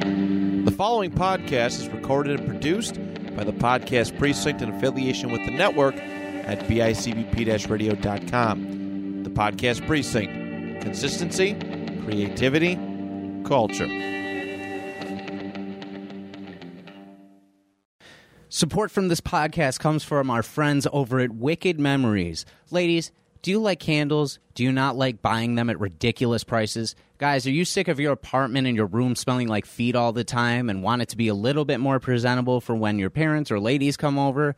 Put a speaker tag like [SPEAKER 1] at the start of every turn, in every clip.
[SPEAKER 1] The following podcast is recorded and produced by the Podcast Precinct in affiliation with the network at bicbp radio.com. The Podcast Precinct consistency, creativity, culture.
[SPEAKER 2] Support from this podcast comes from our friends over at Wicked Memories. Ladies, do you like candles? Do you not like buying them at ridiculous prices? Guys, are you sick of your apartment and your room smelling like feet all the time and want it to be a little bit more presentable for when your parents or ladies come over?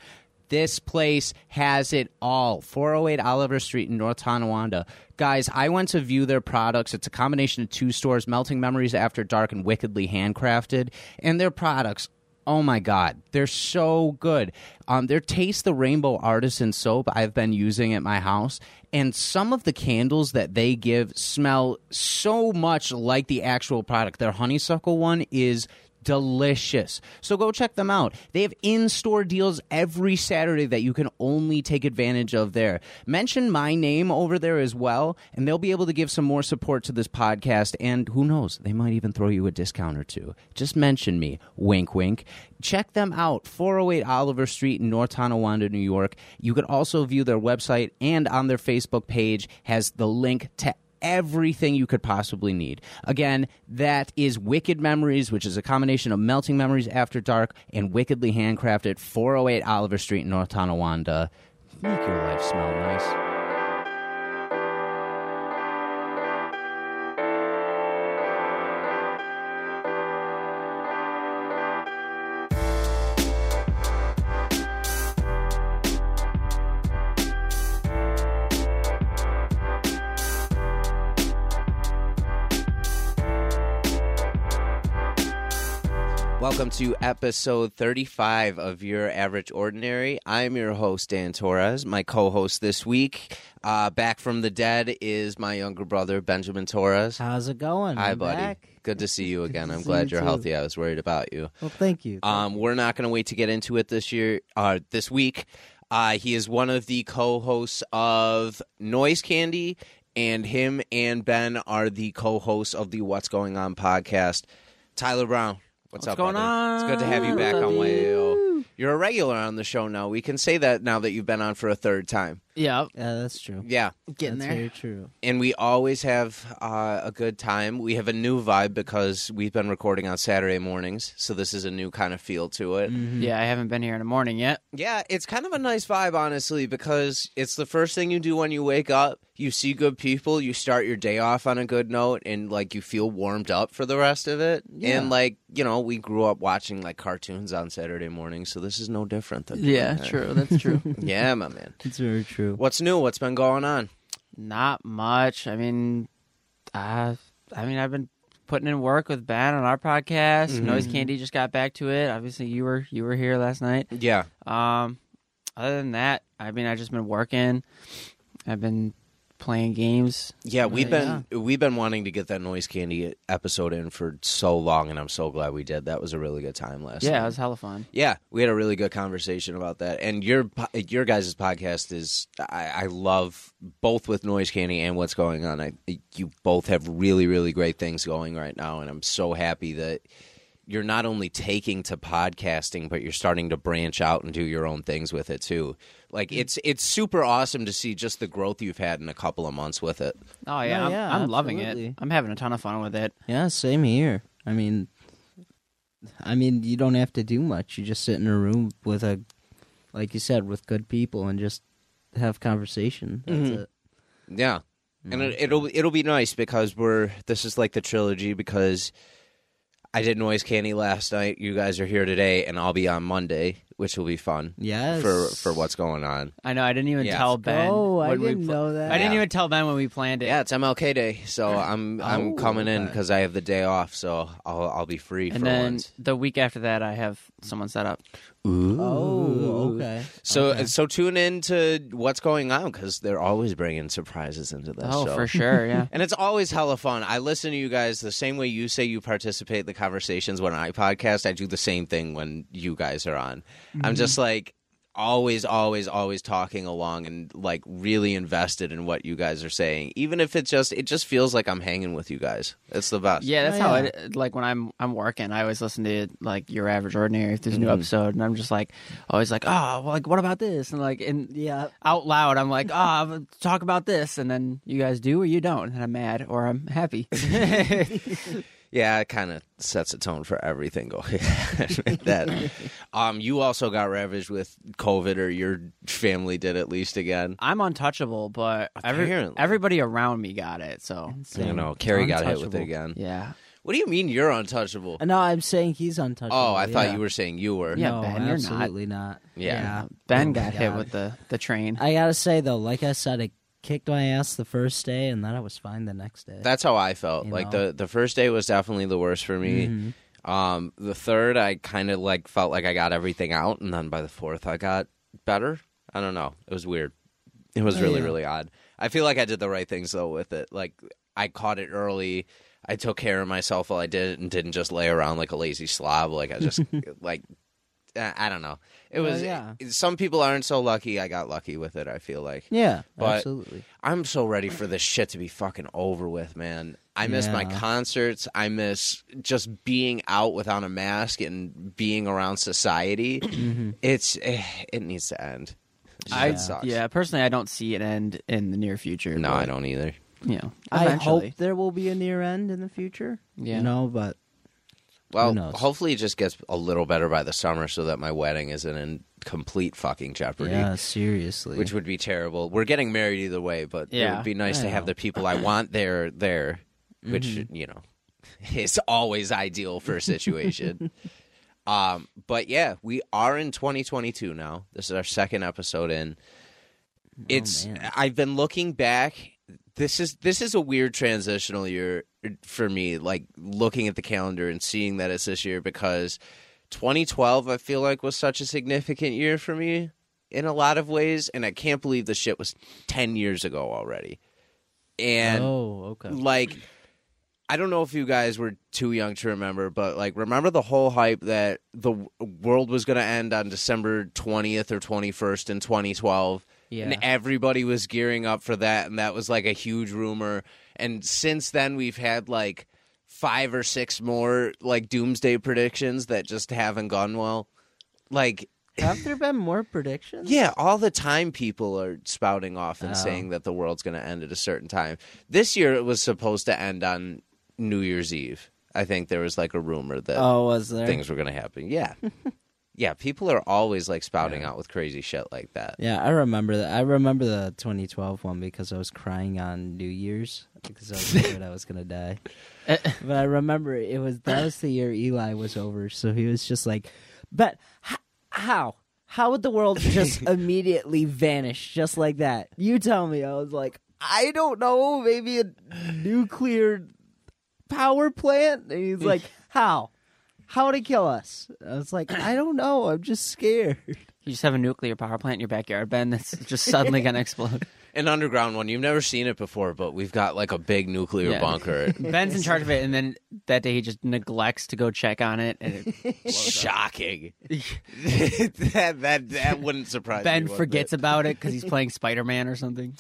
[SPEAKER 2] This place has it all. 408 Oliver Street in North Tonawanda. Guys, I went to view their products. It's a combination of two stores, Melting Memories After Dark and Wickedly Handcrafted. And their products Oh my God, they're so good. Um, their Taste the Rainbow Artisan soap I've been using at my house, and some of the candles that they give smell so much like the actual product. Their honeysuckle one is delicious. So go check them out. They have in-store deals every Saturday that you can only take advantage of there. Mention my name over there as well and they'll be able to give some more support to this podcast and who knows, they might even throw you a discount or two. Just mention me. Wink wink. Check them out. 408 Oliver Street in North Tonawanda, New York. You could also view their website and on their Facebook page has the link to everything you could possibly need. Again, that is Wicked Memories, which is a combination of Melting Memories After Dark and Wickedly Handcrafted 408 Oliver Street in North Tonawanda. Make your life smell nice. Welcome to episode 35 of Your Average Ordinary. I'm your host, Dan Torres. My co host this week, uh, back from the dead, is my younger brother, Benjamin Torres.
[SPEAKER 3] How's it going?
[SPEAKER 2] Hi,
[SPEAKER 3] I'm
[SPEAKER 2] buddy.
[SPEAKER 3] back.
[SPEAKER 2] Good to see you
[SPEAKER 3] Good
[SPEAKER 2] again.
[SPEAKER 3] to
[SPEAKER 2] I'm
[SPEAKER 3] see
[SPEAKER 2] glad
[SPEAKER 3] you
[SPEAKER 2] you're
[SPEAKER 3] too.
[SPEAKER 2] healthy. I was worried about you.
[SPEAKER 3] Well, thank you.
[SPEAKER 2] Um, we're not going to wait to get into it this year, uh, this week. Uh, he is one of the co-hosts of Noise Candy, and him and Ben are the co-hosts of the What's Going On podcast. Tyler Brown, what's, up?
[SPEAKER 4] going
[SPEAKER 2] brother? It's good to have you
[SPEAKER 4] on,
[SPEAKER 2] back on
[SPEAKER 4] buddy?
[SPEAKER 2] YAO. You're a regular on the show now. We can say that now that you've been on for a third time.
[SPEAKER 4] Yeah,
[SPEAKER 3] yeah, that's true.
[SPEAKER 2] Yeah,
[SPEAKER 4] getting
[SPEAKER 3] that's
[SPEAKER 4] there.
[SPEAKER 3] very true.
[SPEAKER 2] and we always have uh, a good time. We have a new vibe because we've been recording on Saturday mornings, so this is a new kind of feel to it.
[SPEAKER 3] Mm-hmm.
[SPEAKER 4] Yeah, I haven't been here in the morning yet.
[SPEAKER 2] Yeah, it's kind of a nice vibe, honestly, because it's the first thing you do when you wake up. You see good people, you start your day off on a good note, and like you feel warmed up for the rest of it. And like, you know, we grew up watching like cartoons on Saturday mornings, so this is no different than doing that.
[SPEAKER 4] true. That's true.
[SPEAKER 2] Yeah, my man.
[SPEAKER 3] It's very true.
[SPEAKER 2] What's new? What's been going on?
[SPEAKER 4] Not much. I mean, uh, I mean, I've been putting in work with Ben on our podcast.
[SPEAKER 2] Mm-hmm.
[SPEAKER 4] Noise Candy just got back to it. Obviously, you were you were here last night.
[SPEAKER 2] Yeah.
[SPEAKER 4] Um, other than that, I mean, I've just been working. I've been playing games.
[SPEAKER 2] Yeah, we've been we've been wanting to get that noise candy episode in for so long and I'm so glad we did. That was a really good time last night.
[SPEAKER 4] Yeah, it was hella fun.
[SPEAKER 2] Yeah, we had a really good conversation about that. And your po- your guys' podcast is I, I love both with Noise Candy and what's going on. I, you both have really really great things going right now, and I'm so happy that you're not only taking to podcasting, but you're starting to branch out and do your own things with it too. Like it's it's super awesome to see just the growth you've had in a couple of months with it.
[SPEAKER 4] Oh yeah,
[SPEAKER 3] No,
[SPEAKER 4] I'm,
[SPEAKER 3] yeah,
[SPEAKER 4] I'm loving it.
[SPEAKER 3] absolutely.
[SPEAKER 4] I'm having a ton of fun with it.
[SPEAKER 3] Yeah, same here. I mean, I mean, you don't have to do much. You just sit in a room with a, like you said, with good people and just have conversation. That's
[SPEAKER 2] Mm-hmm.
[SPEAKER 3] it.
[SPEAKER 2] Yeah, and it, it'll it'll be nice because we're this is like the trilogy because I did noise candy last night. You guys are here today, and I'll be on Monday, which will be fun.
[SPEAKER 3] Yes.
[SPEAKER 2] for for what's going on.
[SPEAKER 4] I know. I didn't even
[SPEAKER 2] Yeah.
[SPEAKER 4] tell Ben.
[SPEAKER 3] Oh, I
[SPEAKER 4] when we
[SPEAKER 3] didn't
[SPEAKER 4] pl-
[SPEAKER 3] know that.
[SPEAKER 4] I didn't
[SPEAKER 2] Yeah.
[SPEAKER 4] even tell Ben when we planned it.
[SPEAKER 2] Yeah, it's MLK Day, so I'm I'm
[SPEAKER 3] Oh,
[SPEAKER 2] coming in
[SPEAKER 3] okay.
[SPEAKER 2] because I have the day off, so I'll I'll be free
[SPEAKER 4] and
[SPEAKER 2] for
[SPEAKER 4] then
[SPEAKER 2] once.
[SPEAKER 4] the week after that, I have someone set up.
[SPEAKER 2] Ooh.
[SPEAKER 3] Oh, okay.
[SPEAKER 2] So so tune in to what's going on because they're always bringing surprises into this.
[SPEAKER 4] Oh,
[SPEAKER 2] show.
[SPEAKER 4] for sure, yeah.
[SPEAKER 2] And it's always hella fun. I listen to you guys the same way you say you participate in the
[SPEAKER 4] Mm-hmm.
[SPEAKER 2] conversations when I podcast. I do the same thing when you guys are on. I'm just like, always, always, always talking along and like really invested in what you guys are saying. Even if it's just, it just feels like I'm hanging with you guys. It's the best.
[SPEAKER 4] Yeah, that's
[SPEAKER 3] Oh,
[SPEAKER 4] how
[SPEAKER 3] yeah.
[SPEAKER 4] it. Like when I'm I'm working, I always listen to like Your Average Ordinary if there's
[SPEAKER 3] Mm-hmm.
[SPEAKER 4] a new episode, and I'm just like always like, oh, well, like what about this? And like and
[SPEAKER 3] Yeah.
[SPEAKER 4] out loud, I'm like, ah, oh, talk about this, and then you guys do or you don't, and I'm mad or I'm happy.
[SPEAKER 2] Yeah, it kind of sets a tone for everything going. ahead. that, um, you also got ravaged with COVID, or your family did at least again.
[SPEAKER 4] I'm untouchable, but every,
[SPEAKER 2] Apparently.
[SPEAKER 4] everybody around me got it. So
[SPEAKER 2] You know, Carrie got hit with it again.
[SPEAKER 4] yeah,
[SPEAKER 2] What do you mean you're untouchable?
[SPEAKER 3] Uh, No, I'm saying he's untouchable.
[SPEAKER 2] oh, I thought
[SPEAKER 3] yeah.
[SPEAKER 2] you were saying you were.
[SPEAKER 4] Yeah,
[SPEAKER 3] no,
[SPEAKER 4] Ben, you're not.
[SPEAKER 3] absolutely not.
[SPEAKER 2] Yeah.
[SPEAKER 4] uh, Ben
[SPEAKER 3] Oh,
[SPEAKER 4] got
[SPEAKER 3] my
[SPEAKER 4] hit
[SPEAKER 3] God.
[SPEAKER 4] with the the train.
[SPEAKER 3] I gotta say though, like I said, it kicked my ass the first day, and then I was fine the next day.
[SPEAKER 2] That's how I felt.
[SPEAKER 3] You
[SPEAKER 2] like
[SPEAKER 3] know? Mm-hmm.
[SPEAKER 2] the the first day was definitely the worst for me. Um, the third, I kind of like felt like I got everything out, and then by the fourth, I got better. I don't know. It was weird. It was
[SPEAKER 3] Oh,
[SPEAKER 2] really
[SPEAKER 3] yeah.
[SPEAKER 2] really odd. I feel like I did the right things though with it. Like I caught it early. I took care of myself while I did it, and didn't just lay around like a lazy slob. Like I just like I I don't know. It
[SPEAKER 3] Well,
[SPEAKER 2] was.
[SPEAKER 3] Oh, yeah.
[SPEAKER 2] Some people aren't so lucky. I got lucky with it. I feel like.
[SPEAKER 3] yeah,
[SPEAKER 2] But-
[SPEAKER 3] absolutely.
[SPEAKER 2] I'm so ready for this shit to be fucking over with, man. I miss my
[SPEAKER 3] Yeah.
[SPEAKER 2] concerts. I miss just being out without a mask and being around society. It's eh, it needs to end. It
[SPEAKER 4] I
[SPEAKER 2] sucks.
[SPEAKER 4] yeah, personally, I don't see it end in the near future.
[SPEAKER 2] No,
[SPEAKER 4] but,
[SPEAKER 2] I don't either.
[SPEAKER 4] You know,
[SPEAKER 3] I
[SPEAKER 4] eventually.
[SPEAKER 3] hope there will be a near end in the future.
[SPEAKER 4] Yeah.
[SPEAKER 3] you know, but
[SPEAKER 2] Well,
[SPEAKER 3] knows?
[SPEAKER 2] hopefully it just gets a little better by the summer so that my wedding isn't in complete fucking jeopardy.
[SPEAKER 3] yeah, seriously.
[SPEAKER 2] Which would be terrible. We're getting married either way, but it
[SPEAKER 4] Yeah.
[SPEAKER 2] would be nice
[SPEAKER 3] I
[SPEAKER 2] to have
[SPEAKER 3] know. Mm-hmm.
[SPEAKER 2] the people I want there there, which you know is always ideal for a situation. um, but yeah, we are in 2022 now. This is our second episode in. It's
[SPEAKER 3] man.
[SPEAKER 2] I've been looking back. This is this is a weird transitional year for me. Like looking at the calendar and seeing that it's this year because 2012 I feel like was such a significant year for me in a lot of ways, and I can't believe the shit was 10 years ago already. And
[SPEAKER 3] oh, okay.
[SPEAKER 2] like I don't know if you guys were too young to remember, but like remember the whole hype that the w- world was going to end on December 20th or 21st in 2012.
[SPEAKER 3] Yeah.
[SPEAKER 2] And everybody was gearing up for that and that was like a huge rumor and since then we've had like five or six more like doomsday predictions that just haven't gone well. Like
[SPEAKER 3] Have there been more predictions?
[SPEAKER 2] yeah, all the time people are spouting off and
[SPEAKER 3] Oh.
[SPEAKER 2] saying that the world's going to end at a certain time. This year it was supposed to end on New Year's Eve. I think there was like a rumor that
[SPEAKER 3] Oh, was there?
[SPEAKER 2] things were going to happen. Yeah. yeah, people are always like spouting out with crazy shit like that.
[SPEAKER 3] Yeah, I remember that. I remember the 2012 one because I was crying on New Year's because I was afraid I was gonna die. but I remember it was that was the year Eli was over, so he was just like, "But h- how? How would the world just immediately vanish just like that? You tell me." I was like, "I don't know. Maybe a nuclear power plant." And he's like, "How?" How would it kill us? I was like, I don't know. I'm just scared.
[SPEAKER 4] You just have a nuclear power plant in your backyard, Ben. That's just suddenly gonna explode.
[SPEAKER 2] An underground one, you've never seen it before, but we've got like a big nuclear
[SPEAKER 4] Yeah.
[SPEAKER 2] bunker.
[SPEAKER 4] Ben's in charge of it, and then that day he just neglects to go check on it, and it,
[SPEAKER 2] Shocking. that that that wouldn't surprise me.
[SPEAKER 4] Ben
[SPEAKER 2] one
[SPEAKER 4] forgets
[SPEAKER 2] bit.
[SPEAKER 4] about it because he's playing Spider Man or something.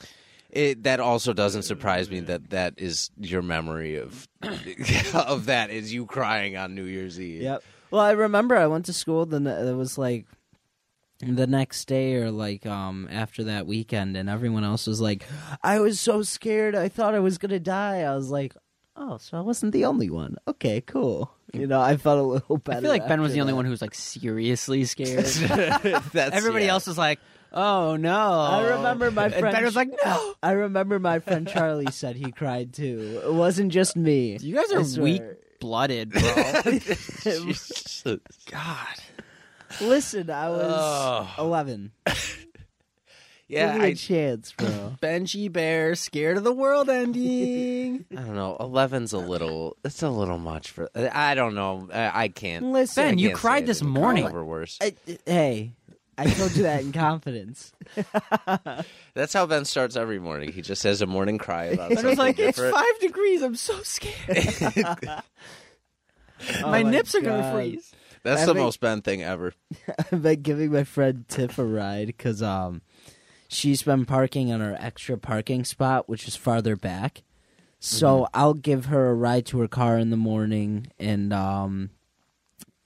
[SPEAKER 2] It, that also doesn't surprise me that that is your memory of of that is you crying on New Year's Eve.
[SPEAKER 3] Yep. Well, I remember I went to school. The ne- it was like the next day or like um after that weekend, and everyone else was like, "I was so scared. I thought I was gonna die." I was like, "Oh, so I wasn't the only one. Okay, cool." You know, I felt a little better.
[SPEAKER 4] I feel like Ben was
[SPEAKER 3] after
[SPEAKER 4] the only
[SPEAKER 3] that.
[SPEAKER 4] one who was like seriously scared.
[SPEAKER 2] That's-
[SPEAKER 4] Everybody
[SPEAKER 2] yeah.
[SPEAKER 4] else was like, "Oh no!" I
[SPEAKER 3] I remember my
[SPEAKER 4] And
[SPEAKER 3] friend.
[SPEAKER 4] Ben was like, "No."
[SPEAKER 3] I remember my friend Charlie said he cried too. It wasn't just me.
[SPEAKER 4] You guys
[SPEAKER 3] I
[SPEAKER 4] are
[SPEAKER 3] swear.
[SPEAKER 4] weak blooded, bro.
[SPEAKER 2] God.
[SPEAKER 3] Listen, I was
[SPEAKER 2] Oh.
[SPEAKER 3] eleven.
[SPEAKER 2] Yeah,
[SPEAKER 3] Give me a
[SPEAKER 2] I,
[SPEAKER 3] chance, bro.
[SPEAKER 4] Benji Bear, scared of the world ending.
[SPEAKER 2] I don't know. Eleven's a little. It's a little much for. I don't know. I, I can't.
[SPEAKER 3] Listen,
[SPEAKER 2] I
[SPEAKER 4] Ben, you
[SPEAKER 2] can't
[SPEAKER 4] cried
[SPEAKER 2] say
[SPEAKER 4] this
[SPEAKER 2] it would come
[SPEAKER 4] morning.
[SPEAKER 2] Over worse.
[SPEAKER 3] I, hey, I told you that in confidence.
[SPEAKER 2] That's how Ben starts every morning. He just has a morning cry about
[SPEAKER 4] Ben
[SPEAKER 2] something
[SPEAKER 4] was like, "It's
[SPEAKER 2] different.
[SPEAKER 4] five degrees. I'm so scared.
[SPEAKER 3] Oh
[SPEAKER 4] my, nips are gonna
[SPEAKER 3] God.
[SPEAKER 4] freeze."
[SPEAKER 2] That's
[SPEAKER 3] I
[SPEAKER 2] the
[SPEAKER 3] think-
[SPEAKER 2] most Ben thing ever.
[SPEAKER 3] I've been giving my friend Tiff a ride because um, she's been parking on her extra parking spot, which is farther back. So
[SPEAKER 4] Mm-hmm.
[SPEAKER 3] I'll give her a ride to her car in the morning, and um,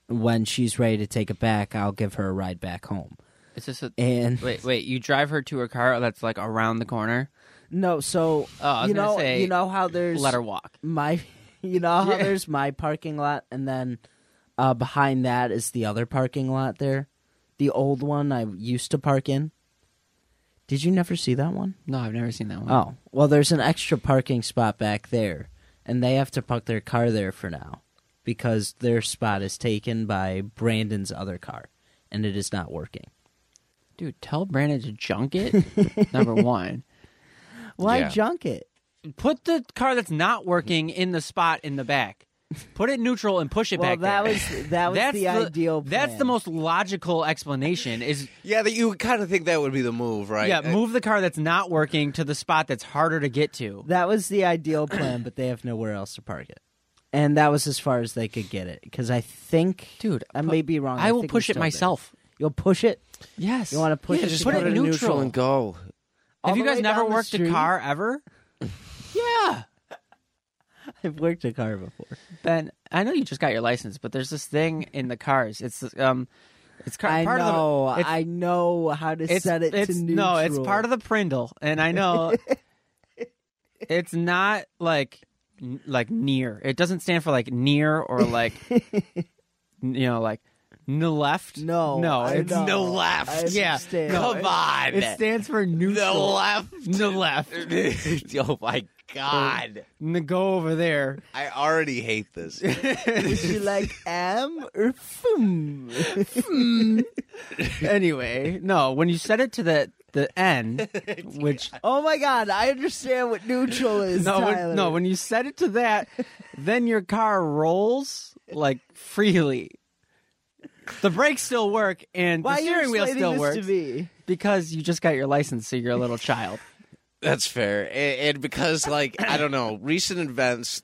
[SPEAKER 3] when she's ready to take it back, I'll give her a ride back home.
[SPEAKER 4] It's just a
[SPEAKER 3] And
[SPEAKER 4] wait, wait. You drive her to her car that's like around the corner.
[SPEAKER 3] no, so
[SPEAKER 4] Oh, I was
[SPEAKER 3] you
[SPEAKER 4] gonna
[SPEAKER 3] know,
[SPEAKER 4] say,
[SPEAKER 3] you know how there's
[SPEAKER 4] Let her walk.
[SPEAKER 3] my you know how
[SPEAKER 4] Yeah.
[SPEAKER 3] there's my parking lot and then uh behind that is the other parking lot there the old one i used to park in did you never see that one?
[SPEAKER 4] No, I've never seen that one.
[SPEAKER 3] Oh, well there's an extra parking spot back there and they have to park their car there for now because their spot is taken by brandon's other car and it is not working
[SPEAKER 4] dude, tell Brandon to junk it. number one,
[SPEAKER 3] why
[SPEAKER 2] Yeah.
[SPEAKER 3] junk it
[SPEAKER 4] put the car that's not working in the spot in the back. Put it neutral and push it
[SPEAKER 3] well
[SPEAKER 4] back.
[SPEAKER 3] that
[SPEAKER 4] there.
[SPEAKER 3] was that was
[SPEAKER 4] that's
[SPEAKER 3] the, ideal
[SPEAKER 4] That's the
[SPEAKER 3] plan.
[SPEAKER 4] most logical explanation. Is
[SPEAKER 2] Yeah, that you kind of think that would be the move, right?
[SPEAKER 4] yeah,
[SPEAKER 2] Uh,
[SPEAKER 4] move the car that's not working to the spot that's harder to get to.
[SPEAKER 3] That was the ideal plan, but they have nowhere else to park it. And that was as far as they could get it. Because I think,
[SPEAKER 4] Dude,
[SPEAKER 3] I
[SPEAKER 4] pu-
[SPEAKER 3] may be wrong.
[SPEAKER 4] I will
[SPEAKER 3] think
[SPEAKER 4] push
[SPEAKER 3] it's
[SPEAKER 4] it
[SPEAKER 3] still there.
[SPEAKER 4] myself.
[SPEAKER 3] You'll push it.
[SPEAKER 4] Yes.
[SPEAKER 3] You want to push
[SPEAKER 2] Yeah,
[SPEAKER 3] it?
[SPEAKER 2] just
[SPEAKER 3] to
[SPEAKER 2] put
[SPEAKER 3] get
[SPEAKER 2] it in neutral. and go.
[SPEAKER 3] all
[SPEAKER 4] Have you
[SPEAKER 3] the
[SPEAKER 4] guys
[SPEAKER 3] way
[SPEAKER 4] never
[SPEAKER 3] down the
[SPEAKER 4] worked a
[SPEAKER 3] street?
[SPEAKER 4] car ever? yeah.
[SPEAKER 3] I've worked a car before.
[SPEAKER 4] Ben, I know you just got your license, but there's this thing in the cars. It's um, it's car-
[SPEAKER 3] I
[SPEAKER 4] part
[SPEAKER 3] know.
[SPEAKER 4] of the. It's,
[SPEAKER 3] I know how to
[SPEAKER 4] it's,
[SPEAKER 3] set it
[SPEAKER 4] it's,
[SPEAKER 3] to neutral.
[SPEAKER 4] no, it's part of the Prindle, and I know it's not like n- like near. It doesn't stand for like near or like n- you know like no left.
[SPEAKER 3] No,
[SPEAKER 4] no,
[SPEAKER 3] I
[SPEAKER 4] it's
[SPEAKER 2] Uh,
[SPEAKER 3] know.
[SPEAKER 4] no left.
[SPEAKER 3] I
[SPEAKER 4] yeah,
[SPEAKER 3] understand.
[SPEAKER 4] No,
[SPEAKER 3] Come
[SPEAKER 4] it-
[SPEAKER 2] on.
[SPEAKER 4] It stands for neutral.
[SPEAKER 2] No left.
[SPEAKER 4] No left.
[SPEAKER 2] oh my god.
[SPEAKER 4] N- Go over there.
[SPEAKER 2] I already hate this.
[SPEAKER 3] Would you like am or fum?
[SPEAKER 4] anyway, no, when you set it to the the end, which
[SPEAKER 3] oh my god! I understand what neutral is.
[SPEAKER 4] no,
[SPEAKER 3] Tyler.
[SPEAKER 4] when, no, when you set it to that, then your car rolls like freely. The brakes still work, and
[SPEAKER 3] Why
[SPEAKER 4] the
[SPEAKER 3] are you
[SPEAKER 4] steering wheel
[SPEAKER 3] explaining
[SPEAKER 4] still
[SPEAKER 3] this
[SPEAKER 4] works
[SPEAKER 3] to me?
[SPEAKER 4] because you just got your license, so you're a little child.
[SPEAKER 2] That's fair. And, and because, like, I don't know, recent events,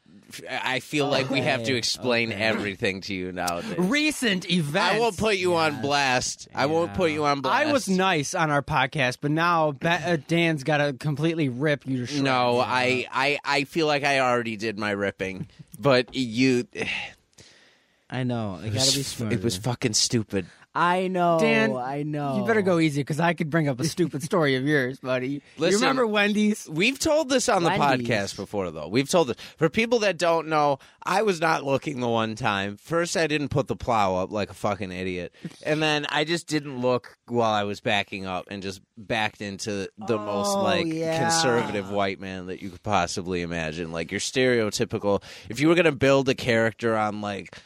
[SPEAKER 2] I feel like we have to explain everything to you nowadays.
[SPEAKER 4] Recent events.
[SPEAKER 2] I won't put you on blast. I won't put you on blast.
[SPEAKER 4] I was nice on our podcast, but now Ba- uh, Dan's got to completely rip you to shreds.
[SPEAKER 2] No, I, I, I feel like I already did my ripping, but you.
[SPEAKER 3] I know. I gotta be smart.
[SPEAKER 2] It was fucking stupid.
[SPEAKER 3] I know.
[SPEAKER 4] Dan,
[SPEAKER 3] I know.
[SPEAKER 4] You better go easy because I could bring up a stupid story of yours, buddy.
[SPEAKER 2] Listen.
[SPEAKER 4] you remember Wendy's?
[SPEAKER 2] We've told this on the
[SPEAKER 3] Wendy's.
[SPEAKER 2] podcast before, though. We've told this. For people that don't know, I was not looking the one time. First, I didn't put the plow up like a fucking idiot. And then I just didn't look while I was backing up and just backed into the most,
[SPEAKER 3] Oh,
[SPEAKER 2] like,
[SPEAKER 3] yeah.
[SPEAKER 2] conservative white man that you could possibly imagine. Like, your stereotypical. If you were going to build a character on, like,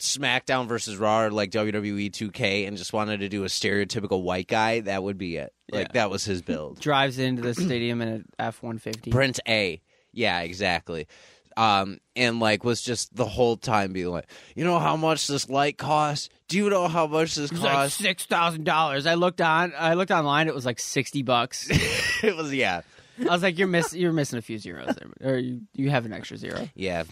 [SPEAKER 2] SmackDown versus Raw or like WWE 2K and just wanted to do a stereotypical white guy, that would be it. Like, that was his build.
[SPEAKER 4] Drives into the stadium in an F one fifty.
[SPEAKER 2] Prince A. Yeah, exactly. Um, and like was just the whole time being like, you know how much this light costs? Do you know how much this
[SPEAKER 4] It's like
[SPEAKER 2] costs?
[SPEAKER 4] six thousand dollars. I looked on. I looked online. It was like sixty bucks.
[SPEAKER 2] it was yeah,
[SPEAKER 4] I was like, "You're miss. You're missing a few zeros there, or you, you have an extra zero.
[SPEAKER 2] yeah.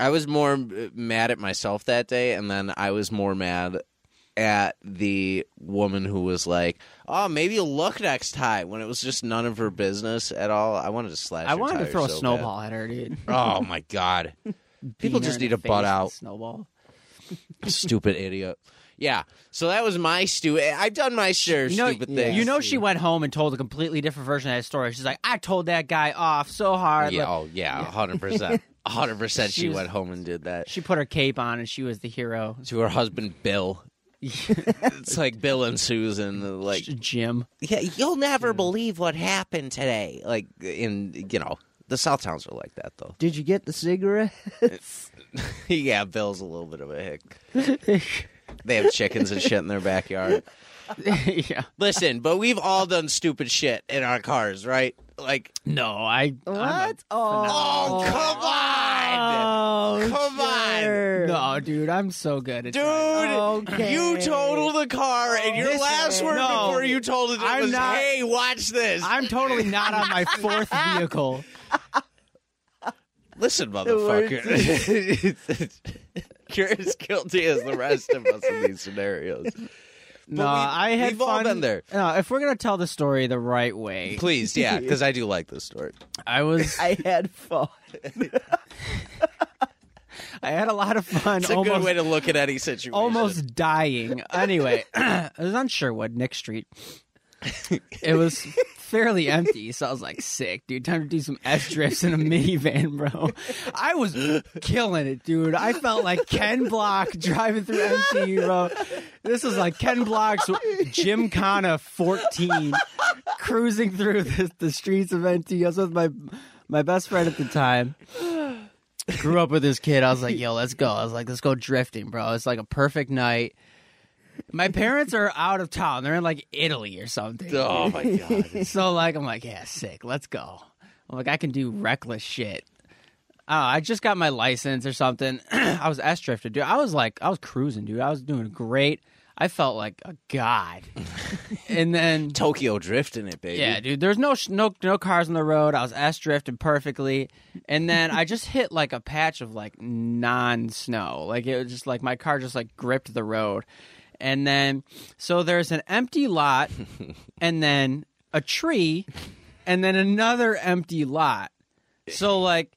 [SPEAKER 2] I was more uh, mad at myself that day, and then I was more mad at the woman who was like, "Oh, maybe you'll look next time." When it was just none of her business at all. I wanted to slash.
[SPEAKER 4] I
[SPEAKER 2] her
[SPEAKER 4] wanted to
[SPEAKER 2] tires
[SPEAKER 4] throw a
[SPEAKER 2] so bad.
[SPEAKER 4] snowball at her, dude.
[SPEAKER 2] Oh my god! People
[SPEAKER 4] Beat her
[SPEAKER 2] just
[SPEAKER 4] in
[SPEAKER 2] need
[SPEAKER 4] the
[SPEAKER 2] to butt
[SPEAKER 4] face with
[SPEAKER 2] out.
[SPEAKER 4] a Snowball.
[SPEAKER 2] stupid idiot. Yeah. So that was my stupid. I've done my share of
[SPEAKER 4] You know,
[SPEAKER 2] stupid
[SPEAKER 4] yeah.
[SPEAKER 2] things.
[SPEAKER 4] you know, she went home and told a completely different version of that story. She's like, "I told that guy off so hard."
[SPEAKER 2] Yeah.
[SPEAKER 4] Look,
[SPEAKER 2] Oh, yeah. Hundred percent. Hundred percent.
[SPEAKER 4] She
[SPEAKER 2] She
[SPEAKER 4] was-
[SPEAKER 2] went home and did that
[SPEAKER 4] She put her cape on and she was the hero.
[SPEAKER 2] to her husband Bill. it's like Bill and Susan. Like,
[SPEAKER 4] Jim.
[SPEAKER 2] yeah, you'll never believe what happened today. Like in you know. The South Towns are like that, though.
[SPEAKER 3] Did you get the cigarettes?
[SPEAKER 2] yeah, Bill's a little bit of a hick. they have chickens and shit in their backyard.
[SPEAKER 4] yeah.
[SPEAKER 2] Listen, but we've all done stupid shit in our cars, right? Like,
[SPEAKER 4] No, I. I'm a-
[SPEAKER 3] What? Oh,
[SPEAKER 2] oh, come on!
[SPEAKER 3] Oh,
[SPEAKER 2] Come on.
[SPEAKER 3] sure.
[SPEAKER 4] no, dude, I'm so good at
[SPEAKER 2] Dude,
[SPEAKER 3] Okay.
[SPEAKER 2] you totaled the car, and your
[SPEAKER 4] Listen,
[SPEAKER 2] last word
[SPEAKER 4] no.
[SPEAKER 2] before you told it
[SPEAKER 4] I'm
[SPEAKER 2] was,
[SPEAKER 4] not-
[SPEAKER 2] "Hey, watch this."
[SPEAKER 4] I'm totally not on my fourth vehicle.
[SPEAKER 2] Listen, motherfucker. You're as guilty as the rest of us in these scenarios.
[SPEAKER 4] No,
[SPEAKER 2] we-
[SPEAKER 4] I had
[SPEAKER 2] we've all
[SPEAKER 4] fun
[SPEAKER 2] been there.
[SPEAKER 4] No, if we're gonna tell the story the right way,
[SPEAKER 2] Please, yeah, because I do like this story.
[SPEAKER 4] I was
[SPEAKER 3] I had fun.
[SPEAKER 4] I had a lot of fun.
[SPEAKER 2] It's a
[SPEAKER 4] almost
[SPEAKER 2] good way to look at any situation.
[SPEAKER 4] almost dying. Anyway, I was on Sherwood, Nick Street. It was fairly empty, so I was like, sick, dude. Time to do some S drifts in a minivan, bro. I was killing it, dude. I felt like Ken Block driving through MTU, bro. This is like Ken Block's Jim Connor 14 cruising through the, the streets of MTU. I was with my, my best friend at the time grew up with this kid. I was like, yo, let's go. I was like, let's go drifting, bro. It's like a perfect night. My parents are out of town. They're in like Italy or something.
[SPEAKER 2] Oh my god.
[SPEAKER 4] So like I'm like, yeah, sick. Let's go. I'm like, I can do reckless shit. Oh, I just got my license or something. I was S drifter, dude. I was like, I was cruising, dude. I was doing great. I felt like a god. and then
[SPEAKER 2] Tokyo drifting it, baby.
[SPEAKER 4] yeah, dude. There's no sh- no no cars on the road. I was s drifting perfectly, and then I just hit like a patch of like non snow. Like it was just like my car just like gripped the road, and then so there's an empty lot, and then a tree, and then another empty lot. So like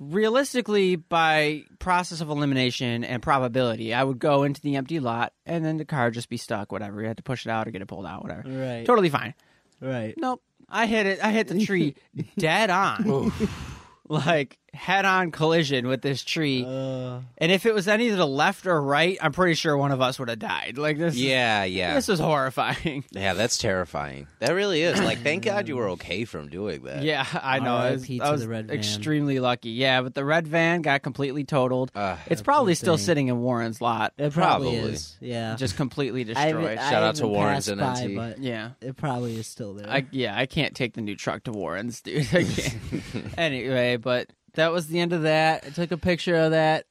[SPEAKER 4] realistically, by process of elimination and probability, I would go into the empty lot, and then the car would just be stuck. Whatever, you had to push it out or get it pulled out. Whatever.
[SPEAKER 3] Right.
[SPEAKER 4] Totally fine.
[SPEAKER 3] Right.
[SPEAKER 4] Nope. I hit it. I hit the tree dead on. like head on collision with this tree.
[SPEAKER 3] Uh,
[SPEAKER 4] and if it was any to the left or right, I'm pretty sure one of us would have died. Like this
[SPEAKER 2] Yeah, yeah.
[SPEAKER 4] this is horrifying.
[SPEAKER 2] Yeah, that's terrifying. That really is. Like, thank God you were okay from doing that.
[SPEAKER 4] Yeah, I know. I was,
[SPEAKER 3] RIP to
[SPEAKER 4] I was
[SPEAKER 3] the red van.
[SPEAKER 4] extremely lucky. Yeah, but the red van got completely totaled.
[SPEAKER 2] Uh,
[SPEAKER 4] it's probably still
[SPEAKER 3] thing.
[SPEAKER 4] sitting in Warren's lot,
[SPEAKER 3] it probably,
[SPEAKER 2] Probably.
[SPEAKER 3] is. Yeah.
[SPEAKER 4] just completely
[SPEAKER 3] I haven't-
[SPEAKER 4] destroyed.
[SPEAKER 3] I
[SPEAKER 2] Shout out to
[SPEAKER 3] haven't
[SPEAKER 2] Warren's
[SPEAKER 3] passed
[SPEAKER 2] and
[SPEAKER 3] by,
[SPEAKER 2] NT.
[SPEAKER 3] but
[SPEAKER 4] yeah.
[SPEAKER 3] It probably is still there.
[SPEAKER 4] I, yeah, I can't take the new truck to Warren's, dude. I can't. anyway, but that was the end of that. I took a picture of that.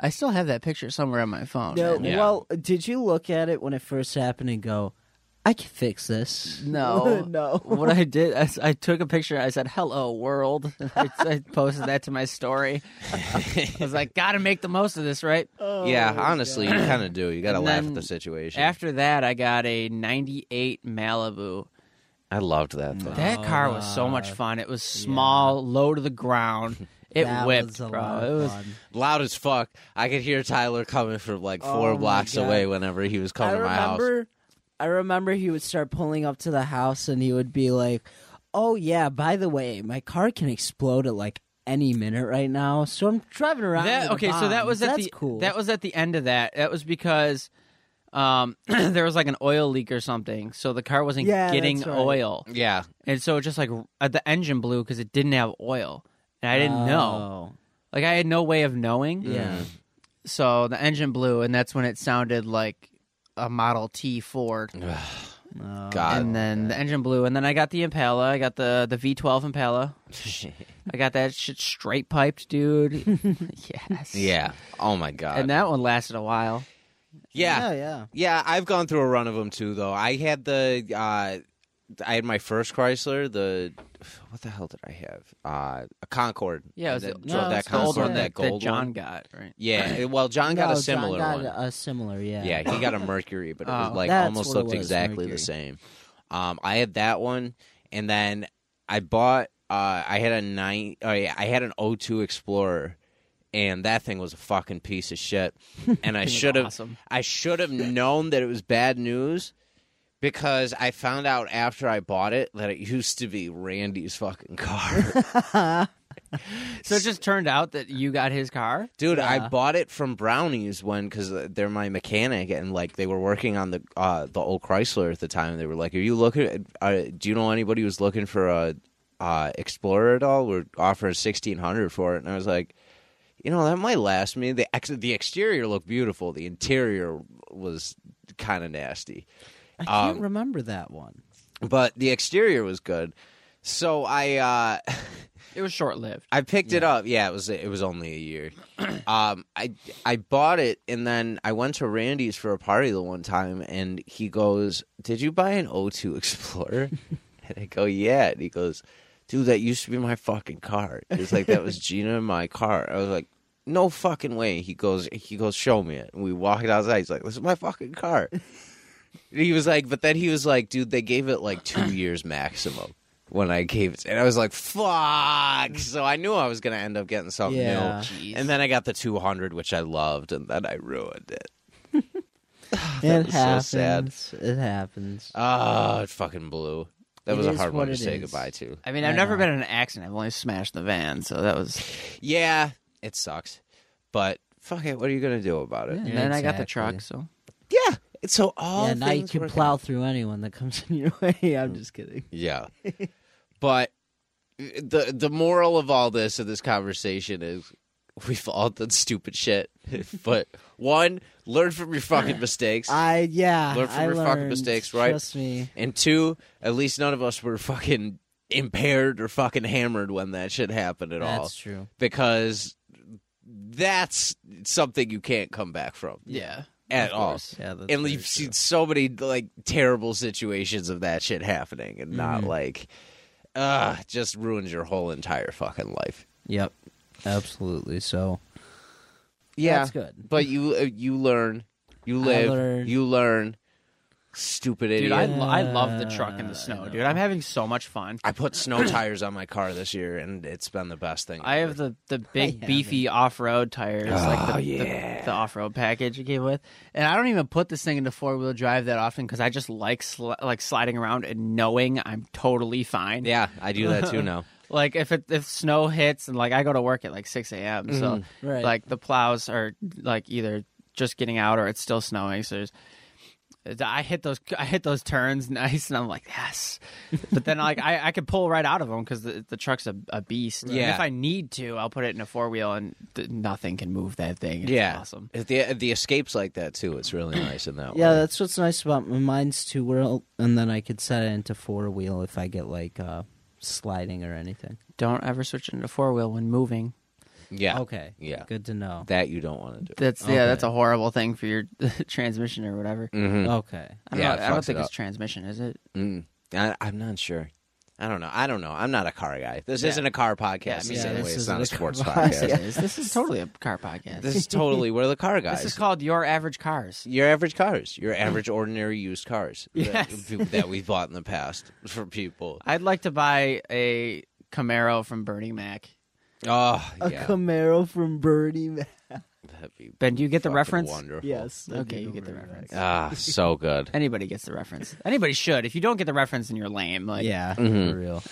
[SPEAKER 4] I still have that picture somewhere on my phone.
[SPEAKER 3] no,
[SPEAKER 4] man.
[SPEAKER 3] Well, did you look at it when it first happened and go, I can fix this?
[SPEAKER 4] No,
[SPEAKER 3] no.
[SPEAKER 4] What I did, I, s- I took a picture. I said, "Hello, world." And I, I posted that to my story. I was like, "Gotta make the most of this, right?"
[SPEAKER 3] Oh.
[SPEAKER 2] yeah, honestly, you kind of do. You got to
[SPEAKER 4] And
[SPEAKER 2] laugh
[SPEAKER 4] then
[SPEAKER 2] at the situation.
[SPEAKER 4] After that, I got a '98 Malibu.
[SPEAKER 2] I loved that
[SPEAKER 3] Mm.
[SPEAKER 2] thing.
[SPEAKER 4] That car was so much fun. It was small, low to the ground. It
[SPEAKER 3] that
[SPEAKER 4] whipped,
[SPEAKER 3] was a
[SPEAKER 4] bro.
[SPEAKER 3] lot
[SPEAKER 4] it
[SPEAKER 3] of
[SPEAKER 4] was
[SPEAKER 3] fun.
[SPEAKER 2] Loud as fuck. I could hear Tyler coming from like four
[SPEAKER 3] Oh, my
[SPEAKER 2] blocks
[SPEAKER 3] God.
[SPEAKER 2] away whenever he was
[SPEAKER 3] I
[SPEAKER 2] coming to my house.
[SPEAKER 3] remember, I remember he would start pulling up to the house and he would be like, "Oh yeah, by the way, my car can explode at like any minute right now, so I'm driving around." with
[SPEAKER 4] That,
[SPEAKER 3] a
[SPEAKER 4] okay, so that
[SPEAKER 3] bomb.
[SPEAKER 4] was at
[SPEAKER 3] That's
[SPEAKER 4] the
[SPEAKER 3] cool.
[SPEAKER 4] that was at the end of that. That was because um, there was like an oil leak or something, so the car wasn't
[SPEAKER 3] Yeah,
[SPEAKER 4] getting
[SPEAKER 3] that's right.
[SPEAKER 4] oil,
[SPEAKER 2] Yeah.
[SPEAKER 4] and so it just like uh, the engine blew because it didn't have oil, and I didn't know.
[SPEAKER 2] Oh,
[SPEAKER 4] Like I had no way of knowing.
[SPEAKER 2] Mm.
[SPEAKER 3] Oh, yeah.
[SPEAKER 4] So the engine blew, and that's when it sounded like a Model T Ford.
[SPEAKER 3] Oh.
[SPEAKER 2] God.
[SPEAKER 4] and then the engine blew, and then I got the Impala. I got the the V12 Impala. I got that shit straight piped, dude. yes.
[SPEAKER 2] yeah. Oh my God.
[SPEAKER 4] And that one lasted a while.
[SPEAKER 2] yeah.
[SPEAKER 3] yeah, yeah.
[SPEAKER 2] Yeah, I've gone through a run of them too, though. I had the, uh, I had my first Chrysler, the, what the hell did I have? Uh, a Concorde.
[SPEAKER 4] Yeah, it was
[SPEAKER 2] And
[SPEAKER 4] the-
[SPEAKER 2] then drove
[SPEAKER 3] no,
[SPEAKER 2] that
[SPEAKER 3] it's the
[SPEAKER 2] Concorde,
[SPEAKER 3] old one
[SPEAKER 2] that
[SPEAKER 4] that
[SPEAKER 2] gold
[SPEAKER 4] John
[SPEAKER 2] one.
[SPEAKER 4] got, right?
[SPEAKER 2] Yeah, it- well, John got
[SPEAKER 3] No,
[SPEAKER 2] a similar
[SPEAKER 3] Oh, John
[SPEAKER 2] one.
[SPEAKER 3] got A similar, yeah.
[SPEAKER 2] Yeah, he got a Mercury, but it was
[SPEAKER 4] Oh.
[SPEAKER 2] like
[SPEAKER 3] That's
[SPEAKER 2] almost
[SPEAKER 3] what it
[SPEAKER 2] looked
[SPEAKER 3] was,
[SPEAKER 2] exactly
[SPEAKER 3] Mercury.
[SPEAKER 2] the same. Um, I had that one, and then I bought. Uh, I had a nine. Oh yeah, I had an O2 Explorer, and that thing was a fucking piece of shit. And I
[SPEAKER 4] Thing was
[SPEAKER 2] should have.
[SPEAKER 4] awesome.
[SPEAKER 2] I should have known that it was bad news. Because I found out after I bought it that it used to be Randy's fucking car.
[SPEAKER 4] So it just turned out that you got his car.
[SPEAKER 2] Dude, I
[SPEAKER 3] Yeah.
[SPEAKER 2] bought it from Brownies when because they're my mechanic and like they were working on the uh, the old Chrysler at the time. And they were like, "Are you looking? Uh, do you know anybody who's looking for a uh, Explorer at all? We're offering sixteen hundred for it." And I was like, "You know, that might last me." The ex- the exterior looked beautiful. The interior was kind of nasty
[SPEAKER 3] I can't
[SPEAKER 2] Um,
[SPEAKER 3] remember that one.
[SPEAKER 2] but the exterior was good so i uh
[SPEAKER 4] It was short lived.
[SPEAKER 2] I picked it up. Yeah, it was it was only a year. um, I I bought it and then I went to Randy's for a party the one time and he goes, "Did you buy an O2 Explorer?" and I go, "Yeah." And he goes, dude, that used to be my fucking car. It's like that was Gina in my car. I was like, no fucking way. He goes, he goes, show me it. And we walk it outside. He's like, this is my fucking car. And he was like, but then he was like, dude, they gave it like two years maximum when I gave it, and I was like, fuck. So I knew I was gonna end up getting something
[SPEAKER 3] Yeah.
[SPEAKER 2] new. And then I got the two hundred, which I loved, and then I ruined it. was
[SPEAKER 3] it
[SPEAKER 2] so
[SPEAKER 3] happens.
[SPEAKER 2] sad.
[SPEAKER 3] It happens.
[SPEAKER 2] Oh, it fucking blew. That
[SPEAKER 3] It
[SPEAKER 2] was a
[SPEAKER 3] is
[SPEAKER 2] hard one
[SPEAKER 3] what
[SPEAKER 2] to
[SPEAKER 3] it
[SPEAKER 2] say
[SPEAKER 3] is.
[SPEAKER 2] goodbye to.
[SPEAKER 4] I mean, I've never been in an accident. I've only smashed the van, so that was.
[SPEAKER 2] Yeah, it sucks. But fuck it, what are you gonna do about it?
[SPEAKER 4] And
[SPEAKER 3] Yeah,
[SPEAKER 4] then I got the
[SPEAKER 3] exactly.
[SPEAKER 4] truck, so
[SPEAKER 2] Yeah. It's so all
[SPEAKER 3] yeah, now you
[SPEAKER 2] things
[SPEAKER 3] can
[SPEAKER 2] work
[SPEAKER 3] plow
[SPEAKER 2] out.
[SPEAKER 3] through anyone that comes in your way. I'm
[SPEAKER 2] Mm.
[SPEAKER 3] just kidding.
[SPEAKER 2] Yeah. but the the moral of all this of this conversation is we've all done stupid shit. but one, learn from your fucking mistakes.
[SPEAKER 3] I yeah.
[SPEAKER 2] Learn from
[SPEAKER 3] I
[SPEAKER 2] your fucking
[SPEAKER 3] learned.
[SPEAKER 2] mistakes, right?
[SPEAKER 3] Trust me.
[SPEAKER 2] And two, at least none of us were fucking impaired or fucking hammered when that shit happened at all.
[SPEAKER 3] That's true.
[SPEAKER 2] because that's something you can't come back from
[SPEAKER 4] yeah,
[SPEAKER 2] at all.
[SPEAKER 3] Yeah, that's
[SPEAKER 2] And
[SPEAKER 3] very
[SPEAKER 2] we've seen so many like terrible situations of that shit happening, and not
[SPEAKER 4] Mm-hmm.
[SPEAKER 2] like, uh, just ruins your whole entire fucking life.
[SPEAKER 3] Yep. Absolutely. So
[SPEAKER 2] Yeah,
[SPEAKER 3] that's good.
[SPEAKER 2] But you uh, you learn, you live,
[SPEAKER 3] learned.
[SPEAKER 2] you learn. Stupid idiot!
[SPEAKER 4] dude, I,
[SPEAKER 2] I,
[SPEAKER 4] lo- I love the truck in the snow, dude. I'm having so much fun.
[SPEAKER 2] put snow tires on my car this year, and it's been the best thing.
[SPEAKER 4] I have
[SPEAKER 2] ever.
[SPEAKER 4] the the big beefy off road tires, like
[SPEAKER 2] Oh,
[SPEAKER 4] the,
[SPEAKER 2] yeah.
[SPEAKER 4] the, the off road package you came with, and I don't even put this thing into four wheel drive that often because I just like sli- like sliding around and knowing I'm totally fine.
[SPEAKER 2] yeah, I do that too now.
[SPEAKER 4] Like if it if snow hits and like I go to work at like six a.m. So
[SPEAKER 2] Mm-hmm.
[SPEAKER 3] Right.
[SPEAKER 4] like the plows are like either just getting out or it's still snowing. So there's I hit those I hit those turns nice and I'm like yes, but then like I I could pull right out of them because the, the truck's a, a beast. And
[SPEAKER 2] Yeah.
[SPEAKER 4] if I need to, I'll put it in a four wheel and th- nothing can move that thing. It's
[SPEAKER 2] Yeah,
[SPEAKER 4] awesome.
[SPEAKER 2] The the escapes like that too. It's really nice in that.
[SPEAKER 3] Yeah,
[SPEAKER 2] way.
[SPEAKER 3] that's what's nice about my mine's two wheel, and then I could set it into four wheel if I get like uh, sliding or anything.
[SPEAKER 4] Don't ever switch into four wheel when moving.
[SPEAKER 2] yeah,
[SPEAKER 3] Okay,
[SPEAKER 2] Yeah.
[SPEAKER 3] good to know.
[SPEAKER 2] that you don't want to do.
[SPEAKER 4] That's yeah,
[SPEAKER 3] Okay.
[SPEAKER 4] that's a horrible thing for your transmission or whatever.
[SPEAKER 2] Mm-hmm.
[SPEAKER 3] Okay,
[SPEAKER 4] I don't,
[SPEAKER 2] Yeah,
[SPEAKER 4] know,
[SPEAKER 2] it
[SPEAKER 4] I don't
[SPEAKER 2] fucks
[SPEAKER 4] think
[SPEAKER 2] it
[SPEAKER 4] it's
[SPEAKER 2] up.
[SPEAKER 4] transmission, is it?
[SPEAKER 2] Mm. I, I'm not sure. I don't know. I don't know. I'm not a car guy. This isn't a car podcast. the
[SPEAKER 4] Yeah,
[SPEAKER 2] same
[SPEAKER 3] this
[SPEAKER 2] way it's
[SPEAKER 3] isn't
[SPEAKER 2] not
[SPEAKER 3] a
[SPEAKER 2] a sports
[SPEAKER 3] car
[SPEAKER 2] podcast.
[SPEAKER 4] This, this is totally a car podcast.
[SPEAKER 2] This is totally we're the car guys.
[SPEAKER 4] This is called Your Average Cars.
[SPEAKER 2] your average cars, your average ordinary used cars
[SPEAKER 4] Yes.
[SPEAKER 2] that, that we've bought in the past for people.
[SPEAKER 4] I'd like to buy a Camaro from Bernie Mac.
[SPEAKER 2] Oh,
[SPEAKER 3] a
[SPEAKER 2] yeah,
[SPEAKER 3] Camaro from Birdie. Man.
[SPEAKER 2] that'd be
[SPEAKER 4] Ben, do you get the
[SPEAKER 2] fucking
[SPEAKER 4] reference?
[SPEAKER 2] Wonderful.
[SPEAKER 3] Yes. I
[SPEAKER 4] Okay,
[SPEAKER 3] do
[SPEAKER 4] you get the
[SPEAKER 3] remember
[SPEAKER 4] reference.
[SPEAKER 2] Ah, so good.
[SPEAKER 4] Anybody gets the reference. Anybody should. If you don't get the reference, then you're lame.
[SPEAKER 3] that.
[SPEAKER 4] Like,
[SPEAKER 3] Yeah,
[SPEAKER 2] Mhm.
[SPEAKER 3] for real.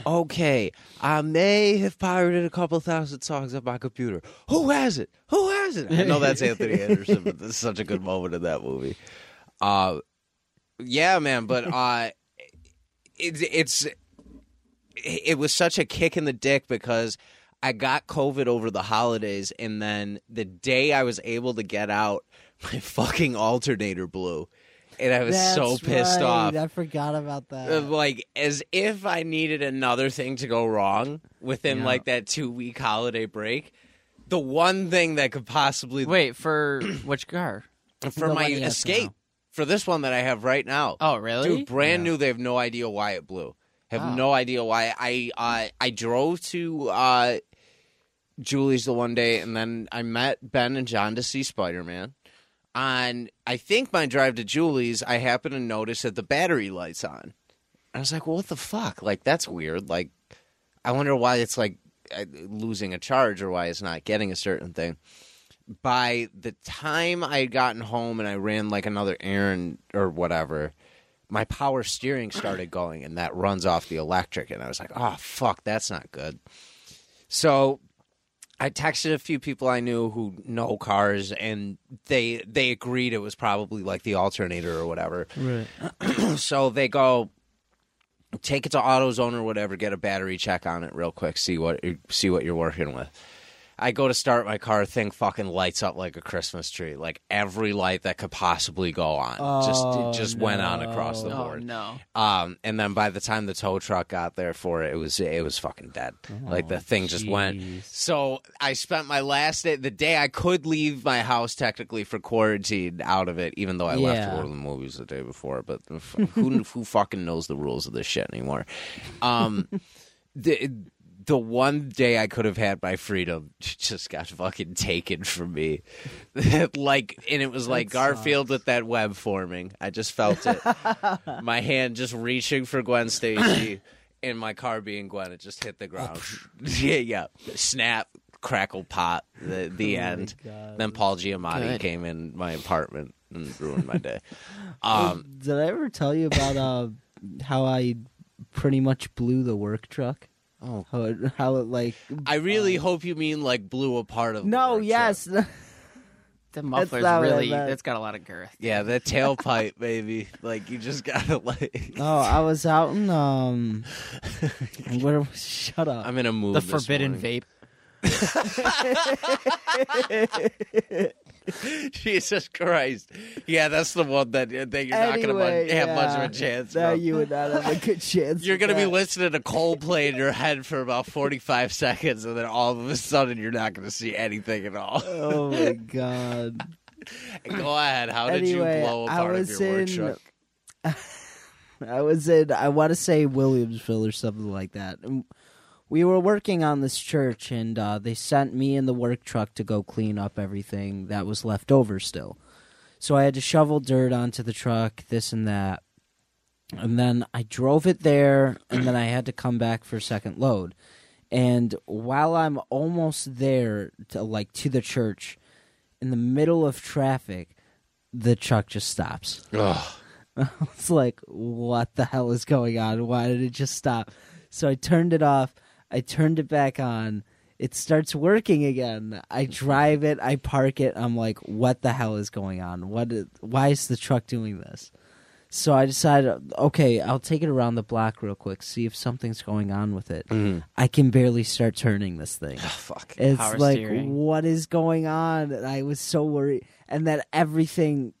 [SPEAKER 2] okay, I may have pirated a couple thousand songs on my computer. Who has it? Who has it? I know that's Anthony Anderson, but this is such a good moment in that movie. Uh, yeah, man, but uh, it's it's it was such a kick in the dick because I got COVID over the holidays, and then the day I was able to get out, my fucking alternator blew, and I was so
[SPEAKER 3] That's
[SPEAKER 2] pissed
[SPEAKER 3] right,
[SPEAKER 2] off
[SPEAKER 3] I forgot about that.
[SPEAKER 2] of, like as if I needed another thing to go wrong within like that two week holiday break. The one thing that could possibly
[SPEAKER 4] wait for which car?
[SPEAKER 2] for
[SPEAKER 3] the
[SPEAKER 2] my
[SPEAKER 3] one he has
[SPEAKER 2] escape
[SPEAKER 3] now.
[SPEAKER 2] for this one that I have right now.
[SPEAKER 4] Oh, really?
[SPEAKER 2] Dude, brand new. They have no idea why it blew. Have no idea why. I uh, I drove to uh, Julie's the one day, and then I met Ben and John to see Spider Man. On I think my drive to Julie's, I happened to notice that the battery light's on. I was like, "Well, what the fuck? Like that's weird. Like I wonder why it's like uh, losing a charge or why it's not getting a certain thing." By the time I had gotten home and I ran like another errand or whatever, my power steering started going and that runs off the electric and I was like, "Oh fuck, that's not good." So I texted a few people I knew who know cars and they they agreed it was probably like the alternator or whatever.
[SPEAKER 3] Right.
[SPEAKER 2] so they go take it to AutoZone or whatever, get a battery check on it real quick, see what see what you're working with. I go to start my car, thing fucking lights up like a Christmas tree, like every light that could possibly go on.
[SPEAKER 3] Oh,
[SPEAKER 2] just it just went on across the
[SPEAKER 4] Oh
[SPEAKER 2] board.
[SPEAKER 4] no!
[SPEAKER 2] Um, and then by the time the tow truck got there for it, it was it was fucking dead. like the thing just went.
[SPEAKER 3] Oh, jeez.
[SPEAKER 2] So I spent my last day, the day I could leave my house technically for quarantine out of it, even though I left to
[SPEAKER 3] Yeah.
[SPEAKER 2] go to the movies the day before. But f- who who fucking knows the rules of this shit anymore? Um, the the one day I could have had my freedom just got fucking taken from me. like, and it was like Garfield with that web forming. I just felt it. my hand just reaching for Gwen Stacy, and my car being Gwen. It just hit the ground. yeah, yeah. Snap, crackle, pop. The
[SPEAKER 3] Oh
[SPEAKER 2] the end. Then Paul Giamatti
[SPEAKER 4] Good.
[SPEAKER 2] came in my apartment and ruined my day. Um,
[SPEAKER 3] Did I ever tell you about uh, how I pretty much blew the work truck?
[SPEAKER 2] Oh.
[SPEAKER 3] how it, how it like?
[SPEAKER 2] I really hope you mean like blew a part of. the
[SPEAKER 3] No,
[SPEAKER 2] workshop.
[SPEAKER 3] yes,
[SPEAKER 4] The muffler's
[SPEAKER 3] not what I
[SPEAKER 4] really
[SPEAKER 3] meant.
[SPEAKER 4] that's got a lot of girth.
[SPEAKER 2] Yeah, the tailpipe, baby. Like you just gotta like.
[SPEAKER 3] Oh, I was out in um. where, shut up.
[SPEAKER 2] I'm in a mood.
[SPEAKER 4] The
[SPEAKER 2] this
[SPEAKER 4] forbidden
[SPEAKER 2] morning.
[SPEAKER 4] vape.
[SPEAKER 2] Jesus Christ. Yeah, that's the one that that you're not gonna
[SPEAKER 3] Anyway,
[SPEAKER 2] mu- have much
[SPEAKER 3] yeah.
[SPEAKER 2] of a chance.
[SPEAKER 3] No,
[SPEAKER 2] bro.
[SPEAKER 3] you would not have a good chance.
[SPEAKER 2] You're
[SPEAKER 3] with
[SPEAKER 2] gonna be
[SPEAKER 3] that.
[SPEAKER 2] listening to Coldplay in your head for about 45 seconds, and then all of a sudden you're not gonna see anything at all.
[SPEAKER 3] Oh my god.
[SPEAKER 2] Go ahead. How did
[SPEAKER 3] Anyway,
[SPEAKER 2] you blow a
[SPEAKER 3] I
[SPEAKER 2] part of
[SPEAKER 3] was
[SPEAKER 2] your
[SPEAKER 3] in-
[SPEAKER 2] workshop?
[SPEAKER 3] I was in, I want to say Williamsville or something like that. And We were working on this church, and uh, they sent me in the work truck to go clean up everything that was left over still. So I had to shovel dirt onto the truck, this and that. And then I drove it there, and then I had to come back for a second load. And while I'm almost there, to, like to the church, in the middle of traffic, the truck just stops. It's like, what the hell is going on? Why did it just stop? So I turned it off. I turned it back on. It starts working again. I drive it. I park it. I'm like, what the hell is going on? What? i- Why is the truck doing this? So I decided, okay, I'll take it around the block real quick, see if something's going on with it. I can barely start turning this thing.
[SPEAKER 2] Fuck.
[SPEAKER 3] It's
[SPEAKER 4] Power
[SPEAKER 3] like,
[SPEAKER 4] steering.
[SPEAKER 3] what is going on? And I was so worried. And then everything,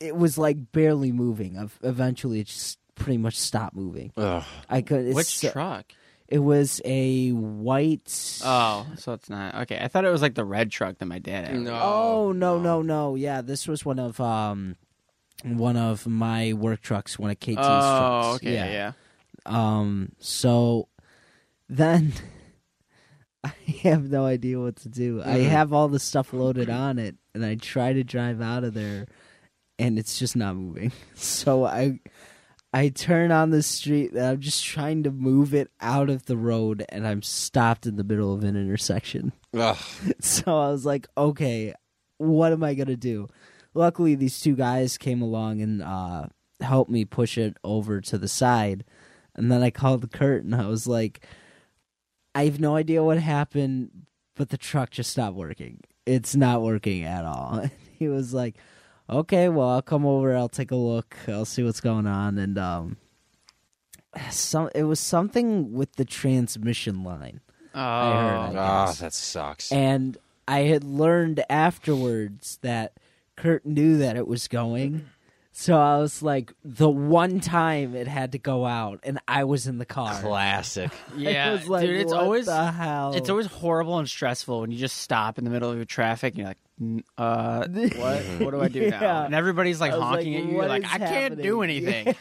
[SPEAKER 3] it was like barely moving. Ev- Eventually, it just pretty much stopped moving.
[SPEAKER 2] Ugh.
[SPEAKER 3] I could. It's,
[SPEAKER 4] Which
[SPEAKER 3] so-
[SPEAKER 4] truck?
[SPEAKER 3] It was a white.
[SPEAKER 4] Oh, so it's not okay. I thought it was like the red truck that my dad had.
[SPEAKER 3] oh no, no, no. Yeah, this was one of um, one of my work trucks, one of KT's trucks.
[SPEAKER 4] Oh, okay, yeah.
[SPEAKER 3] Um, so then I have no idea what to do. I have all the stuff loaded on it, and I try to drive out of there, and it's just not moving. So I. I turn on the street and I'm just trying to move it out of the road and I'm stopped in the middle of an intersection.
[SPEAKER 2] Ugh.
[SPEAKER 3] So I was like, okay, what am I gonna do? Luckily, these two guys came along and uh, helped me push it over to the side, and then I called Kurt and I was like, I have no idea what happened, but the truck just stopped working. It's not working at all. And he was like, okay, well, I'll come over, I'll take a look, I'll see what's going on, and um, some it was something with the transmission line.
[SPEAKER 4] Oh,
[SPEAKER 3] I heard it.
[SPEAKER 2] Ah, that sucks.
[SPEAKER 3] And I had learned afterwards that Kurt knew that it was going. So I was like, the one time it had to go out, and I was in the car.
[SPEAKER 2] Classic.
[SPEAKER 4] yeah,
[SPEAKER 3] I was like,
[SPEAKER 4] dude. It's
[SPEAKER 3] what
[SPEAKER 4] always
[SPEAKER 3] the hell?
[SPEAKER 4] it's always horrible and stressful when you just stop in the middle of your traffic and you're like, "N- uh, what? What do I do now?
[SPEAKER 3] Yeah.
[SPEAKER 4] And everybody's like
[SPEAKER 3] I was
[SPEAKER 4] honking
[SPEAKER 3] like,
[SPEAKER 4] at you. You're
[SPEAKER 3] what
[SPEAKER 4] like,
[SPEAKER 3] is
[SPEAKER 4] I can't do
[SPEAKER 3] happening?"
[SPEAKER 4] anything.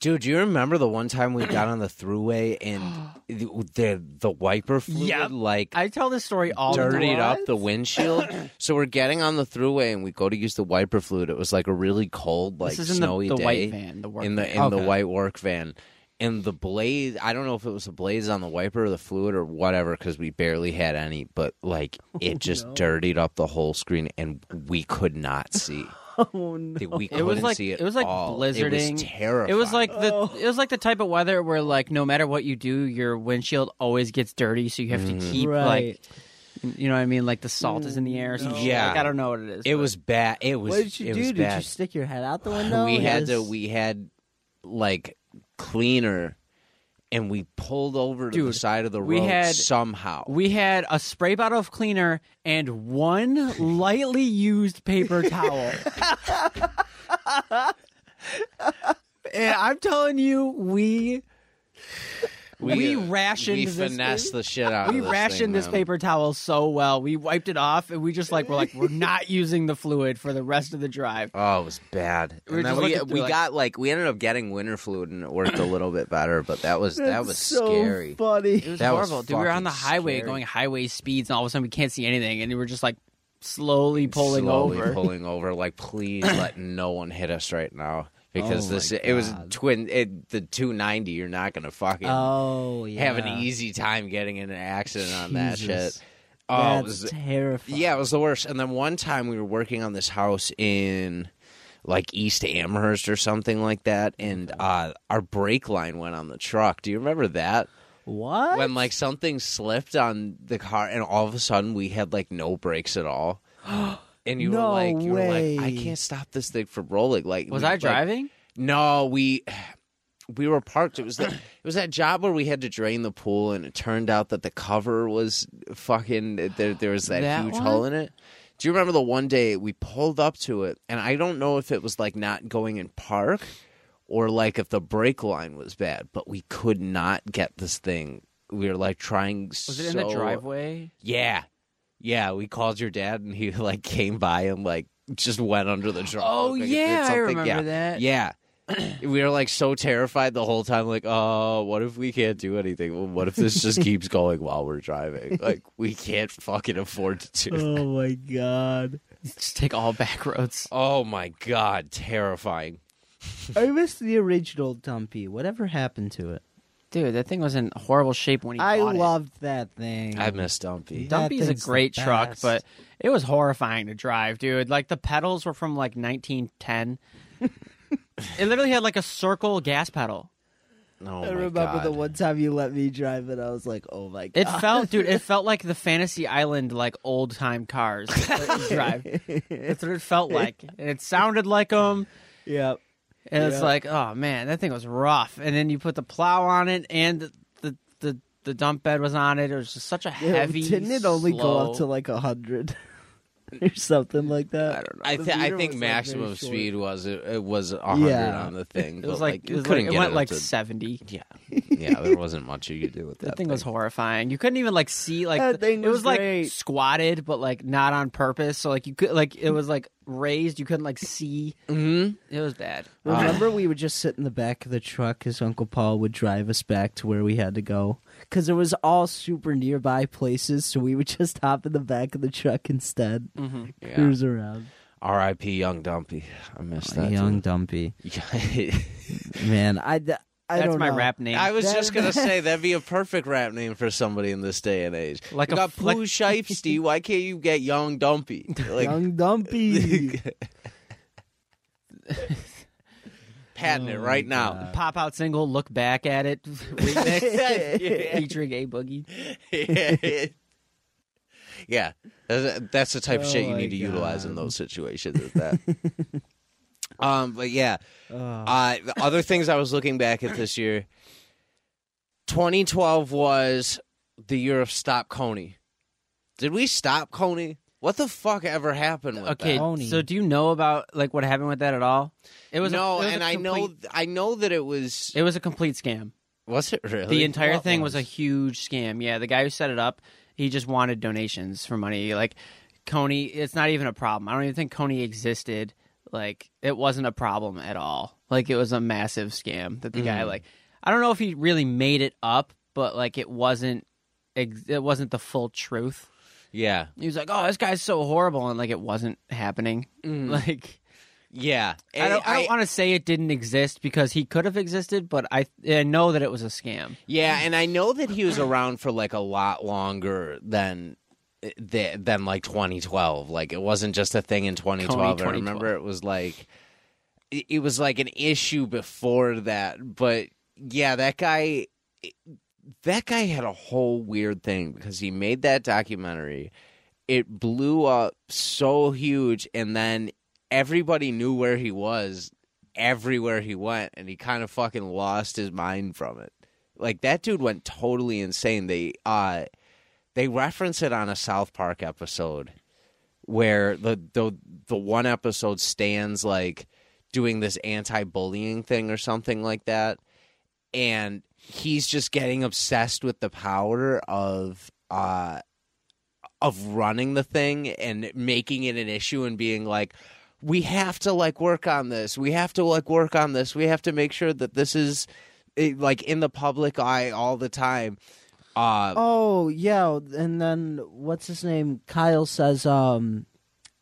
[SPEAKER 2] Dude, do you remember the one time we got on the throughway and the the, the wiper fluid
[SPEAKER 4] Yep.
[SPEAKER 2] like
[SPEAKER 4] I tell this story all the time.
[SPEAKER 2] dirtied up the windshield? so we're getting on the throughway and we go to use the wiper fluid. It was like a really cold, like
[SPEAKER 4] This is in the,
[SPEAKER 2] snowy
[SPEAKER 4] the
[SPEAKER 2] day
[SPEAKER 4] white van, the work
[SPEAKER 2] in the
[SPEAKER 4] van.
[SPEAKER 2] in the
[SPEAKER 3] Okay.
[SPEAKER 2] white work van. And the blaze, I don't know if it was the blaze on the wiper or the fluid or whatever, because we barely had any, but like
[SPEAKER 4] Oh,
[SPEAKER 2] it just dirtied up the whole screen and we could not see.
[SPEAKER 3] Oh, no.
[SPEAKER 2] We
[SPEAKER 4] It
[SPEAKER 2] couldn't
[SPEAKER 4] was like
[SPEAKER 2] see it.
[SPEAKER 4] it was like
[SPEAKER 2] all. It was
[SPEAKER 4] blizzarding.
[SPEAKER 2] terrifying.
[SPEAKER 4] It was like the
[SPEAKER 3] Oh.
[SPEAKER 4] it was like the type of weather where like no matter what you do, your windshield always gets dirty, so you have
[SPEAKER 2] Mm-hmm.
[SPEAKER 4] to keep
[SPEAKER 3] Right.
[SPEAKER 4] like you know what I mean, like the salt is in the air or something.
[SPEAKER 2] Yeah.
[SPEAKER 4] like, I don't know what it is.
[SPEAKER 2] It
[SPEAKER 4] but-
[SPEAKER 2] was bad. It was.
[SPEAKER 3] What did you
[SPEAKER 2] it
[SPEAKER 3] do?
[SPEAKER 2] was
[SPEAKER 3] Did
[SPEAKER 2] bad.
[SPEAKER 3] you stick your head out the window?
[SPEAKER 4] Oh,
[SPEAKER 2] we had to.
[SPEAKER 3] Yes.
[SPEAKER 2] We had like cleaner, and we pulled over to the
[SPEAKER 4] Dude,
[SPEAKER 2] side of the
[SPEAKER 4] we
[SPEAKER 2] road
[SPEAKER 4] had-
[SPEAKER 2] somehow.
[SPEAKER 4] we had a spray bottle of cleaner and one lightly used paper towel. and I'm telling you, we We
[SPEAKER 2] uh,
[SPEAKER 4] rationed
[SPEAKER 2] we
[SPEAKER 4] this
[SPEAKER 2] finessed the shit out.
[SPEAKER 4] We
[SPEAKER 2] of this
[SPEAKER 4] rationed
[SPEAKER 2] thing,
[SPEAKER 4] this
[SPEAKER 2] man.
[SPEAKER 4] paper towel so well. We wiped it off, and we just like we're like we're not using the fluid for the rest of the drive.
[SPEAKER 2] Oh, it was bad.
[SPEAKER 4] We were
[SPEAKER 2] And then
[SPEAKER 4] just
[SPEAKER 2] we
[SPEAKER 4] looking through,
[SPEAKER 2] we
[SPEAKER 4] like-
[SPEAKER 2] got like we ended up getting winter fluid and it worked a little bit better, but that was that was
[SPEAKER 3] so
[SPEAKER 2] scary.
[SPEAKER 4] It
[SPEAKER 3] funny.
[SPEAKER 4] was
[SPEAKER 2] That was
[SPEAKER 4] horrible, dude. We were on the
[SPEAKER 2] fucking
[SPEAKER 4] highway
[SPEAKER 2] scary.
[SPEAKER 4] going highway speeds, and all of a sudden we can't see anything, and we were just like slowly pulling
[SPEAKER 2] Slowly
[SPEAKER 4] over.
[SPEAKER 2] pulling over. Like, please let no one hit us right now because
[SPEAKER 3] Oh, my
[SPEAKER 2] this it was
[SPEAKER 3] God.
[SPEAKER 2] twin it, the two ninety. You're not gonna fucking
[SPEAKER 3] Oh yeah,
[SPEAKER 2] have an easy time getting in an accident on that
[SPEAKER 3] Jesus.
[SPEAKER 2] shit. Oh, it
[SPEAKER 3] That's
[SPEAKER 2] was
[SPEAKER 3] terrifying.
[SPEAKER 2] Yeah, it was the worst. And then one time we were working on this house in like East Amherst or something like that, and uh, our brake line went on the truck. Do you remember that?
[SPEAKER 3] What?
[SPEAKER 2] When like something slipped on the car, and all of a sudden we had like no brakes at all. And you
[SPEAKER 3] No
[SPEAKER 2] were like, you were like, I
[SPEAKER 3] way.
[SPEAKER 2] can't stop this thing from rolling. Like,
[SPEAKER 4] Was
[SPEAKER 2] we-
[SPEAKER 4] I
[SPEAKER 2] like-
[SPEAKER 4] driving?
[SPEAKER 2] no, we we were parked. It was the, it was that job where we had to drain the pool, and it turned out that the cover was fucking there. There was that,
[SPEAKER 4] That
[SPEAKER 2] huge
[SPEAKER 4] one?
[SPEAKER 2] hole in it. Do you remember the one day we pulled up to it, and I don't know if it was like not going in park, or like if the brake line was bad, but we could not get this thing. We were like trying.
[SPEAKER 4] Was it in the
[SPEAKER 2] so-
[SPEAKER 4] driveway?
[SPEAKER 2] Yeah, yeah. We called your dad, and he like came by and like just went under the truck.
[SPEAKER 4] Oh
[SPEAKER 2] Like, did
[SPEAKER 4] yeah, I
[SPEAKER 2] something.
[SPEAKER 4] remember
[SPEAKER 2] Yeah.
[SPEAKER 4] that.
[SPEAKER 2] Yeah. we were like so terrified the whole time, like, oh, what if we can't do anything? Well, what if this just keeps going while we're driving? Like, we can't fucking afford to do
[SPEAKER 4] Uh.
[SPEAKER 2] that.
[SPEAKER 3] Oh my god.
[SPEAKER 4] Just take all back roads.
[SPEAKER 2] Oh my God, terrifying.
[SPEAKER 3] I miss the original Dumpy. Whatever happened to it?
[SPEAKER 4] Dude, that thing was in horrible shape when he
[SPEAKER 3] I
[SPEAKER 4] bought it.
[SPEAKER 3] loved that thing.
[SPEAKER 2] I miss Dumpy.
[SPEAKER 3] That
[SPEAKER 4] Dumpy's a
[SPEAKER 3] thing's the
[SPEAKER 4] great truck,
[SPEAKER 3] best.
[SPEAKER 4] but it was horrifying to drive, dude. Like the pedals were from like 1910. it literally had like a circle gas pedal.
[SPEAKER 2] No,
[SPEAKER 3] I remember the one time you let me drive it. I was like, oh my god.
[SPEAKER 4] It felt, dude, it felt like the Fantasy Island like old time cars that you drive. That's what it felt like, and it sounded like them.
[SPEAKER 3] yep.
[SPEAKER 4] And it's
[SPEAKER 3] Yeah.
[SPEAKER 4] like, oh man, that thing was rough. And then you put the plow on it, and the the the, the dump bed was on it. It was just such a
[SPEAKER 3] Yeah,
[SPEAKER 4] heavy.
[SPEAKER 3] Didn't it only go up to
[SPEAKER 4] slow-
[SPEAKER 3] like a hundred or something like that? I don't
[SPEAKER 2] I,
[SPEAKER 3] The
[SPEAKER 2] th- I
[SPEAKER 3] meter
[SPEAKER 2] think
[SPEAKER 3] was, like, very
[SPEAKER 2] maximum
[SPEAKER 3] short.
[SPEAKER 2] speed was it, it was a hundred
[SPEAKER 3] Yeah.
[SPEAKER 2] on the thing.
[SPEAKER 4] It was
[SPEAKER 2] but,
[SPEAKER 4] like, it,
[SPEAKER 2] you
[SPEAKER 4] was like-
[SPEAKER 2] couldn't
[SPEAKER 4] it
[SPEAKER 2] get
[SPEAKER 4] went
[SPEAKER 2] it
[SPEAKER 4] like
[SPEAKER 2] up to-
[SPEAKER 4] seventy.
[SPEAKER 2] yeah, yeah. There wasn't much you could do with that.
[SPEAKER 4] That thing was horrifying. You couldn't even like see like
[SPEAKER 3] That
[SPEAKER 4] the-
[SPEAKER 3] thing
[SPEAKER 4] it
[SPEAKER 3] was
[SPEAKER 4] was like
[SPEAKER 3] great.
[SPEAKER 4] squatted, but like not on purpose. So like you could like it was like raised. You couldn't like see.
[SPEAKER 2] Mhm.
[SPEAKER 3] Mm-hmm.
[SPEAKER 4] It was bad.
[SPEAKER 3] Remember, we would just sit in the back of the truck as Uncle Paul would drive us back to where we had to go. Because it was all super nearby places, so we would just hop in the back of the truck instead.
[SPEAKER 2] Yeah.
[SPEAKER 3] Cruise around.
[SPEAKER 2] R.I.P. Young Dumpy. I miss that.
[SPEAKER 3] Young Dumpy.
[SPEAKER 2] dude.
[SPEAKER 3] Man, I, d- I
[SPEAKER 4] That's
[SPEAKER 3] don't
[SPEAKER 4] my
[SPEAKER 3] know.
[SPEAKER 4] rap name.
[SPEAKER 2] I was
[SPEAKER 3] That-
[SPEAKER 2] just gonna say that'd be a perfect rap name for somebody in this day and age.
[SPEAKER 4] Like
[SPEAKER 2] you
[SPEAKER 4] a
[SPEAKER 2] got
[SPEAKER 4] f- like-
[SPEAKER 2] Pooh Shiesty. Why can't you get Young Dumpy? Like
[SPEAKER 3] Young Dumpy.
[SPEAKER 2] patent
[SPEAKER 3] Oh
[SPEAKER 2] it right now.
[SPEAKER 4] Pop out single. Look back at it. remix, featuring a boogie.
[SPEAKER 2] yeah, that's, that's the type of shit
[SPEAKER 3] Oh
[SPEAKER 2] you
[SPEAKER 3] my
[SPEAKER 2] need to utilize in
[SPEAKER 3] God.
[SPEAKER 2] those situations. With that. um, but yeah,
[SPEAKER 3] Oh.
[SPEAKER 2] uh, the other things I was looking back at this year. 2012 was the year of stop Coney. Did we stop Coney? What the fuck ever happened with that?
[SPEAKER 4] Okay,
[SPEAKER 3] Baloney.
[SPEAKER 4] so do you know about like what happened with that at all? It was a-
[SPEAKER 2] no,
[SPEAKER 4] it was a
[SPEAKER 2] and I know,
[SPEAKER 4] complete-
[SPEAKER 2] I know that it was.
[SPEAKER 4] it was a complete scam.
[SPEAKER 2] was it really
[SPEAKER 4] The entire
[SPEAKER 2] What
[SPEAKER 4] thing was? a huge scam. Yeah, the guy who set it up, he just wanted donations for money. Like Coney, it's not even a problem. I don't even think Coney existed. Like it wasn't a problem at all. Like it was a massive scam that the guy
[SPEAKER 2] Mm-hmm.
[SPEAKER 4] like I don't know if he really made it up, but like it wasn't ex- it wasn't the full truth.
[SPEAKER 2] yeah,
[SPEAKER 4] He was like, "Oh, this guy's so horrible," and like it wasn't happening.
[SPEAKER 2] Mm.
[SPEAKER 4] Like
[SPEAKER 2] yeah.
[SPEAKER 4] I don't, I don't want to say it didn't exist because he could have existed, but I, I know that it was a scam.
[SPEAKER 2] Yeah, and I know that he was around for like a lot longer than th- than like 2012. Like it wasn't just a thing in 2012. I
[SPEAKER 4] 2012.
[SPEAKER 2] remember it was like it it was like an issue before that, but yeah, that guy eh, that guy had a whole weird thing because he made that documentary. It blew up so huge and then everybody knew where he was everywhere he went and he kind of fucking lost his mind from it like that dude went totally insane they uh they reference it on a south park episode where the the the one episode stands like doing this anti-bullying thing or something like that and he's just getting obsessed with the power of uh of running the thing and making it an issue and being like we have to like work on this we have to like work on this we have to make sure that this is eh, like in the public eye all the time uh
[SPEAKER 3] Oh yeah, and then what's his name? Kyle says, um,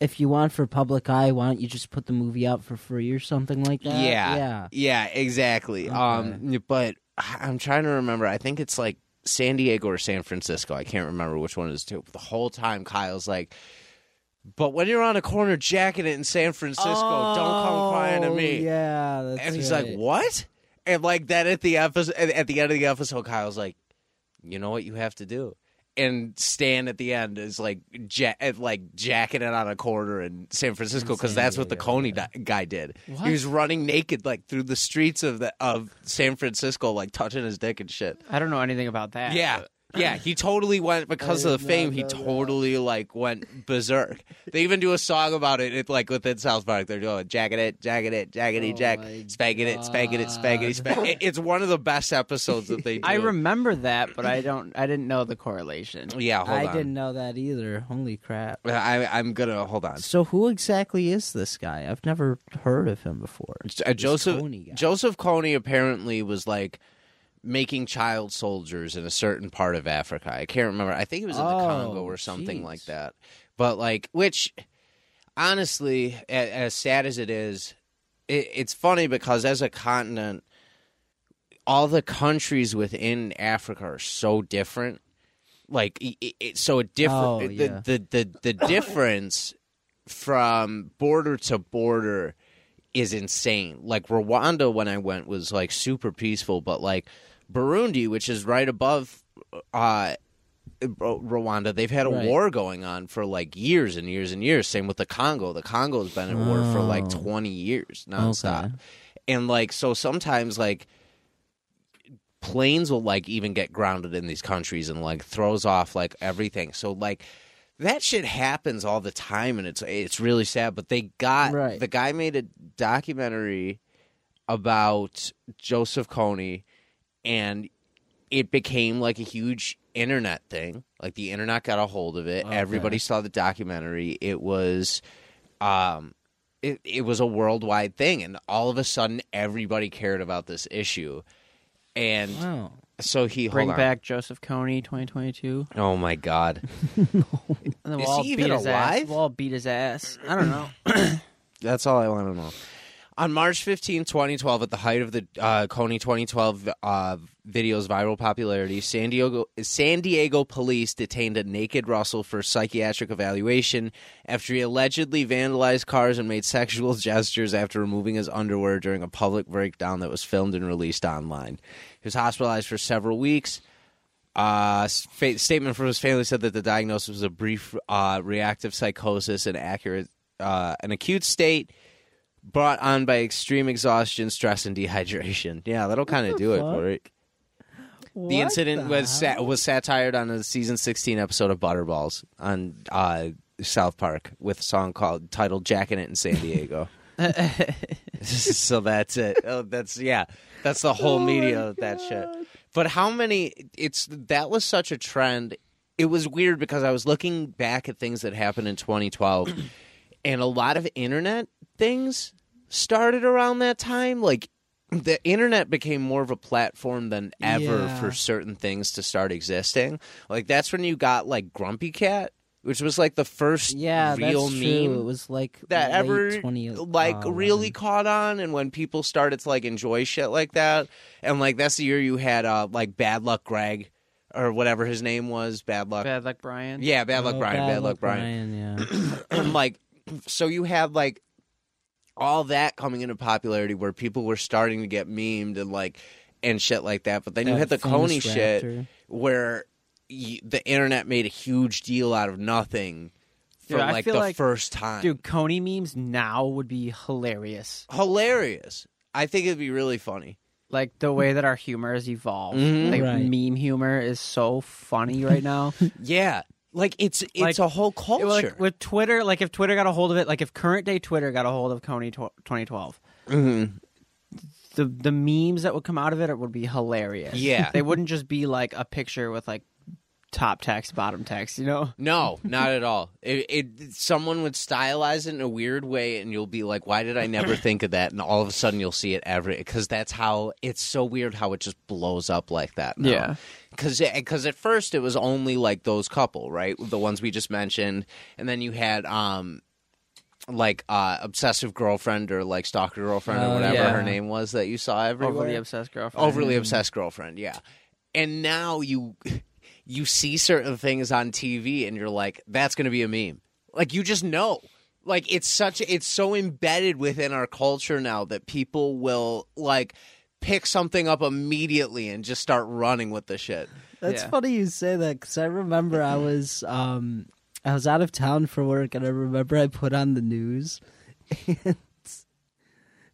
[SPEAKER 3] if you want for public eye, why don't you just put the movie out for free or something like that?
[SPEAKER 2] Yeah.
[SPEAKER 3] yeah.
[SPEAKER 2] Yeah, exactly. Um, but I'm trying to remember. I think it's like San Diego or San Francisco. I can't remember which one it is two. The whole time Kyle's like, but when you're on a corner jacking it in San Francisco, don't come crying to
[SPEAKER 3] Oh,
[SPEAKER 2] me.
[SPEAKER 3] Yeah, that's
[SPEAKER 2] and he's like,
[SPEAKER 3] right.
[SPEAKER 2] what? And like then at the episode, at at the end of the episode, Kyle's like, you know what you have to do. And Stan at the end is like ja- at, like jacking it on a corner in San Francisco because
[SPEAKER 3] San
[SPEAKER 2] that's what the
[SPEAKER 3] Diego,
[SPEAKER 2] Coney di- guy did.
[SPEAKER 4] What?
[SPEAKER 2] He was running naked like through the streets of the of San Francisco, like touching his dick and shit.
[SPEAKER 4] I don't know anything about that.
[SPEAKER 2] Yeah. Yeah, he totally went because of the fame. He totally like went berserk. They even do a song about it, it like within South Park. They're going jacking it, jacking it, jackety
[SPEAKER 3] Oh
[SPEAKER 2] jack,
[SPEAKER 3] my
[SPEAKER 2] spanking it, spanking it, spanking it, spanking it. It's one of the best episodes that they do.
[SPEAKER 4] I remember that, but I don't. I didn't know the correlation.
[SPEAKER 2] Yeah, hold
[SPEAKER 3] I
[SPEAKER 2] on.
[SPEAKER 3] didn't know that either. Holy crap!
[SPEAKER 2] I, I'm gonna hold on.
[SPEAKER 3] So who exactly is this guy? I've never heard of him before.
[SPEAKER 2] Uh, Joseph
[SPEAKER 3] Coney guy.
[SPEAKER 2] Joseph Coney apparently was like making child soldiers in a certain part of Africa. I can't remember. I think it was in the
[SPEAKER 3] Oh,
[SPEAKER 2] Congo or something
[SPEAKER 3] jeez.
[SPEAKER 2] like that. But like, which honestly, a- as sad as it is, it, it's funny because as a continent, all the countries within Africa are so different. Like, i i- it, so a different
[SPEAKER 3] Oh,
[SPEAKER 2] the,
[SPEAKER 3] yeah.
[SPEAKER 2] the the the difference from border to border is insane. Like Rwanda, when I went, was like super peaceful, but like Burundi, which is right above uh, Ru- Rwanda, they've had a
[SPEAKER 3] Right.
[SPEAKER 2] war going on for like years and years and years. Same with the Congo. The Congo's been at war for like 20 years nonstop.
[SPEAKER 3] Oh. Okay.
[SPEAKER 2] And like, so sometimes like planes will like even get grounded in these countries and like throws off like everything. So like, that shit happens all the time and it's it's really sad but they got
[SPEAKER 3] Right.
[SPEAKER 2] the guy made a documentary about Joseph Coney and it became like a huge internet thing like the internet got a hold of it everybody saw the documentary it was um it, it was a worldwide thing and all of a sudden everybody cared about this issue and
[SPEAKER 3] Wow.
[SPEAKER 2] so he
[SPEAKER 4] Bring
[SPEAKER 2] hold on.
[SPEAKER 4] back Joseph Coney, 2022.
[SPEAKER 2] oh my god
[SPEAKER 4] And then
[SPEAKER 2] Is
[SPEAKER 4] we'll all
[SPEAKER 2] he even
[SPEAKER 4] beat his
[SPEAKER 2] alive?
[SPEAKER 4] Ass. We'll all beat his ass. I don't know.
[SPEAKER 2] That's all I want to know. On March 15, 2012, at the height of the uh, Coney 2012 uh, video's viral popularity, San Diego, San Diego police detained a naked Russell for psychiatric evaluation after he allegedly vandalized cars and made sexual gestures after removing his underwear during a public breakdown that was filmed and released online. He was hospitalized for several weeks. Uh, s- fa- statement from his family said that the diagnosis was a brief uh, reactive psychosis, an accurate, uh, an acute state brought on by extreme exhaustion, stress, and dehydration. Yeah, that'll kind of do it for it. The incident was sa- was satired on a season 16 episode of Butterballs on uh, South Park with a song called titled "Jacking It in San Diego." so that's it. Oh, that's yeah. That's the whole media of that shit. But how many? It's that was such a trend. It was weird because I was looking back at things that happened in 2012, and a lot of internet things started around that time. Like the internet became more of a platform than ever
[SPEAKER 3] Yeah.
[SPEAKER 2] for certain things to start existing. Like that's when you got like Grumpy Cat, which was like the first
[SPEAKER 3] yeah,
[SPEAKER 2] real
[SPEAKER 3] that's
[SPEAKER 2] meme
[SPEAKER 3] True. It was like
[SPEAKER 2] that
[SPEAKER 3] late
[SPEAKER 2] ever
[SPEAKER 3] 20,
[SPEAKER 2] like
[SPEAKER 3] uh,
[SPEAKER 2] really caught on and when people started to like enjoy shit like that and like that's the year you had uh like bad luck greg or whatever his name was bad luck
[SPEAKER 4] Bad luck, Brian.
[SPEAKER 2] yeah bad luck
[SPEAKER 3] Oh,
[SPEAKER 2] brian bad, luck brian
[SPEAKER 3] Yeah.
[SPEAKER 2] and like so you have like all that coming into popularity where people were starting to get memed and like and shit like that but then you
[SPEAKER 3] That
[SPEAKER 2] had the
[SPEAKER 3] famous
[SPEAKER 2] coney shit
[SPEAKER 3] raptor.
[SPEAKER 2] where y the internet made a huge deal out of nothing for
[SPEAKER 4] Dude, I
[SPEAKER 2] like the
[SPEAKER 4] feel like-
[SPEAKER 2] first time
[SPEAKER 4] Dude, Coney memes now would be hilarious.
[SPEAKER 2] hilarious. I think it'd be really funny.
[SPEAKER 4] Like the way that our humor has evolved.
[SPEAKER 2] Mhm.
[SPEAKER 4] Like
[SPEAKER 3] Right.
[SPEAKER 4] meme humor is so funny right now.
[SPEAKER 2] Yeah, like it's it's
[SPEAKER 4] Like,
[SPEAKER 2] a whole culture.
[SPEAKER 4] Well, Like with Twitter, like if Mm-hmm. Twitter got a hold of it, like if current day Twitter got a hold of Coney tw- 2012, the the memes that would come out of it, it would be hilarious.
[SPEAKER 2] Yeah.
[SPEAKER 4] they wouldn't just be like a picture with like top text, bottom text. You know,
[SPEAKER 2] No, not at all. It, it someone would stylize it in a weird way, and you'll be like, "Why did I never think of that?" And all of a sudden, you'll see it every because that's how it's so weird how it just blows up like that. Now.
[SPEAKER 4] Yeah.
[SPEAKER 2] because because at first it was only like those couple, right? The ones we just mentioned, and then you had um like uh obsessive girlfriend or like stalker girlfriend or
[SPEAKER 3] Oh,
[SPEAKER 2] whatever
[SPEAKER 4] yeah.
[SPEAKER 2] her name was that you saw everywhere
[SPEAKER 4] overly obsessed girlfriend.
[SPEAKER 2] overly
[SPEAKER 3] Mm.
[SPEAKER 2] obsessed girlfriend yeah and now you you see certain things on tv and you're like that's gonna be a meme like you just know like it's such it's so embedded within our culture now that people will like pick something up immediately and just start running with the shit
[SPEAKER 3] That's
[SPEAKER 4] Yeah.
[SPEAKER 3] funny you say that because I remember I was um I was out of town for work and I remember I put on the news and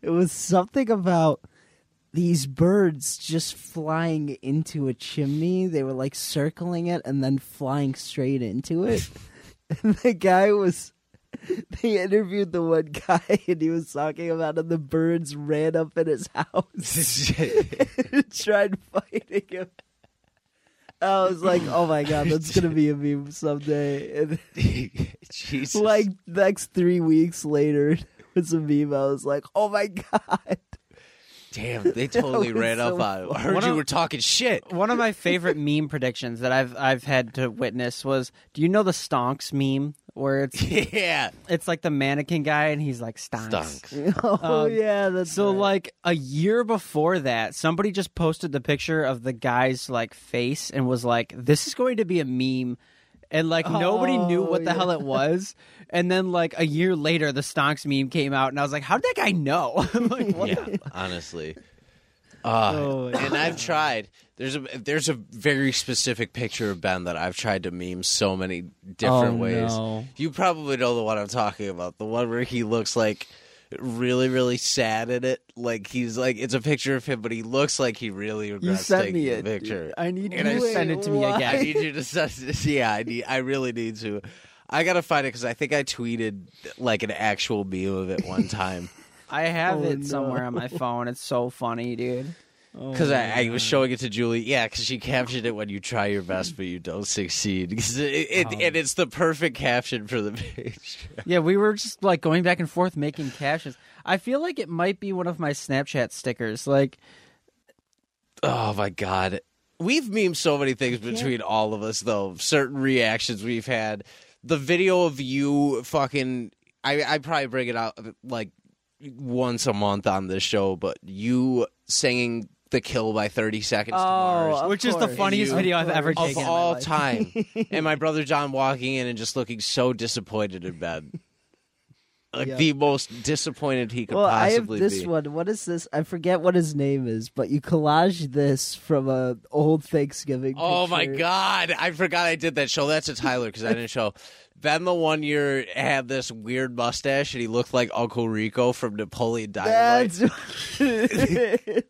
[SPEAKER 3] it was something about these birds just flying into a chimney. They were like circling it and then flying straight into it. and the guy was they interviewed the one guy and he was talking about how the birds ran up in his house and tried fighting him. I was like, oh my god, that's gonna be a meme someday. And
[SPEAKER 2] jesus
[SPEAKER 3] like next three weeks later, it was a meme. I was like, oh my god.
[SPEAKER 2] damn they totally
[SPEAKER 3] was
[SPEAKER 2] ran
[SPEAKER 3] so
[SPEAKER 2] up on it i heard
[SPEAKER 4] One
[SPEAKER 2] you
[SPEAKER 4] of-
[SPEAKER 2] were talking shit
[SPEAKER 4] One of my favorite meme predictions that I've I've had to witness was, do you know the stonks meme where it's
[SPEAKER 2] yeah
[SPEAKER 4] it's like the mannequin guy and he's like stonks.
[SPEAKER 2] stonks
[SPEAKER 3] Oh
[SPEAKER 4] Um,
[SPEAKER 3] yeah, that's
[SPEAKER 4] So
[SPEAKER 3] right.
[SPEAKER 4] like a year before that, somebody just posted the picture of the guy's like face and was like, "This is going to be a meme." And like nobody knew
[SPEAKER 3] Oh,
[SPEAKER 4] what the
[SPEAKER 3] yeah.
[SPEAKER 4] hell it was, and then like a year later, the Stonks meme came out, and I was like, "How did that guy know?" I'm like, what?
[SPEAKER 2] yeah honestly uh,
[SPEAKER 3] Oh, my
[SPEAKER 2] and I've tried. There's a there's a very specific picture of Ben that I've tried to meme so many different
[SPEAKER 3] Oh,
[SPEAKER 2] ways.
[SPEAKER 3] no.
[SPEAKER 2] You probably know the one I'm talking about. The one where he looks like really really sad in it. Like he's like it's a picture of him, but he looks like he really
[SPEAKER 4] You
[SPEAKER 2] regrets
[SPEAKER 4] sent
[SPEAKER 2] taking
[SPEAKER 4] me
[SPEAKER 2] the
[SPEAKER 4] it.
[SPEAKER 2] picture.
[SPEAKER 4] I need you
[SPEAKER 2] And I
[SPEAKER 4] to send it to me
[SPEAKER 3] why?
[SPEAKER 2] I
[SPEAKER 4] again.
[SPEAKER 2] need you to send this. Yeah, I need. I really need to. I gotta find it because I think I tweeted like an actual meme of it one time.
[SPEAKER 4] I have
[SPEAKER 3] Oh,
[SPEAKER 4] it
[SPEAKER 3] no. Oh,
[SPEAKER 4] somewhere on my phone. It's so funny, dude.
[SPEAKER 2] Because I, I was showing it to Julie. Yeah, because she captioned it when you try your best but you don't succeed. 'Cause it, it, And it's the perfect caption for the page.
[SPEAKER 4] Yeah, we were just like going back and forth making caches. I feel like it might be one of my Snapchat stickers. Like,
[SPEAKER 2] Oh my god, we've memed so many things between all of us though. Certain reactions we've had. The video of you fucking. I I probably bring it out like once a month on this show, but you singing "The Kill" by Thirty Seconds
[SPEAKER 3] Oh,
[SPEAKER 2] to Mars.
[SPEAKER 3] of
[SPEAKER 4] Which is the
[SPEAKER 3] course.
[SPEAKER 4] funniest
[SPEAKER 3] Of
[SPEAKER 4] video I've ever
[SPEAKER 3] course.
[SPEAKER 2] of
[SPEAKER 4] taken in my
[SPEAKER 2] all
[SPEAKER 4] life.
[SPEAKER 2] time. and my brother John walking in and just looking so disappointed in Ben. Like
[SPEAKER 3] Yeah.
[SPEAKER 2] the most disappointed he could
[SPEAKER 3] well, I have
[SPEAKER 2] possibly
[SPEAKER 3] this
[SPEAKER 2] be.
[SPEAKER 3] one. What is this? I forget what his name is, but you collage this from a old Thanksgiving.
[SPEAKER 2] Oh my
[SPEAKER 3] picture.
[SPEAKER 2] god! I forgot I did that show. That's a Tyler because I didn't show. Ben the one year had this weird mustache and he looked like Uncle Rico from Napoleon Dynamite.
[SPEAKER 3] That's it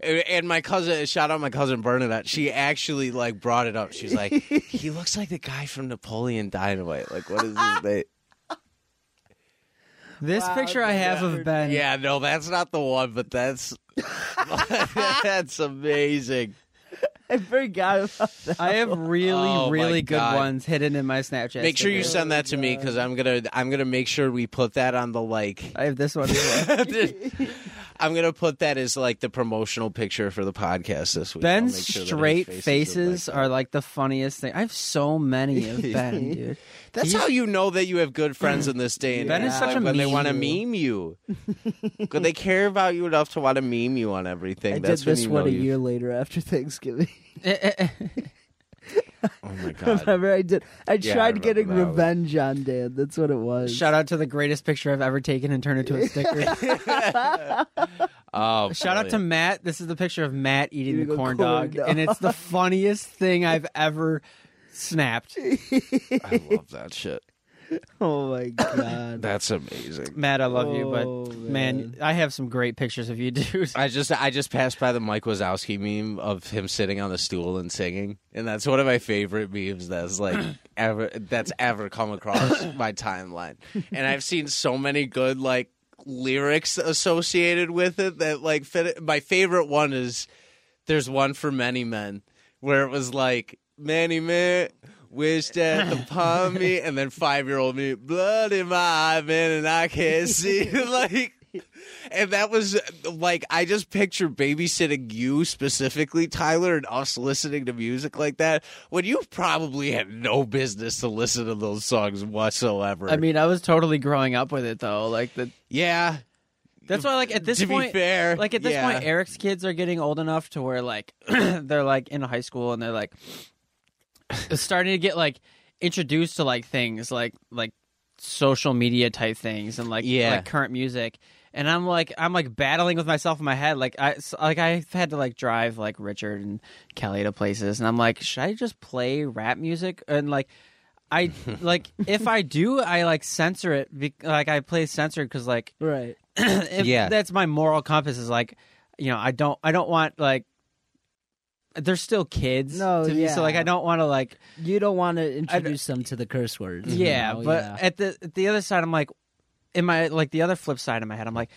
[SPEAKER 2] And and my cousin, shout out my cousin Bernadette. She actually like brought it up. She's like, he looks like the guy from Napoleon Dynamite. Like, what is his name?
[SPEAKER 4] This
[SPEAKER 3] Wow,
[SPEAKER 4] picture I have of Ben.
[SPEAKER 2] Yeah, no, that's not the one, but that's that's amazing.
[SPEAKER 3] I forgot about that.
[SPEAKER 4] I have really,
[SPEAKER 2] Oh, my
[SPEAKER 4] really good
[SPEAKER 2] God.
[SPEAKER 4] ones hidden in my Snapchat.
[SPEAKER 2] Make sure you
[SPEAKER 4] stickers.
[SPEAKER 2] send that to me because I'm gonna I'm gonna make sure we put that on the like.
[SPEAKER 4] I have this one. As well.
[SPEAKER 2] I'm gonna put that as like the promotional picture for the podcast this week. I'll
[SPEAKER 4] Ben's
[SPEAKER 2] make sure that his
[SPEAKER 4] straight
[SPEAKER 2] face is
[SPEAKER 4] faces
[SPEAKER 2] like
[SPEAKER 4] are like the funniest thing. I have so many of Ben, dude.
[SPEAKER 2] that. That's how you know that you have good friends in this day. And
[SPEAKER 4] Ben is
[SPEAKER 2] age,
[SPEAKER 4] such
[SPEAKER 2] like,
[SPEAKER 4] a
[SPEAKER 2] when they
[SPEAKER 4] meme
[SPEAKER 2] want to
[SPEAKER 4] you.
[SPEAKER 2] meme you, 'Cause they care about you enough to want to meme you on everything.
[SPEAKER 3] I did
[SPEAKER 2] That's when
[SPEAKER 3] this
[SPEAKER 2] you
[SPEAKER 3] one
[SPEAKER 2] know
[SPEAKER 3] a
[SPEAKER 2] you-
[SPEAKER 3] year later after Thanksgiving.
[SPEAKER 4] Eh,
[SPEAKER 2] Oh my god!
[SPEAKER 3] Remember, I did. I
[SPEAKER 2] Yeah, I
[SPEAKER 3] tried
[SPEAKER 2] remember
[SPEAKER 3] getting
[SPEAKER 2] that one.
[SPEAKER 3] revenge on Dan. That's what it was.
[SPEAKER 4] Shout out to the greatest picture I've ever taken and turned into a sticker.
[SPEAKER 2] Oh,
[SPEAKER 4] Shout out to
[SPEAKER 2] brilliant.
[SPEAKER 4] Matt. This is the picture of Matt eating
[SPEAKER 3] Eating
[SPEAKER 4] the
[SPEAKER 3] a
[SPEAKER 4] corn,
[SPEAKER 3] corn
[SPEAKER 4] dog,
[SPEAKER 3] dog.
[SPEAKER 4] and it's the funniest thing I've ever snapped.
[SPEAKER 2] I love that shit.
[SPEAKER 3] Oh my god.
[SPEAKER 2] That's amazing.
[SPEAKER 4] Matt, I love
[SPEAKER 3] Oh,
[SPEAKER 4] you, but man.
[SPEAKER 3] man.
[SPEAKER 4] I have some great pictures of you, dude.
[SPEAKER 2] I just I just passed by the Mike Wazowski meme of him sitting on the stool and singing, and that's one of my favorite memes that's like ever that's ever come across my timeline. And I've seen so many good like lyrics associated with it that like fit it. my favorite one is there's one for many men where it was like many men wished death upon me and then five year old me blood in my eye man and I can't see like and that was like I just picture babysitting you specifically, Tyler, and us listening to music like that when you probably had no business to listen to those songs whatsoever.
[SPEAKER 4] I mean, I was totally growing up with it though. Like the
[SPEAKER 2] yeah,
[SPEAKER 4] That's why, like at this
[SPEAKER 2] to be
[SPEAKER 4] point,
[SPEAKER 2] fair,
[SPEAKER 4] like at this
[SPEAKER 2] yeah.
[SPEAKER 4] point, Eric's kids are getting old enough to where like they're like in high school and they're like starting to get like introduced to like things like like social media type things and like
[SPEAKER 2] Yeah.
[SPEAKER 4] like current music. And I'm like I'm like battling with myself in my head. Like I s- like I've had to like drive like Richard and Kelly to places, and I'm like, should I just play rap music and like. I like if I do, I like censor it. Be- like I play censored because like
[SPEAKER 3] Right.
[SPEAKER 4] if
[SPEAKER 5] Yeah.
[SPEAKER 4] that's my moral compass is like you know i don't i don't want like they're still kids
[SPEAKER 3] No,
[SPEAKER 4] to me so like
[SPEAKER 3] yeah.
[SPEAKER 4] i don't want to like
[SPEAKER 3] You don't want to introduce them to the curse
[SPEAKER 2] Mm-hmm.
[SPEAKER 3] words. you
[SPEAKER 4] yeah
[SPEAKER 3] know?
[SPEAKER 4] but
[SPEAKER 3] Yeah.
[SPEAKER 4] at the at the other side i'm like in my like the other flip side of my head i'm like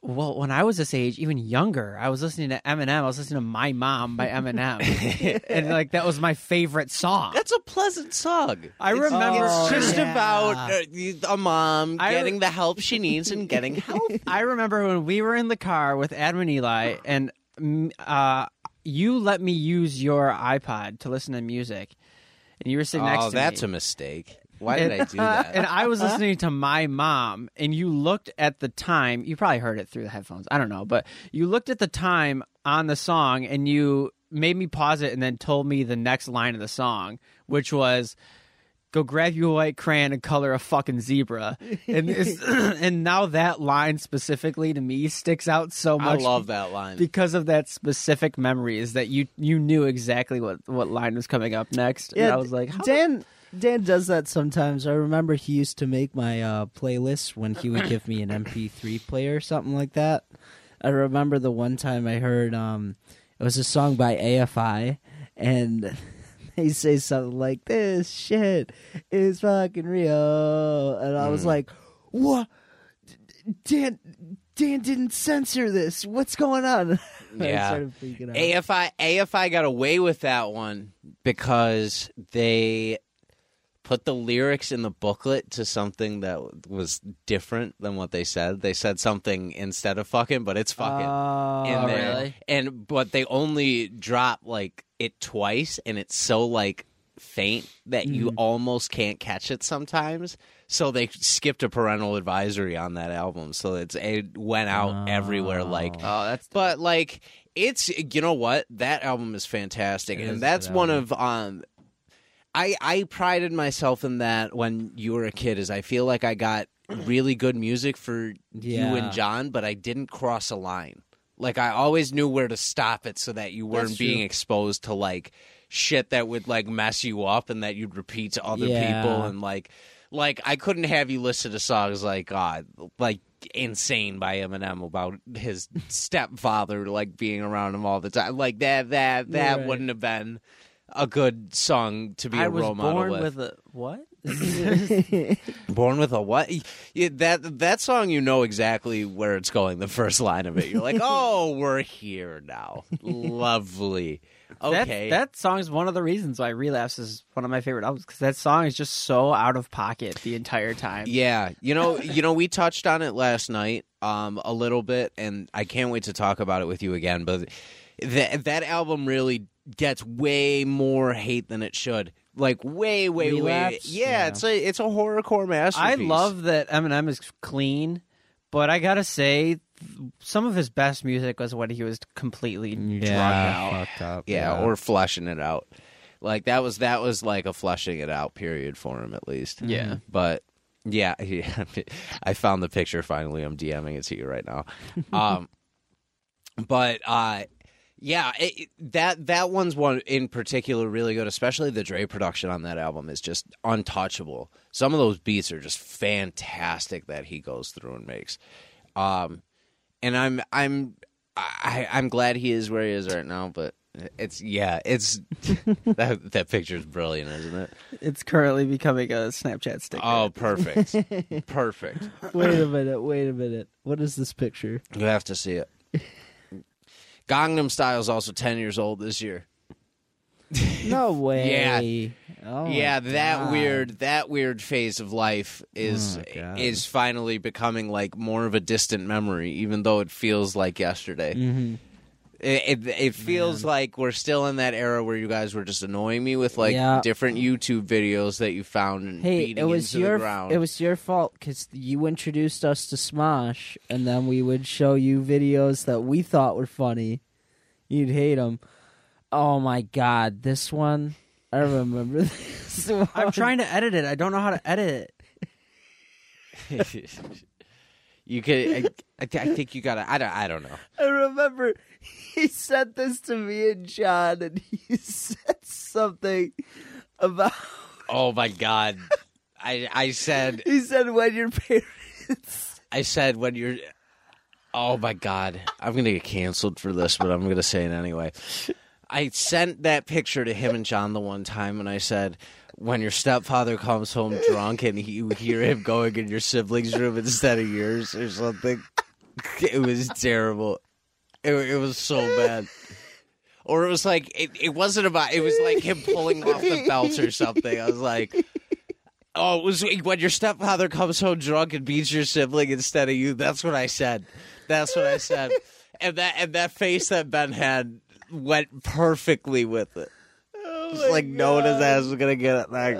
[SPEAKER 4] well when i was this age even younger i was listening to eminem i was listening to my mom by eminem and like that was my favorite song
[SPEAKER 2] that's a pleasant song.
[SPEAKER 4] i
[SPEAKER 2] It's-
[SPEAKER 4] remember
[SPEAKER 2] it's just
[SPEAKER 3] Oh, yeah.
[SPEAKER 2] about uh, you- a mom
[SPEAKER 4] I-
[SPEAKER 2] getting the help she needs and getting help.
[SPEAKER 4] I remember when we were in the car with Adam and Eli, and mm, uh, you let me use your iPod to listen to music, and you were sitting next
[SPEAKER 2] Oh,
[SPEAKER 4] to me.
[SPEAKER 2] mistake. Why
[SPEAKER 4] And-
[SPEAKER 2] did I do that?
[SPEAKER 4] and I was listening to my mom, and you looked at the time. You probably heard it through the headphones. I don't know, but you looked at the time on the song, and you made me pause it, and then told me the next line of the song, which was. Go grab you a white crayon and color a fucking zebra, and it's, and now that line specifically to me sticks out so
[SPEAKER 2] I
[SPEAKER 4] much
[SPEAKER 2] love that line.
[SPEAKER 4] because of that specific memory. Is that you you knew exactly what what line was coming up next? and I was like, how the
[SPEAKER 3] Dan. Dan does that sometimes. I remember he used to make my uh, playlists when he would give me an MP3 player or something like that. I remember the one time I heard um, it was a song by AFI, and they say something like, "This shit is fucking real," and I
[SPEAKER 4] Mm.
[SPEAKER 3] was like, "What? Dan? Dan didn't censor this. What's going on?" I
[SPEAKER 2] Yeah.
[SPEAKER 3] started freaking out.
[SPEAKER 2] AFI AFI got away with that one because they put the lyrics in the booklet to something that was different than what they said. They said something instead of fucking, but it's fucking
[SPEAKER 3] Oh,
[SPEAKER 2] in there.
[SPEAKER 4] really?
[SPEAKER 2] And but they only drop like it twice, and it's so like faint that
[SPEAKER 3] Mm.
[SPEAKER 2] you almost can't catch it sometimes. So they skipped a parental advisory on that album, so it's it went out everywhere like
[SPEAKER 4] Oh, that's
[SPEAKER 2] but like it's you know what that album is fantastic and
[SPEAKER 3] is a
[SPEAKER 2] that's
[SPEAKER 3] good
[SPEAKER 2] one of um i i prided myself in that when you were a kid is i feel like i got really good music for you
[SPEAKER 3] Yeah.
[SPEAKER 2] and john but i didn't cross a line like i always knew where to stop it so that you weren't
[SPEAKER 3] That's
[SPEAKER 2] being
[SPEAKER 3] true.
[SPEAKER 2] exposed to like shit that would like mess you up and that you'd repeat to other
[SPEAKER 3] Yeah.
[SPEAKER 2] people and like like i couldn't have you listen to songs like uh like insane by eminem about his stepfather like being around him all the time like that that that
[SPEAKER 3] Right.
[SPEAKER 2] wouldn't have been a good song to be a
[SPEAKER 4] I was
[SPEAKER 2] role model
[SPEAKER 4] born
[SPEAKER 2] with.
[SPEAKER 4] with. a what?
[SPEAKER 2] Born with a what? Yeah, that that song, you know exactly where it's going. The first line of it, you're like, "Oh, we're here now. Lovely." Okay,
[SPEAKER 4] That, that song is one of the reasons why Relapse is one of my favorite albums because that song is just so out of pocket the entire time.
[SPEAKER 2] yeah. You know, you know, we touched on it last night, um, a little bit, and I can't wait to talk about it with you again. But that that album really gets way more hate than it should. Like way, way, way.
[SPEAKER 3] Relapse?
[SPEAKER 2] Yeah,
[SPEAKER 3] Yeah.
[SPEAKER 2] it's a it's a horrorcore
[SPEAKER 4] I
[SPEAKER 2] masterpiece.
[SPEAKER 4] love that Eminem is clean, but I gotta say, some of his best music was when he was completely drugged out.
[SPEAKER 3] fucked up.
[SPEAKER 2] yeah, or fleshing it out. Like that was that was like a flushing it out period for him at least.
[SPEAKER 4] Yeah.
[SPEAKER 2] But yeah, yeah I found the picture finally. I'm DMing it to you right now. Um but uh yeah, it, it- that that one's one in particular really good, especially the Dre production on that album is just untouchable. Some of those beats are just fantastic that he goes through and makes. Um and I'm I'm I, I'm glad he is where he is right now, but It's yeah, it's that that picture is brilliant, isn't it?
[SPEAKER 4] It's currently becoming a Snapchat sticker.
[SPEAKER 2] Oh, perfect, perfect.
[SPEAKER 3] Wait a minute. Wait a minute. What is this picture?
[SPEAKER 2] You have to see it. Gangnam Style is also ten years old this year.
[SPEAKER 3] No way. Yeah. Oh my
[SPEAKER 2] yeah, that
[SPEAKER 3] God.
[SPEAKER 2] weird that weird phase of life is
[SPEAKER 3] Oh, God.
[SPEAKER 2] is finally becoming like more of a distant memory, even though it feels like yesterday.
[SPEAKER 3] Mhm.
[SPEAKER 2] It, it it feels like we're still in that era where you guys were just annoying me with like
[SPEAKER 3] Yeah.
[SPEAKER 2] different YouTube videos that you found and
[SPEAKER 3] Hey,
[SPEAKER 2] beating
[SPEAKER 3] it was
[SPEAKER 2] into
[SPEAKER 3] your
[SPEAKER 2] the ground.
[SPEAKER 3] it was your fault because you introduced us to Smosh, and then we would show you videos that we thought were funny. You'd hate them. Oh my god, this one I remember. This one.
[SPEAKER 4] I'm trying to edit it. I don't know how to edit it.
[SPEAKER 2] you could. I, I, thi- I think you gotta. I don't. I don't know.
[SPEAKER 3] I remember he sent this to me and John, and he said something about.
[SPEAKER 2] Oh my god. I I said
[SPEAKER 3] He said when your parents.
[SPEAKER 2] I said when you're. Oh my God. I'm going to get canceled for this, but I'm going to say it anyway. I sent that picture to him and John the one time, and I said, when your stepfather comes home drunk and he, you hear him going in your sibling's room instead of yours or something, it was terrible. It, it was so bad. Or it was like, it, it wasn't about, it was like him pulling off the belt or something. I was like, Oh, it was when your stepfather comes home drunk and beats your sibling instead of you. That's what I said. That's what I said. and that and that face that Ben had went perfectly with it.
[SPEAKER 3] Oh
[SPEAKER 2] It's like no one his ass was gonna get it. Like,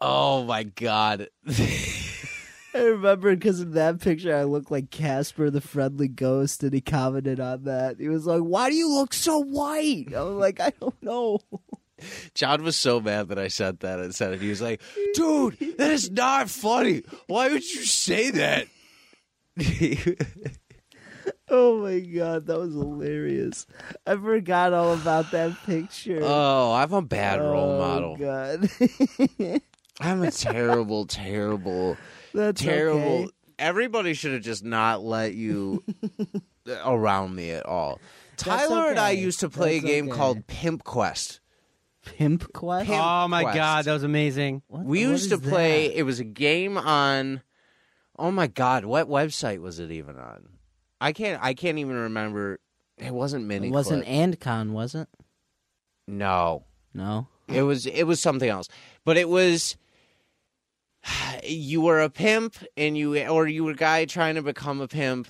[SPEAKER 2] oh my god.
[SPEAKER 3] I remember because of that picture, I looked like Casper the Friendly Ghost, and he commented on that. He was like, "Why do you look so white?" I was like, "I don't know."
[SPEAKER 2] John was so mad that I said that and said it. He was like, "Dude, that is not funny. Why would you say that?"
[SPEAKER 3] Oh my god, that was hilarious! I forgot all about that picture.
[SPEAKER 2] oh, I'm a bad role
[SPEAKER 3] Oh,
[SPEAKER 2] model.
[SPEAKER 3] God,
[SPEAKER 2] I'm a terrible, terrible.
[SPEAKER 3] that's
[SPEAKER 2] terrible.
[SPEAKER 3] okay.
[SPEAKER 2] Everybody should have just not let you around me at all. Tyler and I
[SPEAKER 3] okay.
[SPEAKER 2] used to play
[SPEAKER 3] That's
[SPEAKER 2] a game
[SPEAKER 3] okay.
[SPEAKER 2] called Pimp Quest.
[SPEAKER 3] Pimp Quest.
[SPEAKER 2] Pimp
[SPEAKER 4] Oh my
[SPEAKER 2] Quest.
[SPEAKER 4] god, that was amazing.
[SPEAKER 3] What-
[SPEAKER 2] we
[SPEAKER 3] what
[SPEAKER 2] used to
[SPEAKER 3] is that?
[SPEAKER 2] play. It was a game on. Oh my god, what website was it even on? I can't. I can't even remember. It wasn't mini.
[SPEAKER 3] It wasn't Andcon, was it?
[SPEAKER 2] no.
[SPEAKER 3] No.
[SPEAKER 2] It was it was something else, but it was you were a pimp and you or you were a guy trying to become a pimp,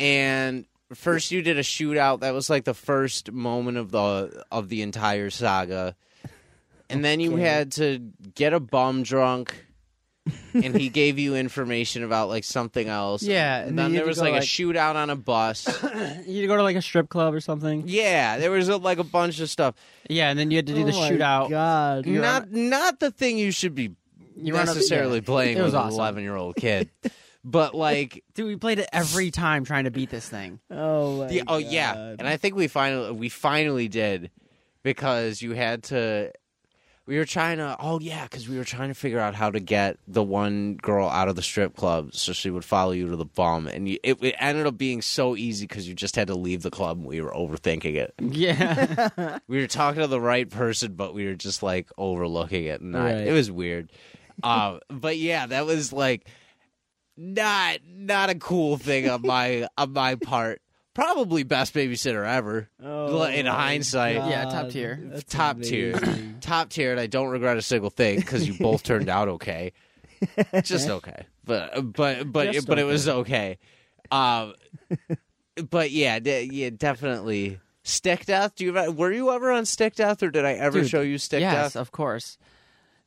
[SPEAKER 2] and first you did a shootout that was like the first moment of the of the entire saga, and then you
[SPEAKER 3] Okay.
[SPEAKER 2] had to get a bum drunk. and he gave you information about like something else.
[SPEAKER 4] Yeah,
[SPEAKER 2] and,
[SPEAKER 4] and then
[SPEAKER 2] then
[SPEAKER 4] you
[SPEAKER 2] there
[SPEAKER 4] had to
[SPEAKER 2] was
[SPEAKER 4] go,
[SPEAKER 2] like a
[SPEAKER 4] like-
[SPEAKER 2] shootout on a bus.
[SPEAKER 4] You go to like a strip club or something.
[SPEAKER 2] yeah, there was like a bunch of stuff.
[SPEAKER 4] Yeah, and then you had to do the
[SPEAKER 3] Oh my
[SPEAKER 4] shootout.
[SPEAKER 3] God.
[SPEAKER 4] You're
[SPEAKER 2] not
[SPEAKER 4] on
[SPEAKER 2] not the thing you should be
[SPEAKER 4] on a-
[SPEAKER 2] necessarily playing
[SPEAKER 4] It
[SPEAKER 2] with
[SPEAKER 4] was
[SPEAKER 2] an
[SPEAKER 4] awesome.
[SPEAKER 2] 11 year old kid but like
[SPEAKER 4] Dude, we played it every time trying to beat this thing.
[SPEAKER 3] Oh my
[SPEAKER 2] the, oh yeah
[SPEAKER 3] God.
[SPEAKER 2] and i think we finally we finally did because you had to we were trying to oh yeah because we were trying to figure out how to get the one girl out of the strip club so she would follow you to the bum and you, it, it ended up being so easy because you just had to leave the club and we were overthinking it
[SPEAKER 4] Yeah.
[SPEAKER 2] we were talking to the right person, but we were just like overlooking it. And I-
[SPEAKER 3] Right.
[SPEAKER 2] it was weird. um, but yeah, that was like not not a cool thing on my on my part. Probably best babysitter ever.
[SPEAKER 3] Oh
[SPEAKER 2] in
[SPEAKER 3] my
[SPEAKER 2] hindsight,
[SPEAKER 4] Yeah, top
[SPEAKER 3] God.
[SPEAKER 4] tier.
[SPEAKER 3] That's
[SPEAKER 2] top tier,
[SPEAKER 3] amazing.
[SPEAKER 2] top tier, and I don't regret a single thing because you both turned out okay, just okay. But but but
[SPEAKER 3] Just
[SPEAKER 2] but it was okay. Um, but yeah, de- yeah, definitely. Stick death? Do you ever- were you ever on stick death, or did I ever
[SPEAKER 4] Dude,
[SPEAKER 2] show you stick
[SPEAKER 4] yes,
[SPEAKER 2] death?
[SPEAKER 4] of course.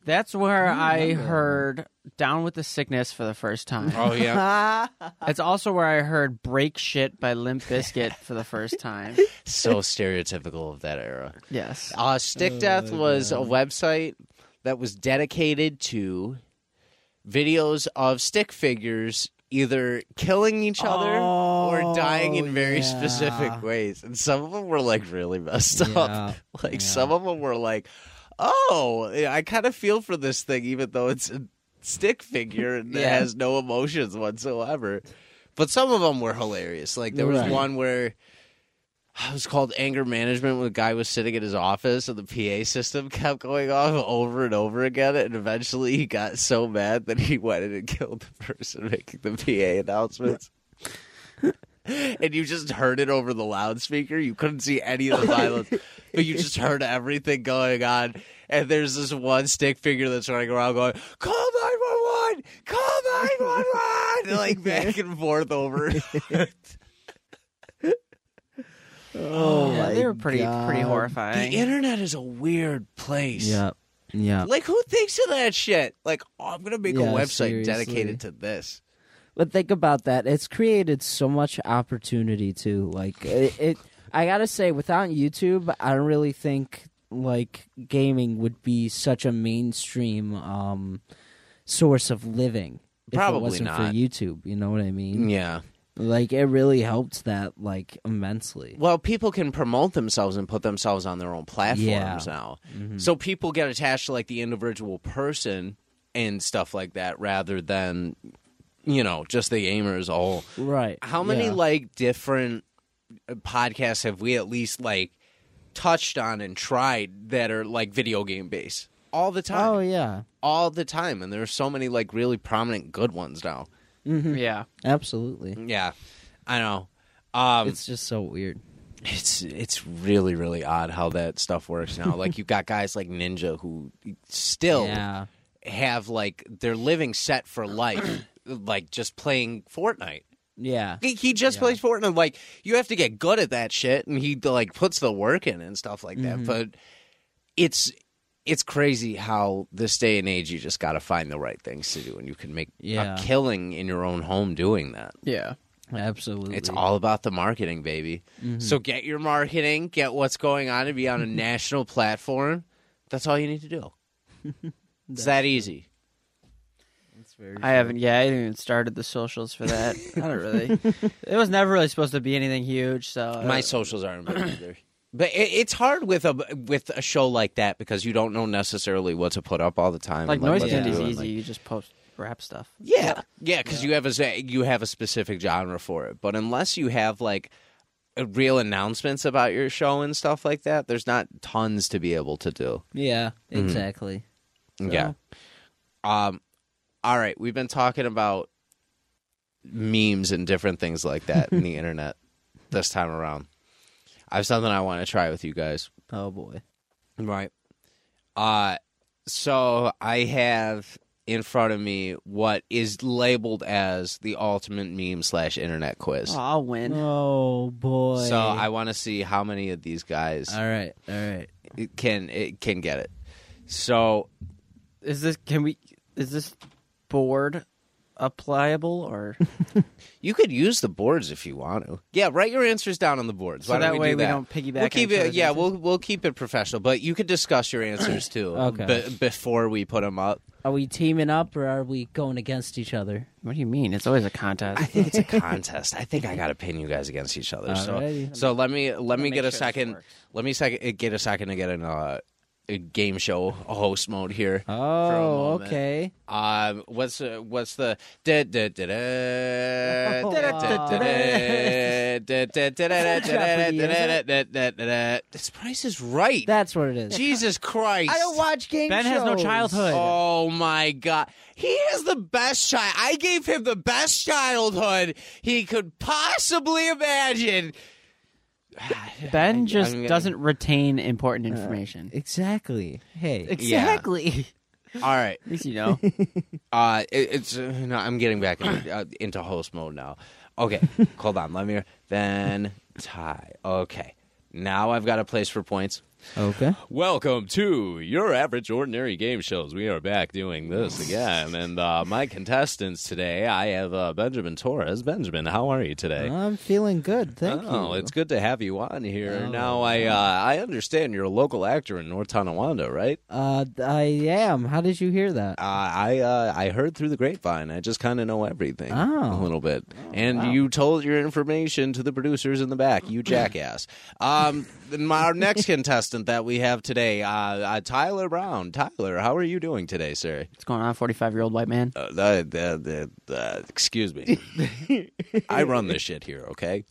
[SPEAKER 4] That's where I heard Down with the Sickness for the first time.
[SPEAKER 2] Oh yeah,
[SPEAKER 4] It's also where I heard Break Shit by Limp Bizkit for the first time.
[SPEAKER 2] so stereotypical of that era.
[SPEAKER 4] Yes.
[SPEAKER 2] Uh, Stick
[SPEAKER 3] Oh
[SPEAKER 2] Death was a website that was dedicated to videos of stick figures either killing each other or dying in very
[SPEAKER 3] Oh, yeah.
[SPEAKER 2] specific ways. And some of them were like really messed
[SPEAKER 3] Yeah,
[SPEAKER 2] up. Like
[SPEAKER 3] yeah.
[SPEAKER 2] some of them were like, oh, I kind of feel for this thing, even though it's a stick figure and it has no emotions whatsoever. But some of them were hilarious. Like there was
[SPEAKER 3] Right.
[SPEAKER 2] one where it was called anger management when the guy was sitting in his office and the PA system kept going off over and over again and eventually he got so mad that he went in and killed the person making the PA announcements. and you just heard it over the loudspeaker. You couldn't see any of the violence, but you just heard everything going on. And there's this one stick figure that's running around going, "Call 911! Call 911!" like back and forth over. it.
[SPEAKER 3] Oh,
[SPEAKER 4] yeah, they were pretty pretty
[SPEAKER 2] the
[SPEAKER 4] horrifying.
[SPEAKER 2] internet is a weird place.
[SPEAKER 3] Yeah, yeah.
[SPEAKER 2] Like who thinks of that shit? Like oh, I'm gonna make a
[SPEAKER 3] Yeah,
[SPEAKER 2] website
[SPEAKER 3] seriously.
[SPEAKER 2] dedicated to this.
[SPEAKER 3] But think about that. It's created so much opportunity too. Like it, it I gotta say, without YouTube, I don't really think like gaming would be such a mainstream um, source of living. If
[SPEAKER 2] Probably
[SPEAKER 3] it wasn't
[SPEAKER 2] not.
[SPEAKER 3] for YouTube. You know what I mean?
[SPEAKER 2] Yeah.
[SPEAKER 3] Like it really helped that like immensely.
[SPEAKER 2] Well, people can promote themselves and put themselves on their own platforms
[SPEAKER 3] Yeah. Mm-hmm.
[SPEAKER 2] now. So people get attached to like the individual person and stuff like that rather than you know, just the gamer as a whole.
[SPEAKER 3] Right.
[SPEAKER 2] How many
[SPEAKER 3] yeah.
[SPEAKER 2] like different uh, podcasts have we at least like touched on and tried that are like video game based? All the time.
[SPEAKER 3] Oh yeah.
[SPEAKER 2] all the time, and there are so many like really prominent good ones now.
[SPEAKER 4] yeah,
[SPEAKER 3] Absolutely.
[SPEAKER 2] Yeah, I know. Um,
[SPEAKER 3] It's just so weird.
[SPEAKER 2] it's it's really really odd how that stuff works now. like you've got guys like Ninja who still
[SPEAKER 3] Yeah.
[SPEAKER 2] have like their living set for life, like just playing Fortnite.
[SPEAKER 3] Yeah.
[SPEAKER 2] He, he just plays Fortnite. Like you have to get good at that shit, and he like puts the work in and stuff like
[SPEAKER 3] Mm-hmm.
[SPEAKER 2] that. But it's it's crazy how this day and age you just got to find the right things to do, and you can make
[SPEAKER 3] Yeah.
[SPEAKER 2] a killing in your own home doing that.
[SPEAKER 4] yeah.
[SPEAKER 3] Absolutely.
[SPEAKER 2] It's all about the marketing, baby.
[SPEAKER 4] Mm-hmm.
[SPEAKER 2] So get your marketing, get what's going on, and be on a national platform. That's all you need to do. it's that easy.
[SPEAKER 3] It's very
[SPEAKER 4] I haven't. Yeah, I haven't even started the socials for that. I don't really. It was never really supposed to be anything huge. So uh,
[SPEAKER 2] My socials aren't big either. But it, it's hard with a with a show like that because you don't know necessarily what to put up all the time.
[SPEAKER 4] like
[SPEAKER 2] and,
[SPEAKER 4] noise
[SPEAKER 2] what
[SPEAKER 3] yeah.
[SPEAKER 2] to
[SPEAKER 4] candy's
[SPEAKER 2] do and,
[SPEAKER 4] easy.
[SPEAKER 2] like-
[SPEAKER 4] you just post rap stuff.
[SPEAKER 2] yeah, yeah, because you have a sa- you have a specific genre for it. But unless you have like uh, real announcements about your show and stuff like that, there's not tons to be able to do.
[SPEAKER 3] Yeah,
[SPEAKER 2] Mm-hmm.
[SPEAKER 3] exactly.
[SPEAKER 2] Yeah. Um. All right, we've been talking about memes and different things like that in the internet this time around. I have something I want to try with you guys.
[SPEAKER 3] Oh boy.
[SPEAKER 2] Right. Uh so I have in front of me what is labeled as the ultimate meme slash internet quiz.
[SPEAKER 4] Oh, I'll win.
[SPEAKER 3] Oh boy.
[SPEAKER 2] So I want to see how many of these guys
[SPEAKER 3] All right, all right.
[SPEAKER 2] it can it can get it. So
[SPEAKER 4] Is this? Can we? Is this board applicable or?
[SPEAKER 2] you could use the boards if you want to. Yeah, write your answers down on the boards.
[SPEAKER 4] So
[SPEAKER 2] Why
[SPEAKER 4] that
[SPEAKER 2] don't we
[SPEAKER 4] way
[SPEAKER 2] do
[SPEAKER 4] we
[SPEAKER 2] that?
[SPEAKER 4] don't piggyback
[SPEAKER 2] We'll
[SPEAKER 4] on
[SPEAKER 2] keep
[SPEAKER 4] each
[SPEAKER 2] it.
[SPEAKER 4] other's
[SPEAKER 2] Yeah,
[SPEAKER 4] answers.
[SPEAKER 2] we'll we'll keep it professional. But you could discuss your answers too.
[SPEAKER 3] Okay.
[SPEAKER 2] b- before we put them up,
[SPEAKER 3] Are we teaming up or are we going against each other?
[SPEAKER 4] What do you mean? It's always a contest.
[SPEAKER 2] I think it's a contest. I think I got to pin you guys against each other.
[SPEAKER 3] Alrighty.
[SPEAKER 2] So, so let me let, me
[SPEAKER 4] make
[SPEAKER 2] get a
[SPEAKER 4] sure this
[SPEAKER 2] second.
[SPEAKER 4] works.
[SPEAKER 2] Let me second get a second to get in uh, a game show host mode here.
[SPEAKER 3] Oh,
[SPEAKER 2] moment.
[SPEAKER 3] okay.
[SPEAKER 2] Um, what's uh, what's the da- da- da- da- da- da- da- da- da- da- da- da- da- da- da- da- da- da- da- da- da- This price is right.
[SPEAKER 3] That's what it is.
[SPEAKER 2] Jesus Christ!
[SPEAKER 3] I don't watch game
[SPEAKER 4] Ben has no
[SPEAKER 3] shows.
[SPEAKER 4] childhood.
[SPEAKER 2] Oh my god. He has the best child. I gave him the best childhood he could possibly imagine.
[SPEAKER 4] ben just
[SPEAKER 2] I'm gonna-
[SPEAKER 4] doesn't retain important information.
[SPEAKER 3] Exactly. Hey.
[SPEAKER 2] All right.
[SPEAKER 4] At least you know.
[SPEAKER 2] Uh it, it's uh, no, I'm getting back into, uh, into host mode now. Okay. Hold on. Let me then tie. Okay. Now I've got a place for points.
[SPEAKER 3] okay.
[SPEAKER 2] Welcome to your average ordinary game shows. We are back doing this again, and uh, my contestants today, I have uh, Benjamin Torres. Benjamin, how are you today?
[SPEAKER 3] I'm feeling good. Oh, Thank
[SPEAKER 2] oh,
[SPEAKER 3] you. Oh.
[SPEAKER 2] it's good to have you on here. now I uh, I understand you're a local actor in North Tonawanda, right?
[SPEAKER 3] Uh, I am. How did you hear that?
[SPEAKER 2] Uh, I uh, I heard through the grapevine. I just kind of know everything a
[SPEAKER 3] Oh.
[SPEAKER 2] little bit. and you told your information to the producers in the back. You jackass. um, then our next contestant that we have today, uh, uh, Tyler Brown. Tyler, how are you doing today, sir?
[SPEAKER 4] What's going on, forty-five-year-old white man?
[SPEAKER 2] Uh, uh, uh, uh, uh, excuse me. I run this shit here, okay?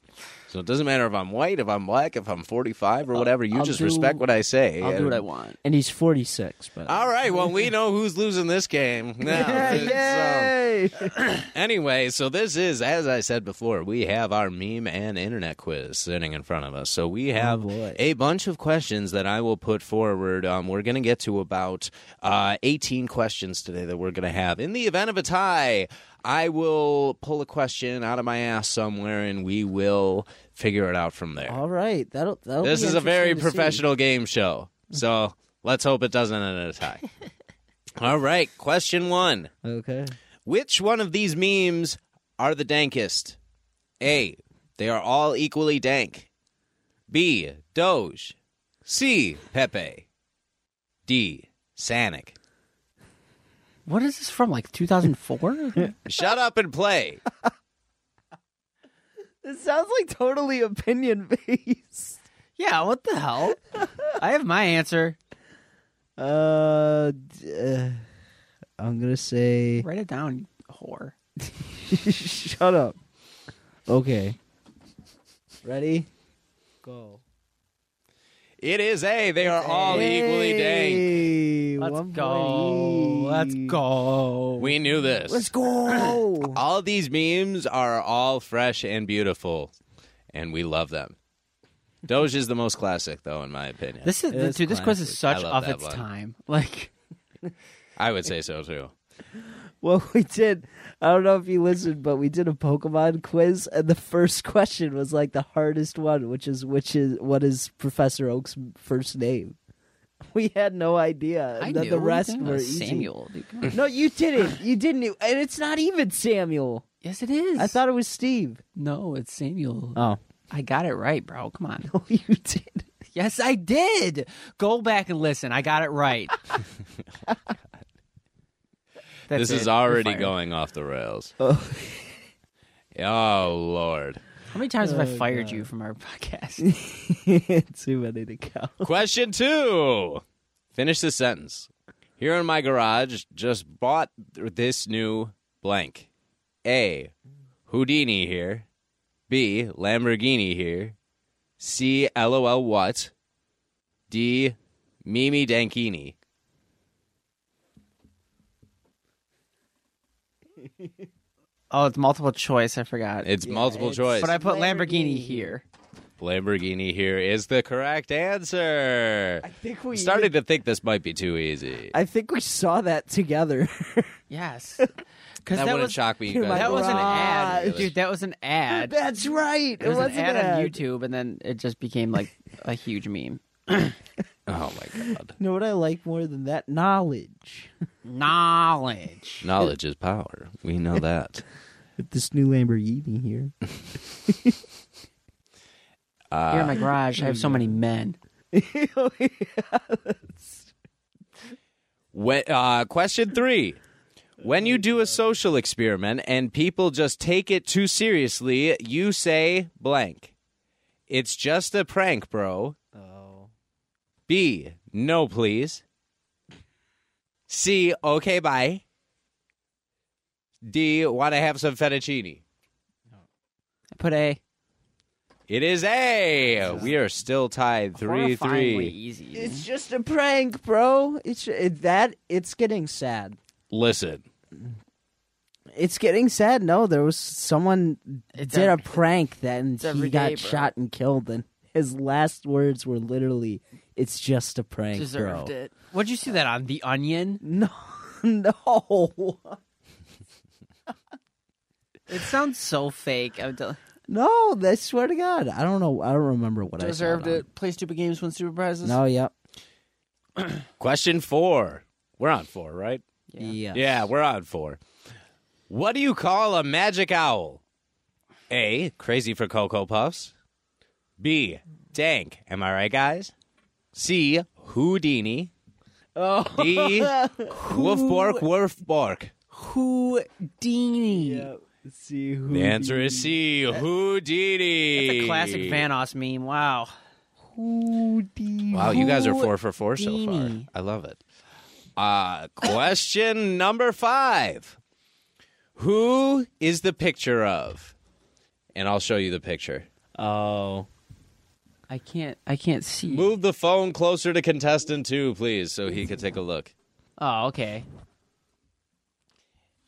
[SPEAKER 2] So it doesn't matter if I'm white, if I'm black, if I'm 45 or whatever. You
[SPEAKER 3] I'll
[SPEAKER 2] just
[SPEAKER 3] do-
[SPEAKER 2] respect what I say.
[SPEAKER 4] I'll do
[SPEAKER 2] And-
[SPEAKER 4] what I want.
[SPEAKER 3] and he's 46, but
[SPEAKER 2] All right. Well, we know who's losing this game. now. um, So, anyway, so this is, as I said before, we have our meme and internet quiz sitting in front of us. So we have
[SPEAKER 3] Oh, boy.
[SPEAKER 2] a bunch of questions that I will put forward. Um, we're going to get to about uh, 18 questions today that we're going to have. In the event of a tie, I will pull a question out of my ass somewhere and we will figure it out from there.
[SPEAKER 3] all right. That'll, that'll
[SPEAKER 2] This
[SPEAKER 3] Oh, be
[SPEAKER 2] is a very
[SPEAKER 3] interesting to see.
[SPEAKER 2] professional game show. So let's hope it doesn't end in a tie. All right, question one.
[SPEAKER 3] Okay.
[SPEAKER 2] Which one of these memes are the dankest? A. They are all equally dank. B. Doge. C. Pepe. D. Sanic.
[SPEAKER 4] What is this from? Like 2004?
[SPEAKER 2] Shut up and play.
[SPEAKER 6] It sounds like totally opinion based.
[SPEAKER 4] yeah. What the hell? I have my answer.
[SPEAKER 3] Uh, d- uh, I'm gonna say.
[SPEAKER 4] Write it down, you whore.
[SPEAKER 3] Shut up. Okay. Ready? Go.
[SPEAKER 2] It is A. They are all equally dank.
[SPEAKER 3] Hey,
[SPEAKER 4] Let's
[SPEAKER 3] one
[SPEAKER 4] go.
[SPEAKER 3] point
[SPEAKER 4] Let's
[SPEAKER 3] each.
[SPEAKER 4] go.
[SPEAKER 2] We knew this.
[SPEAKER 3] Let's go.
[SPEAKER 2] All these memes are all fresh and beautiful, and we love them. Doge is the most classic, though, in my opinion.
[SPEAKER 4] This is,
[SPEAKER 3] It's
[SPEAKER 4] dude. This quiz is
[SPEAKER 2] classic.
[SPEAKER 4] such
[SPEAKER 2] I love
[SPEAKER 4] of
[SPEAKER 2] that
[SPEAKER 4] its
[SPEAKER 2] one.
[SPEAKER 4] time. Like,
[SPEAKER 2] I would say so too.
[SPEAKER 3] well, we did. I don't know if you listened, but we did a Pokemon quiz, and the first question was like the hardest one, which is which is what is Professor Oak's first name? We had no idea. and then the rest were easy.
[SPEAKER 4] Samuel. dude.
[SPEAKER 3] No, you didn't. You didn't. e, And it's not even Samuel.
[SPEAKER 4] yes, it is.
[SPEAKER 3] I thought it was Steve.
[SPEAKER 4] no, it's Samuel.
[SPEAKER 3] Oh,
[SPEAKER 4] I got it right, bro. Come on.
[SPEAKER 3] no, you did.
[SPEAKER 4] Yes, I did. Go back and listen. I got it right. That's
[SPEAKER 2] this
[SPEAKER 4] it.
[SPEAKER 2] is
[SPEAKER 4] You're
[SPEAKER 2] already
[SPEAKER 4] fired.
[SPEAKER 2] going off the rails.
[SPEAKER 3] Oh.
[SPEAKER 2] Oh lord.
[SPEAKER 4] How many times have I
[SPEAKER 3] Oh,
[SPEAKER 4] fired
[SPEAKER 3] God.
[SPEAKER 4] you from our podcast?
[SPEAKER 3] Too many to count.
[SPEAKER 2] Question two. Finish this sentence. Here in my garage, just bought this new blank. A. Houdini here. B. Lamborghini here. C. LOL what? D. Mimi Dankini.
[SPEAKER 4] oh, it's multiple choice. I forgot.
[SPEAKER 2] It's multiple
[SPEAKER 3] it's-
[SPEAKER 2] choice.
[SPEAKER 4] but I put Lamborghini,
[SPEAKER 3] Lamborghini.
[SPEAKER 4] here.
[SPEAKER 2] Lamborghini here is the correct answer.
[SPEAKER 3] I think we
[SPEAKER 2] I'm starting to think this might be too easy.
[SPEAKER 3] I think we saw that together.
[SPEAKER 4] Yes. Because
[SPEAKER 2] that,
[SPEAKER 4] that,
[SPEAKER 2] wouldn't
[SPEAKER 4] was
[SPEAKER 2] shock me. You
[SPEAKER 3] Dude,
[SPEAKER 2] guys
[SPEAKER 3] my
[SPEAKER 4] that was an
[SPEAKER 2] wouldn't
[SPEAKER 4] ad,
[SPEAKER 2] really.
[SPEAKER 4] dude. That was an ad.
[SPEAKER 3] That's right. It,
[SPEAKER 4] It was
[SPEAKER 3] wasn't
[SPEAKER 4] an ad,
[SPEAKER 3] that.
[SPEAKER 4] on YouTube, and then it just became like a huge meme.
[SPEAKER 2] Oh my god!
[SPEAKER 3] You know what I like more than that? Knowledge.
[SPEAKER 4] Knowledge.
[SPEAKER 2] Knowledge is power. We know that.
[SPEAKER 3] With this new Lamborghini here.
[SPEAKER 4] Here in my garage, I have so many men.
[SPEAKER 2] When, uh, question three: When you do a social experiment and people just take it too seriously, you say blank. It's just a prank, bro.
[SPEAKER 3] Oh.
[SPEAKER 2] B. No, please. C. Okay, bye. D. Want to have some fettuccine?
[SPEAKER 4] I put a
[SPEAKER 2] It is A. We are still tied three
[SPEAKER 4] horrifyingly
[SPEAKER 2] three.
[SPEAKER 4] Easy. dude.
[SPEAKER 3] It's just a prank, bro. It's it, that. It's getting sad.
[SPEAKER 2] Listen,
[SPEAKER 3] It's getting sad. No, there was someone
[SPEAKER 4] It's
[SPEAKER 3] did a,
[SPEAKER 4] every-
[SPEAKER 3] prank that and
[SPEAKER 4] every
[SPEAKER 3] he got
[SPEAKER 4] day, bro.
[SPEAKER 3] shot and killed, and his last words were literally, "It's just a prank,
[SPEAKER 4] deserved
[SPEAKER 3] bro."
[SPEAKER 4] it. Would you see that on The Onion?
[SPEAKER 3] No, no,
[SPEAKER 4] It sounds so fake. I del-
[SPEAKER 3] no. I swear to God, I don't know. I don't remember what I saw it
[SPEAKER 4] Play stupid games, win stupid
[SPEAKER 3] on.
[SPEAKER 4] prizes.
[SPEAKER 3] No, yep,
[SPEAKER 2] question four. We're on four, right?
[SPEAKER 3] yeah,
[SPEAKER 2] Yeah, we're on four. What do you call a magic owl? A. Crazy for Cocoa Puffs. B. Dank. Am I right, guys? C. Houdini.
[SPEAKER 3] Oh.
[SPEAKER 2] D. Woof Bork, Woof Bork.
[SPEAKER 4] Houdini.
[SPEAKER 3] See who
[SPEAKER 2] The answer is C. Houdini.
[SPEAKER 4] It's a classic Vanoss meme. Wow.
[SPEAKER 2] Wow, you guys are four for four so far.
[SPEAKER 4] Houdini.
[SPEAKER 2] I love it. Uh, question number five Who is the picture of? And I'll show you the picture.
[SPEAKER 3] Oh,
[SPEAKER 4] I can't. I can't see.
[SPEAKER 2] Move the phone closer to contestant two, please, so he could take a look.
[SPEAKER 4] Oh, okay.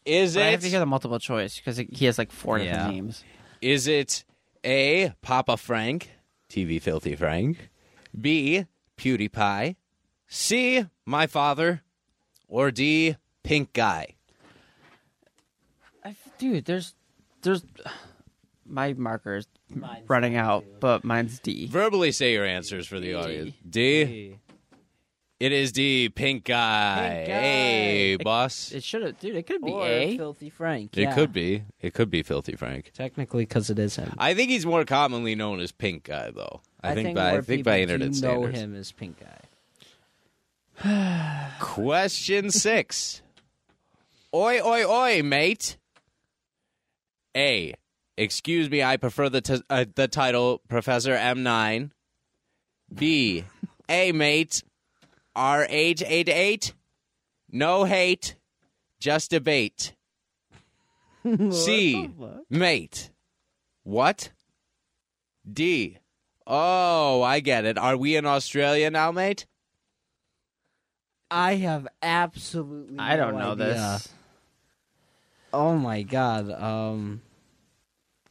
[SPEAKER 2] Is
[SPEAKER 4] But I have to hear
[SPEAKER 2] it
[SPEAKER 4] the multiple choice because he has like four
[SPEAKER 3] Yeah.
[SPEAKER 4] different names.
[SPEAKER 2] is it A Papa Frank, TV Filthy Frank, B PewDiePie, C My Father, or D Pink Guy?
[SPEAKER 4] I, dude, there's, there's, my marker's running out, but mine's D.
[SPEAKER 2] Verbally say your answers for the audience. D. It is D Pink Guy.
[SPEAKER 3] Pink Guy.
[SPEAKER 2] Hey, boss.
[SPEAKER 4] It should have, dude. It could be
[SPEAKER 3] or
[SPEAKER 4] A.
[SPEAKER 3] filthy Frank.
[SPEAKER 2] It could be. It could be Filthy Frank.
[SPEAKER 3] technically because it is him.
[SPEAKER 2] I think he's more commonly known as Pink Guy, though. I, think, by I
[SPEAKER 3] more
[SPEAKER 2] think by
[SPEAKER 3] people
[SPEAKER 2] internet
[SPEAKER 3] do
[SPEAKER 2] standards.
[SPEAKER 3] know him as Pink Eye.
[SPEAKER 2] Question six. Oi, oi, oi, mate. A. Excuse me, I prefer the t- uh, the title Professor M9. B. A, mate. RH88. No hate, just debate. C. Mate. What? D. Oh, I get it. Are we in Australia now, mate?
[SPEAKER 3] I have absolutely.
[SPEAKER 4] I don't know this.
[SPEAKER 3] Oh my god. Um,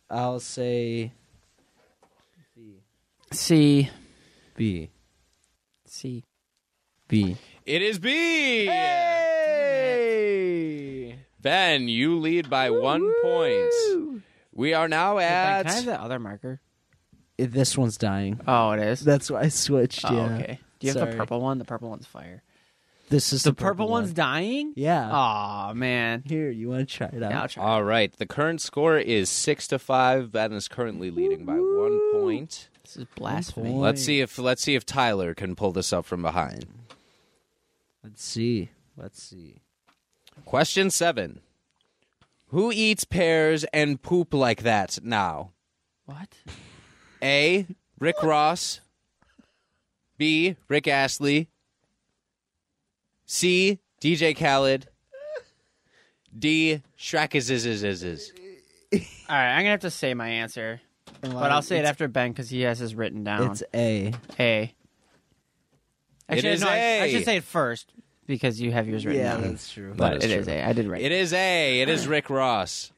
[SPEAKER 3] I'll say
[SPEAKER 4] C.
[SPEAKER 3] B
[SPEAKER 4] C.
[SPEAKER 3] B.
[SPEAKER 2] It is B. Ben, you lead by one point. We are now
[SPEAKER 4] Can I have
[SPEAKER 2] at.
[SPEAKER 4] the other marker?
[SPEAKER 3] Eh, This one's dying.
[SPEAKER 4] Oh, it is.
[SPEAKER 3] That's why I switched.
[SPEAKER 4] oh,
[SPEAKER 3] yeah.
[SPEAKER 4] okay. Do you have the
[SPEAKER 3] Sorry.
[SPEAKER 4] purple one? The purple one's fire.
[SPEAKER 3] This is
[SPEAKER 4] The,
[SPEAKER 3] the,
[SPEAKER 4] purple, one's
[SPEAKER 3] one.
[SPEAKER 4] dying.
[SPEAKER 3] Yeah.
[SPEAKER 4] Aw, man.
[SPEAKER 3] Here, you want to try it out?
[SPEAKER 4] Now try.
[SPEAKER 2] All right. The current score is six to five. Ben is currently leading by one point.
[SPEAKER 4] This is blasphemy.
[SPEAKER 3] point.
[SPEAKER 2] Let's see if let's see if Tyler can pull this up from behind.
[SPEAKER 3] Let's see. Let's see.
[SPEAKER 2] Question seven. Who eats pears and poop like that now?
[SPEAKER 4] What?
[SPEAKER 2] A. Rick Ross. B. Rick Astley. C. DJ Khaled. D. Shrek is is is is is.
[SPEAKER 4] All right, I'm gonna have to say my answer, but I'll say it after Ben because he has his written down.
[SPEAKER 3] It's A.
[SPEAKER 4] A. Actually,
[SPEAKER 2] is
[SPEAKER 4] no, I- I
[SPEAKER 2] A.
[SPEAKER 4] should say it first because you have yours written
[SPEAKER 3] Yeah,
[SPEAKER 4] down.
[SPEAKER 3] that's true.
[SPEAKER 2] That
[SPEAKER 4] It is A. I did write
[SPEAKER 2] It is A. It is Rick Ross.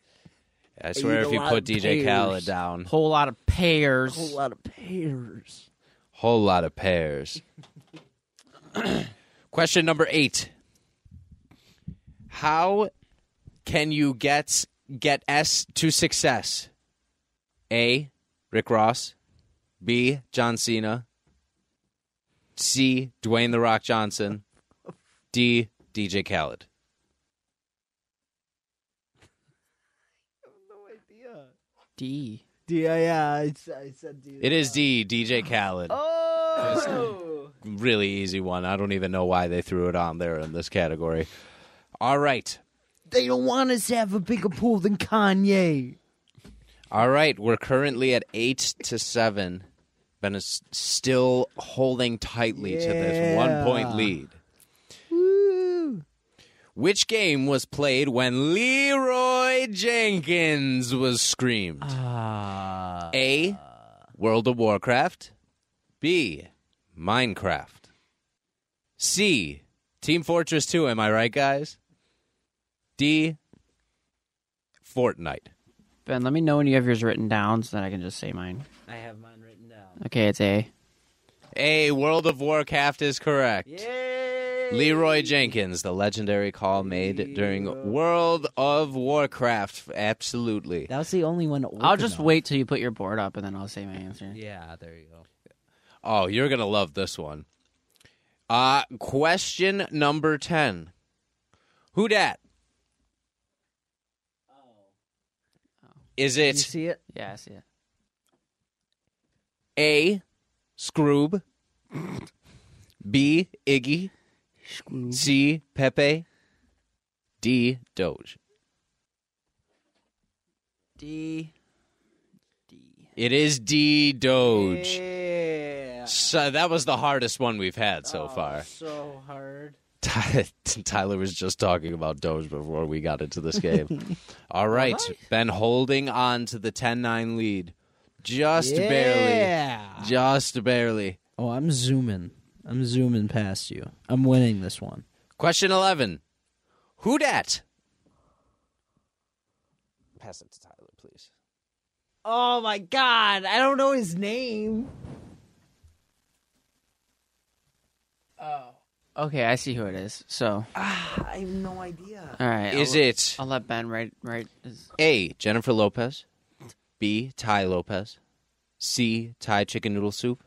[SPEAKER 2] I swear,
[SPEAKER 3] eat
[SPEAKER 2] if
[SPEAKER 3] a
[SPEAKER 2] you
[SPEAKER 3] lot
[SPEAKER 2] put
[SPEAKER 3] of
[SPEAKER 2] DJ
[SPEAKER 3] pears.
[SPEAKER 2] Khaled down,
[SPEAKER 4] whole lot of pairs.
[SPEAKER 3] A lot of pears.
[SPEAKER 2] whole lot of pears. Question number eight. How can you get get S to success? A. Rick Ross. B. John Cena. C. Dwayne the Rock Johnson. D. DJ Khaled.
[SPEAKER 4] D.
[SPEAKER 3] D- yeah, yeah, I, s- I said D.
[SPEAKER 2] It is D. DJ Khaled.
[SPEAKER 6] Oh,
[SPEAKER 2] really easy one. I don't even know why they threw it on there in this category. All right.
[SPEAKER 3] They don't want us to have a bigger pool than Kanye.
[SPEAKER 2] All right. We're currently at eight to seven. Ben is still holding tightly to this one point
[SPEAKER 3] Yeah.
[SPEAKER 2] lead. Which game was played when Leroy Jenkins was screamed?
[SPEAKER 3] Ah.
[SPEAKER 2] A. World of Warcraft. B. Minecraft. C. Team Fortress 2. Am I right, guys? D. Fortnite.
[SPEAKER 4] Ben, let me know when you have yours written down so that I can just say mine.
[SPEAKER 3] I have mine written down.
[SPEAKER 4] Okay, it's A.
[SPEAKER 2] A. World of Warcraft is correct. Leroy Jenkins, the legendary call made during World of Warcraft. Absolutely.
[SPEAKER 3] That was the only one. old
[SPEAKER 4] I'll just
[SPEAKER 3] enough.
[SPEAKER 4] wait till you put your board up and then I'll say my answer.
[SPEAKER 3] Yeah, there you go.
[SPEAKER 2] Oh, you're gonna love this one. Uh question number ten. Who dat? Is
[SPEAKER 3] Oh. You
[SPEAKER 2] it
[SPEAKER 3] see it?
[SPEAKER 4] Yeah, I see it.
[SPEAKER 2] A Scroob? B Iggy?
[SPEAKER 4] Scroob.
[SPEAKER 2] C Pepe? D Doge.
[SPEAKER 4] D. D.
[SPEAKER 2] It is D Doge. So that was the hardest one we've had
[SPEAKER 3] Oh.
[SPEAKER 2] so far.
[SPEAKER 3] So hard.
[SPEAKER 2] Ty- Tyler was just talking about Doge before we got into this game. All right, Ben holding on to the 10 9 lead. Just barely.
[SPEAKER 3] Yeah.
[SPEAKER 2] Just barely.
[SPEAKER 3] Oh, I'm zooming. I'm zooming past you. I'm winning this one.
[SPEAKER 2] Question 11. Who dat? Pass it to Tyler, please.
[SPEAKER 6] Oh my god, I don't know his name.
[SPEAKER 4] Okay, I see who it is. So,
[SPEAKER 6] I have no idea.
[SPEAKER 4] all right.
[SPEAKER 2] Is
[SPEAKER 4] I'll,
[SPEAKER 2] it
[SPEAKER 4] I'll let Ben write. Write. His,
[SPEAKER 2] A. Jennifer Lopez, B. Thai Lopez, C. Thai chicken noodle soup,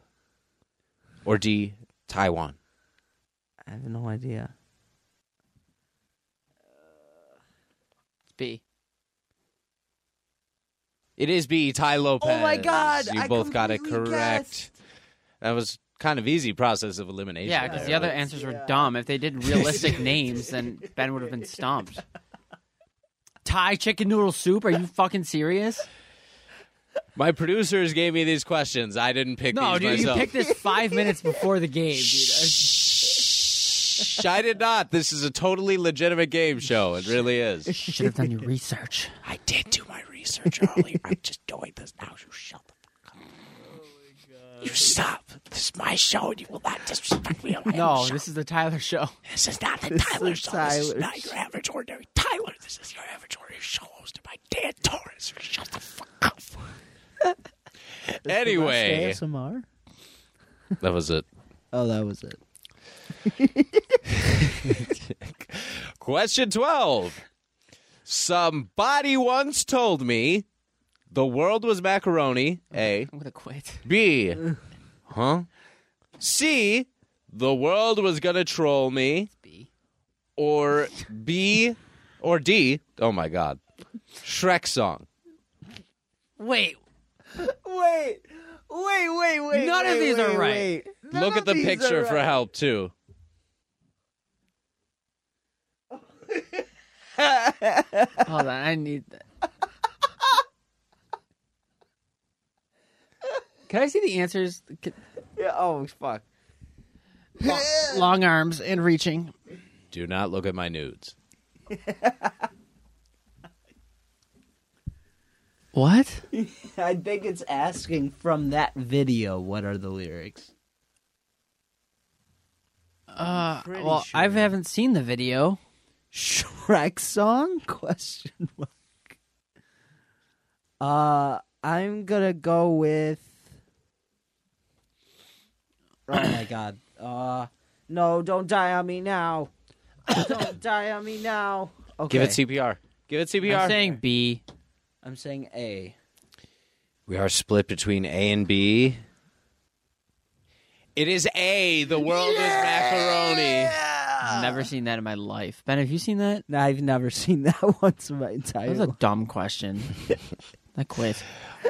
[SPEAKER 2] or D. Taiwan?
[SPEAKER 3] I have no idea.
[SPEAKER 4] it's B.
[SPEAKER 2] It is B. Thai Lopez.
[SPEAKER 6] Oh my God,
[SPEAKER 2] You
[SPEAKER 6] I
[SPEAKER 2] both got it
[SPEAKER 6] completely
[SPEAKER 2] correct.
[SPEAKER 6] guessed.
[SPEAKER 2] That was kind of easy process of elimination.
[SPEAKER 4] Yeah, because the
[SPEAKER 2] there,
[SPEAKER 4] other
[SPEAKER 2] right?
[SPEAKER 4] answers were dumb. If they did realistic names, then Ben would have been stumped. Thai chicken noodle soup? Are you fucking serious?
[SPEAKER 2] my producers gave me these questions. I didn't pick
[SPEAKER 4] No,
[SPEAKER 2] these
[SPEAKER 4] dude, you
[SPEAKER 2] myself.
[SPEAKER 4] picked this five minutes before the game, dude.
[SPEAKER 2] Shh, I did not. This is a totally legitimate game show. It really is.
[SPEAKER 4] I should have done your research.
[SPEAKER 2] I did do my research earlier. I'm just doing this now. You shut the fuck Oh, up. You stop. This is my show, and you will not disrespect me on my
[SPEAKER 4] No, this is the Tyler show.
[SPEAKER 2] This is not the Tyler show. This is
[SPEAKER 6] Tyler
[SPEAKER 2] not your average ordinary Tyler. This is your average ordinary show hosted by Dan Torres. Shut the fuck up. anyway,
[SPEAKER 3] ASMR.
[SPEAKER 2] that was it.
[SPEAKER 3] Oh, that was it.
[SPEAKER 2] Question 12. Somebody once told me the world was macaroni, A.
[SPEAKER 4] I'm gonna quit.
[SPEAKER 2] B. Huh? C. The world was gonna troll me.
[SPEAKER 4] B.
[SPEAKER 2] Or B. Or D. Oh my God. Shrek song.
[SPEAKER 4] Wait,
[SPEAKER 6] Wait, wait, wait, wait.
[SPEAKER 4] None of
[SPEAKER 6] wait,
[SPEAKER 4] these are
[SPEAKER 6] wait, wait.
[SPEAKER 4] right.
[SPEAKER 6] None
[SPEAKER 2] Look at
[SPEAKER 6] of
[SPEAKER 2] the
[SPEAKER 6] these are
[SPEAKER 2] picture for
[SPEAKER 6] right.
[SPEAKER 2] help too.
[SPEAKER 4] hold on. I need that. Can I see the answers? C-
[SPEAKER 6] Yeah, oh fuck.
[SPEAKER 4] Long, long arms and reaching.
[SPEAKER 2] Do not look at my nudes.
[SPEAKER 4] What?
[SPEAKER 3] I think it's asking from that video what are the lyrics.
[SPEAKER 4] Uh, well, I haven't seen the video.
[SPEAKER 3] Shrek song? Question mark. Uh, I'm gonna go with. Oh my god. Uh,
[SPEAKER 6] No, don't die on me now. don't die on me now.
[SPEAKER 2] Give it CPR. Give it CPR.
[SPEAKER 4] I'm saying B.
[SPEAKER 3] I'm saying A.
[SPEAKER 2] we are split between A and B. It is A. The world is macaroni.
[SPEAKER 6] Uh.
[SPEAKER 4] I've never seen that in my life. Ben, have you seen that?
[SPEAKER 3] No, I've never seen that once in my
[SPEAKER 4] That
[SPEAKER 3] entire
[SPEAKER 4] was a
[SPEAKER 3] life.
[SPEAKER 4] dumb question. I quit.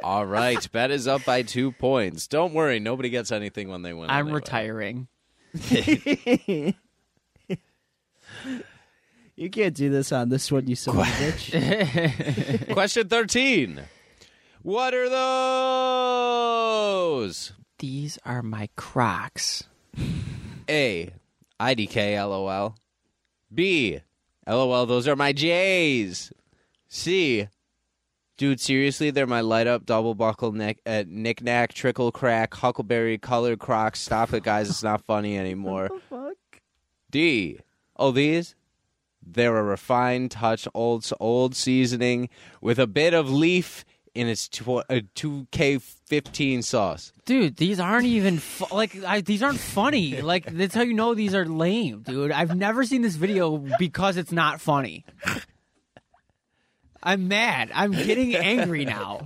[SPEAKER 2] All right, bet is up by two points. Don't worry, nobody gets anything when they win.
[SPEAKER 4] I'm
[SPEAKER 2] anyway.
[SPEAKER 4] retiring.
[SPEAKER 3] You can't do this on this one, you son of a bitch.
[SPEAKER 2] Question thirteen. What are those?
[SPEAKER 4] These are my Crocs.
[SPEAKER 2] A. IDK LOL. B. LOL, those are my J's. C. Dude, seriously, they're my light up double buckle neck, uh, knick-knack, trickle crack, huckleberry, color crocs. Stop it, guys. It's not funny anymore.
[SPEAKER 6] Fuck.
[SPEAKER 2] D. Oh, these? They're a refined touch, old old seasoning with a bit of leaf in its tw- uh, 2K15 sauce.
[SPEAKER 4] Dude, these aren't even fu- like I, these aren't funny. Like that's how you know these are lame, dude. I've never seen this video because it's not funny. I'm mad. I'm getting angry now.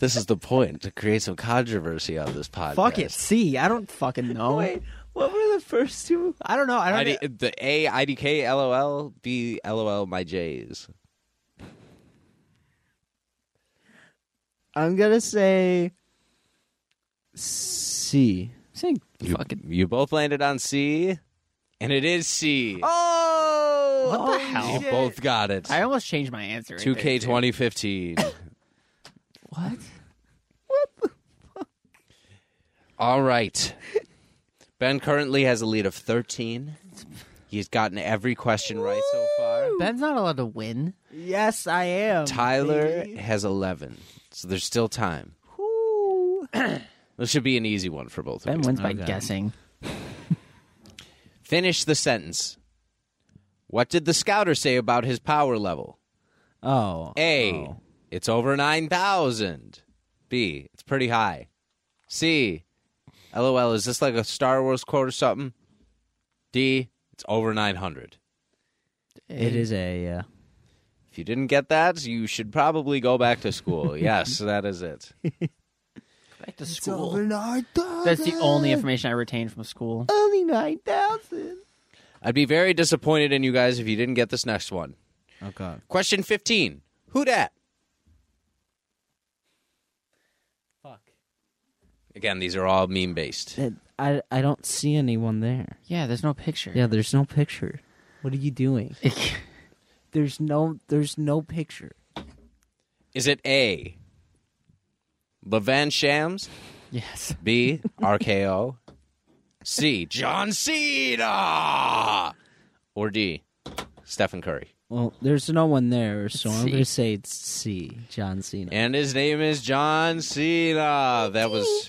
[SPEAKER 2] This is the point to create some controversy on this podcast.
[SPEAKER 4] Fuck it. See, I don't fucking know.
[SPEAKER 6] Wait, what were the first two?
[SPEAKER 4] I don't know. I don't.
[SPEAKER 2] ID, the A IDK LOL B LOL my J's.
[SPEAKER 3] I'm gonna say C.
[SPEAKER 4] Saying
[SPEAKER 2] You,
[SPEAKER 4] fucking
[SPEAKER 2] you both landed on C, and it is C.
[SPEAKER 6] Oh,
[SPEAKER 4] What the
[SPEAKER 6] holy
[SPEAKER 4] hell?
[SPEAKER 2] you
[SPEAKER 6] shit.
[SPEAKER 2] both got it.
[SPEAKER 4] I almost changed my answer. right
[SPEAKER 2] Two K
[SPEAKER 4] there, dude.
[SPEAKER 2] twenty fifteen.
[SPEAKER 4] What?
[SPEAKER 2] All right. Ben currently has a lead of thirteen. He's gotten every question right so far.
[SPEAKER 4] Ben's not allowed to win.
[SPEAKER 6] Yes, I am.
[SPEAKER 2] Tyler
[SPEAKER 6] baby.
[SPEAKER 2] has 11, so there's still time.
[SPEAKER 6] Whoo.
[SPEAKER 2] This should be an easy one for both
[SPEAKER 4] Ben
[SPEAKER 2] of you.
[SPEAKER 4] wins by guessing.
[SPEAKER 2] Finish the sentence. What did the scouter say about his power level?
[SPEAKER 3] Oh,
[SPEAKER 2] A. It's over 9,000. B. It's pretty high. C. LOL, is this like a Star Wars quote or something? D. It's over 900.
[SPEAKER 3] it is a uh, yeah.
[SPEAKER 2] If you didn't get that, you should probably go back to school. yes, that is it.
[SPEAKER 4] Back to school. That's the only information I retained from school.
[SPEAKER 6] Only 9,000.
[SPEAKER 2] I'd be very disappointed in you guys if you didn't get this next one.
[SPEAKER 3] Okay.
[SPEAKER 2] Question 15. Who dat?
[SPEAKER 3] Fuck.
[SPEAKER 2] Again, these are all meme based.
[SPEAKER 3] It, I I don't see anyone there.
[SPEAKER 4] Yeah, there's no picture.
[SPEAKER 3] Yeah, there's no picture. What are you doing? There's no there's no picture.
[SPEAKER 2] Is it A? Levan Shams?
[SPEAKER 4] yes.
[SPEAKER 2] B. RKO. C. John Cena. Or D. Stephen Curry.
[SPEAKER 3] Well, there's no one there, so I'm
[SPEAKER 4] C.
[SPEAKER 3] gonna say it's C. John Cena.
[SPEAKER 2] And his name is John Cena. That was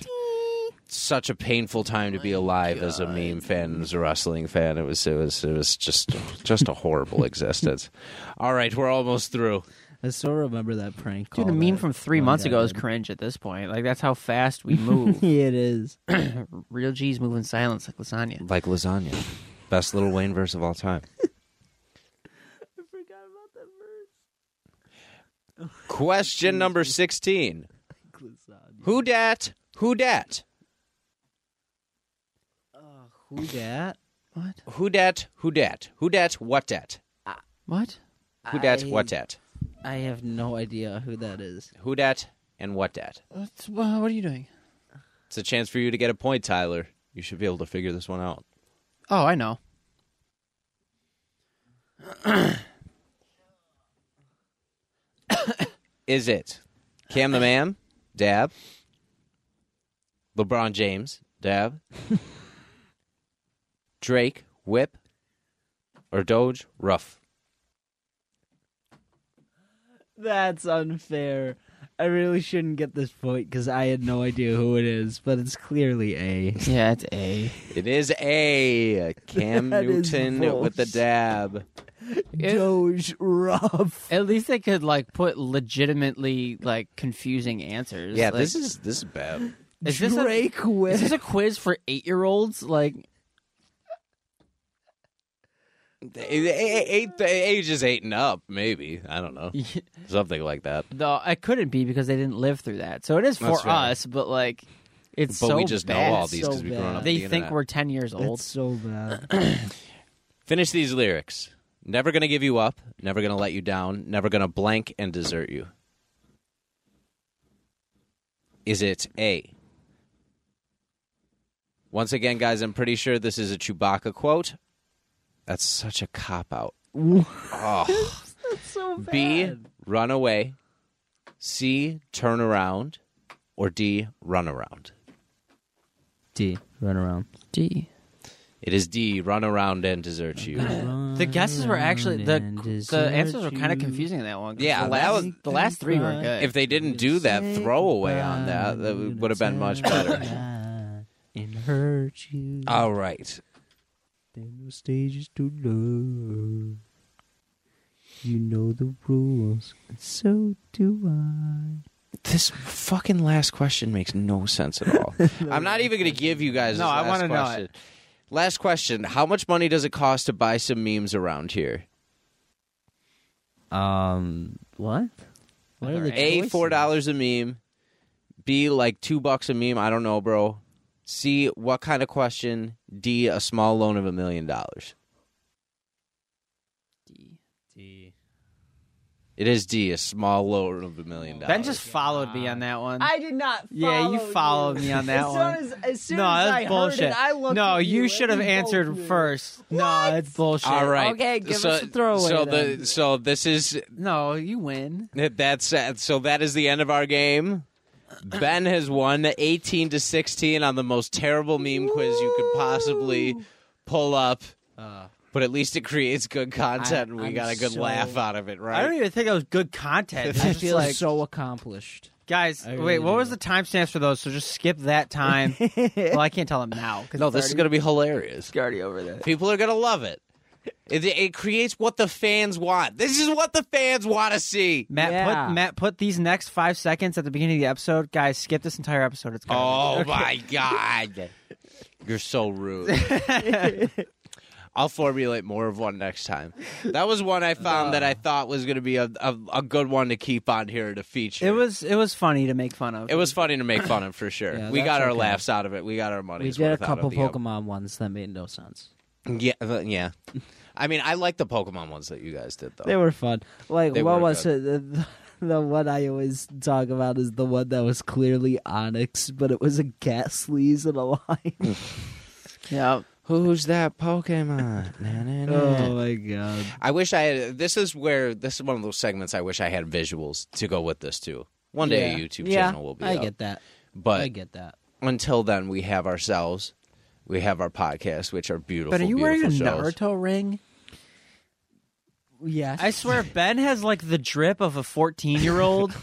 [SPEAKER 2] such a painful time to be alive as a meme fan, and as a wrestling fan. It was, it was, it was just, just a horrible existence. All right, we're almost through.
[SPEAKER 3] I still remember that prank call.
[SPEAKER 4] Dude, a meme
[SPEAKER 3] that
[SPEAKER 4] from three
[SPEAKER 3] one
[SPEAKER 4] months
[SPEAKER 3] guy
[SPEAKER 4] ago is
[SPEAKER 3] did.
[SPEAKER 4] cringe at this point. Like, that's how fast we move.
[SPEAKER 3] Yeah, it is.
[SPEAKER 4] Real G's move in silence like lasagna.
[SPEAKER 2] Like lasagna, best Little Wayne verse of all time. Question number sixteen. Who dat? Who dat?
[SPEAKER 3] Who dat?
[SPEAKER 4] What?
[SPEAKER 2] Who dat? Who dat? Who dat? What dat?
[SPEAKER 4] What?
[SPEAKER 2] Who dat?
[SPEAKER 3] I-
[SPEAKER 2] What dat?
[SPEAKER 3] I have no idea who that is.
[SPEAKER 2] Who dat? And what dat?
[SPEAKER 4] What's, wha- what are you doing?
[SPEAKER 2] It's a chance for you to get a point, Tyler. You should be able to figure this one out.
[SPEAKER 4] Oh, I know.
[SPEAKER 2] Is it Cam the Man? Dab. LeBron James? Dab. Drake? Whip. Or Doge? Rough.
[SPEAKER 3] That's unfair. I really shouldn't get this point because I had no idea who it is, but it's clearly A.
[SPEAKER 4] Yeah, it's A.
[SPEAKER 2] It is A. Cam
[SPEAKER 3] That is
[SPEAKER 2] Newton with the
[SPEAKER 3] bullshit.
[SPEAKER 2] dab.
[SPEAKER 3] Doge Ruff.
[SPEAKER 4] At least they could like put legitimately like confusing answers.
[SPEAKER 2] Yeah,
[SPEAKER 4] Like,
[SPEAKER 2] this is this is bad.
[SPEAKER 4] is this a,
[SPEAKER 3] Drake
[SPEAKER 4] is this
[SPEAKER 3] with
[SPEAKER 4] a quiz for eight year olds? Like
[SPEAKER 2] Eight, ages eight and up, maybe. I don't know. Something like that.
[SPEAKER 4] No, I couldn't be because they didn't live through that. So it is for
[SPEAKER 2] That's fair.
[SPEAKER 4] us, but like, it's
[SPEAKER 2] But
[SPEAKER 4] so
[SPEAKER 2] we just
[SPEAKER 4] bad.
[SPEAKER 2] know all these
[SPEAKER 3] so
[SPEAKER 2] because we've grown
[SPEAKER 3] bad.
[SPEAKER 2] up.
[SPEAKER 4] They
[SPEAKER 2] with the
[SPEAKER 4] think
[SPEAKER 2] internet.
[SPEAKER 4] we're ten years old.
[SPEAKER 3] That's so bad.
[SPEAKER 2] Finish these lyrics. Never gonna give you up. Never gonna let you down. Never gonna blank and desert you. Is it A? Once again, guys, I'm pretty sure this is a Chewbacca quote. That's such a cop out. Oh. B. Run away. C. Turn around. Or D. Run around.
[SPEAKER 3] D. Run around.
[SPEAKER 4] D.
[SPEAKER 2] It is D. Run around and desert you.
[SPEAKER 4] The guesses were actually the
[SPEAKER 3] And
[SPEAKER 4] the
[SPEAKER 3] desert
[SPEAKER 4] answers were kind of
[SPEAKER 3] you.
[SPEAKER 4] confusing in that one. 'cause
[SPEAKER 2] Yeah,
[SPEAKER 4] the
[SPEAKER 2] that
[SPEAKER 4] last,
[SPEAKER 2] was-
[SPEAKER 4] the last three were good.
[SPEAKER 2] if they didn't do that throwaway on that, that
[SPEAKER 3] Goodbye,
[SPEAKER 2] would have been much better. Uh,
[SPEAKER 3] And hurt you.
[SPEAKER 2] All right.
[SPEAKER 3] There no stages to love. You know the rules, and so do I.
[SPEAKER 2] This fucking last question makes no sense at all. I'm not even going to give you guys
[SPEAKER 4] No,
[SPEAKER 2] this
[SPEAKER 4] I
[SPEAKER 2] last
[SPEAKER 4] wanna know
[SPEAKER 2] question. Last question. How much money does it cost to buy some memes around here?
[SPEAKER 3] Um, what? What are the
[SPEAKER 2] A,
[SPEAKER 3] choices?
[SPEAKER 2] $4 a meme. B, like 2 bucks a meme. I don't know, bro. C, what kind of question? D, a small loan of a million dollars. It is D, a small loan of a million dollars.
[SPEAKER 4] ben just followed me on that one.
[SPEAKER 6] I did not.
[SPEAKER 4] yeah, you
[SPEAKER 6] follow
[SPEAKER 4] followed me on that
[SPEAKER 6] as
[SPEAKER 4] one.
[SPEAKER 6] Soon as, as soon
[SPEAKER 4] no,
[SPEAKER 6] as I
[SPEAKER 4] that's
[SPEAKER 6] heard
[SPEAKER 4] bullshit.
[SPEAKER 6] It, I looked
[SPEAKER 4] no,
[SPEAKER 6] at
[SPEAKER 4] you,
[SPEAKER 6] you,
[SPEAKER 4] should
[SPEAKER 6] and
[SPEAKER 4] have
[SPEAKER 6] we both
[SPEAKER 4] answered
[SPEAKER 6] knew.
[SPEAKER 4] first. No, that's bullshit.
[SPEAKER 2] All right.
[SPEAKER 3] Okay, give
[SPEAKER 2] so,
[SPEAKER 3] us a throwaway
[SPEAKER 2] So
[SPEAKER 3] then.
[SPEAKER 2] the so this is
[SPEAKER 4] No, you win.
[SPEAKER 2] that's uh, so that is the end of our game. Ben has won 18 to 16 on the most terrible meme quiz you could possibly pull up. Uh, but at least it creates good content, and we
[SPEAKER 3] I'm
[SPEAKER 2] got a good
[SPEAKER 3] so-
[SPEAKER 2] laugh out of it,
[SPEAKER 4] I
[SPEAKER 2] right?
[SPEAKER 4] don't even think that was good content. It's
[SPEAKER 3] I
[SPEAKER 4] just
[SPEAKER 3] feel
[SPEAKER 4] like,
[SPEAKER 3] so accomplished.
[SPEAKER 4] guys,
[SPEAKER 3] I
[SPEAKER 4] wait,
[SPEAKER 3] really
[SPEAKER 4] what
[SPEAKER 3] do.
[SPEAKER 4] was the timestamps for those? So just skip that time. well, I can't tell them now. 'cause
[SPEAKER 2] no,
[SPEAKER 4] it's
[SPEAKER 2] this is
[SPEAKER 4] already-
[SPEAKER 2] going to be hilarious.
[SPEAKER 4] it's already over there.
[SPEAKER 2] People are going to love it. it. It creates what the fans want. This is what the fans want to see.
[SPEAKER 4] Matt,
[SPEAKER 3] Yeah.
[SPEAKER 4] put, Matt, put these next five seconds at the beginning of the episode. Guys, skip this entire episode. It's
[SPEAKER 2] Oh
[SPEAKER 4] garbage. Okay.
[SPEAKER 2] my god. You're so rude. I'll formulate more of one next time. That was one I found that I thought was going to be a, a a good one to keep on here to feature.
[SPEAKER 4] It was it was funny to make fun of.
[SPEAKER 2] it was funny to make fun of for sure.
[SPEAKER 3] Yeah,
[SPEAKER 2] we got
[SPEAKER 3] that's
[SPEAKER 2] our
[SPEAKER 3] okay.
[SPEAKER 2] laughs out of it. We got our money.
[SPEAKER 3] We did a couple Pokemon ones that made no sense.
[SPEAKER 2] Yeah, uh, yeah. I mean, I like the Pokemon ones that you guys did though.
[SPEAKER 4] Oh.
[SPEAKER 3] They were fun. Like
[SPEAKER 2] They
[SPEAKER 3] what
[SPEAKER 2] were
[SPEAKER 3] was it? The, the one I always talk about is the one that was clearly Onyx, but it was a Ghastly's and a line.
[SPEAKER 4] yeah.
[SPEAKER 2] Who's that Pokemon? Na, na, na.
[SPEAKER 3] oh my god!
[SPEAKER 2] I wish I had. This is where this is one of those segments. I wish I had visuals to go with this too. One day a YouTube
[SPEAKER 3] yeah,
[SPEAKER 2] channel will be.
[SPEAKER 3] I
[SPEAKER 2] up.
[SPEAKER 3] get that.
[SPEAKER 2] But
[SPEAKER 3] I get that.
[SPEAKER 2] until then, we have ourselves. We have our podcasts, which are beautiful.
[SPEAKER 4] But are you wearing a
[SPEAKER 2] beautiful shows.
[SPEAKER 4] Naruto ring?
[SPEAKER 3] Yeah,
[SPEAKER 4] I swear, Ben has like the drip of a fourteen-year-old.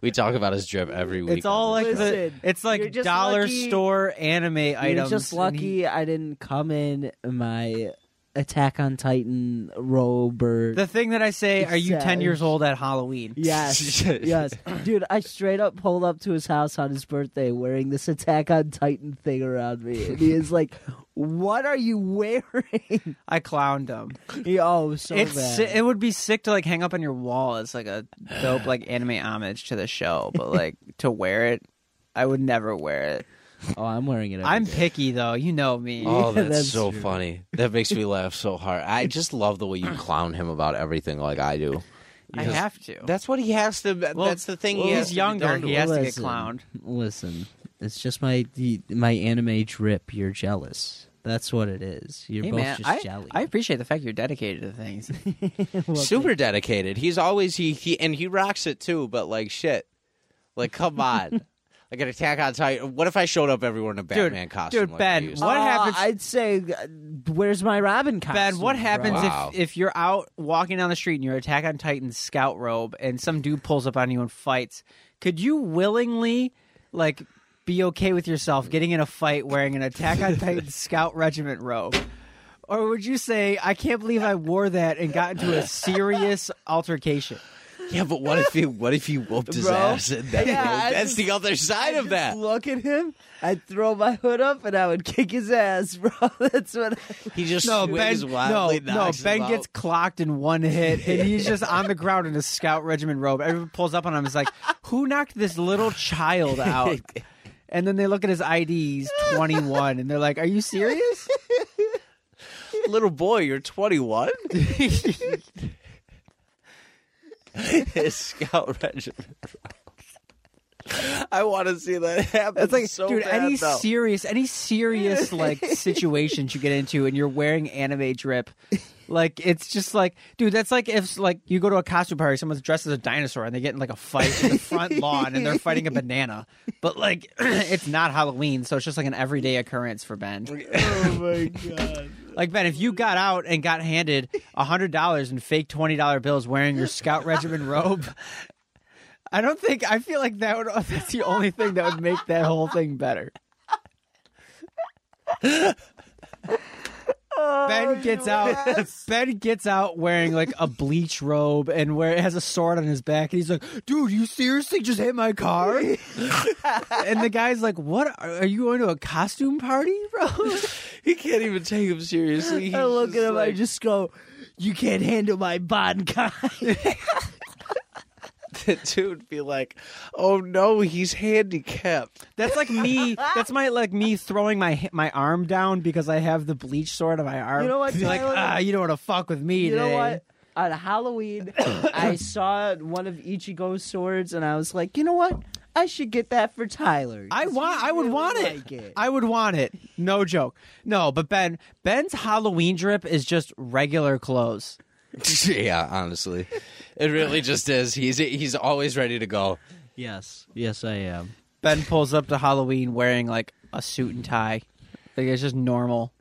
[SPEAKER 2] We talk about his drip every week.
[SPEAKER 4] It's all like the,
[SPEAKER 6] Listen,
[SPEAKER 4] it's
[SPEAKER 6] you're
[SPEAKER 4] like
[SPEAKER 6] just
[SPEAKER 4] dollar
[SPEAKER 6] lucky-
[SPEAKER 4] store anime
[SPEAKER 3] You're
[SPEAKER 4] items.
[SPEAKER 3] just
[SPEAKER 4] and
[SPEAKER 3] lucky
[SPEAKER 4] he-
[SPEAKER 3] I didn't come in my Attack on Titan robe or
[SPEAKER 4] the thing that I say, are you ten
[SPEAKER 3] Savage.
[SPEAKER 4] years old at Halloween?
[SPEAKER 3] Yes, yes, dude. I straight up pulled up to his house on his birthday wearing this Attack on Titan thing around me, and he is like, "What are you wearing?"
[SPEAKER 4] I clowned him.
[SPEAKER 3] He- oh, so
[SPEAKER 4] it's
[SPEAKER 3] bad.
[SPEAKER 4] si- it would be sick to like hang up on your wall as like a dope like anime homage to the show, but like to wear it, I would never wear it.
[SPEAKER 3] oh, I'm wearing it. every
[SPEAKER 4] I'm
[SPEAKER 3] day.
[SPEAKER 4] picky though, you know me.
[SPEAKER 2] Oh, that's,
[SPEAKER 3] that's
[SPEAKER 2] so
[SPEAKER 3] true.
[SPEAKER 2] funny. That makes me laugh so hard. I just love the way you clown him about everything, like I do.
[SPEAKER 4] I
[SPEAKER 2] Because
[SPEAKER 4] have to.
[SPEAKER 2] That's what he has to.
[SPEAKER 4] Well,
[SPEAKER 2] that's the thing. he
[SPEAKER 4] he's
[SPEAKER 2] has to be
[SPEAKER 4] younger,
[SPEAKER 2] done to
[SPEAKER 4] he
[SPEAKER 2] him.
[SPEAKER 4] has to get clowned.
[SPEAKER 3] Listen, it's just my the, my anime drip. You're jealous. That's what it is. You're
[SPEAKER 4] Hey
[SPEAKER 3] both
[SPEAKER 4] man,
[SPEAKER 3] just
[SPEAKER 4] I,
[SPEAKER 3] jelly.
[SPEAKER 4] I appreciate the fact you're dedicated to things.
[SPEAKER 2] super dedicated. He's always he he and he rocks it too. But like shit, like come on, like an Attack on Titan. What if I showed up everywhere in a Batman costume?
[SPEAKER 4] dude,
[SPEAKER 2] like
[SPEAKER 4] Ben,
[SPEAKER 2] I used to?
[SPEAKER 4] what
[SPEAKER 3] Uh,
[SPEAKER 4] happens-
[SPEAKER 3] I'd say, uh, "Where's my Robin costume?"
[SPEAKER 4] Ben, what
[SPEAKER 3] bro?
[SPEAKER 4] happens
[SPEAKER 2] Wow.
[SPEAKER 4] if if you're out walking down the street in your Attack on Titan scout robe and some dude pulls up on you and fights? Could you willingly like be okay with yourself getting in a fight wearing an Attack on Titan scout regiment robe? Or would you say, I can't believe I wore that and got into a serious altercation?
[SPEAKER 2] Yeah, but what if he what if he whooped his
[SPEAKER 3] Bro.
[SPEAKER 2] ass? And that,
[SPEAKER 3] Yeah, I
[SPEAKER 2] that's
[SPEAKER 3] just-
[SPEAKER 2] the other side
[SPEAKER 3] I'd
[SPEAKER 2] of that.
[SPEAKER 3] just Look at him. I'd throw my hood up and I would kick his ass, bro. That's what. I...
[SPEAKER 2] he just
[SPEAKER 4] No, Ben.
[SPEAKER 2] swings
[SPEAKER 4] No,
[SPEAKER 2] wildly,
[SPEAKER 4] no,
[SPEAKER 2] knocks
[SPEAKER 4] Ben
[SPEAKER 2] him
[SPEAKER 4] gets
[SPEAKER 2] out.
[SPEAKER 4] clocked in one hit, and he's just on the ground in a scout regiment robe. Everyone pulls up on him. Is like, who knocked this little child out? And then they look at his ID. He's twenty one, and they're like, "Are you serious?"
[SPEAKER 2] little boy. You're 21. His scout regiment. I want to see that happen.
[SPEAKER 4] It's like,
[SPEAKER 2] so
[SPEAKER 4] dude,
[SPEAKER 2] bad,
[SPEAKER 4] any
[SPEAKER 2] though.
[SPEAKER 4] serious, any serious like situations you get into, and you're wearing anime drip, like it's just like, dude, that's like if like you go to a costume party, someone's dressed as a dinosaur, and they get in like a fight in the front lawn, and they're fighting a banana, but like it's not Halloween, so it's just like an everyday occurrence for Ben.
[SPEAKER 3] Oh my god.
[SPEAKER 4] Like Ben, if you got out and got handed hundred dollars in fake twenty dollar bills wearing your scout regiment robe. I don't think I feel like that would that's the only thing that would make that whole thing better. Ben gets out. Ben gets out wearing like a bleach robe and where it has a sword on his back, and he's like, "Dude, you seriously just hit my car?" and the guy's like, "What? Are are you going to a costume party, bro?"
[SPEAKER 2] He can't even take him seriously. He's
[SPEAKER 3] I look at
[SPEAKER 2] just
[SPEAKER 3] him. I
[SPEAKER 2] like-
[SPEAKER 3] just go, "You can't handle my bonkai."
[SPEAKER 2] the dude be like, "Oh no, he's handicapped."
[SPEAKER 4] That's like me. That's my like me throwing my my arm down because I have the bleach sword on my arm.
[SPEAKER 6] You know what,
[SPEAKER 4] You're like
[SPEAKER 6] Tyler?
[SPEAKER 4] ah, you don't want to fuck with me.
[SPEAKER 3] you know
[SPEAKER 4] today."
[SPEAKER 3] what? On Halloween, I saw one of Ichigo's swords, and I was like, "You know what? I should get that for Tyler."
[SPEAKER 4] I
[SPEAKER 3] 'cause
[SPEAKER 4] want.
[SPEAKER 3] he
[SPEAKER 4] I would
[SPEAKER 3] really
[SPEAKER 4] want it.
[SPEAKER 3] like it.
[SPEAKER 4] I would want it. No joke. No, but Ben Ben's Halloween drip is just regular clothes.
[SPEAKER 2] yeah, honestly, it really just is. He's he's always ready to go.
[SPEAKER 3] Yes, yes, I am.
[SPEAKER 4] Ben pulls up to Halloween wearing like a suit and tie. Like it's just normal.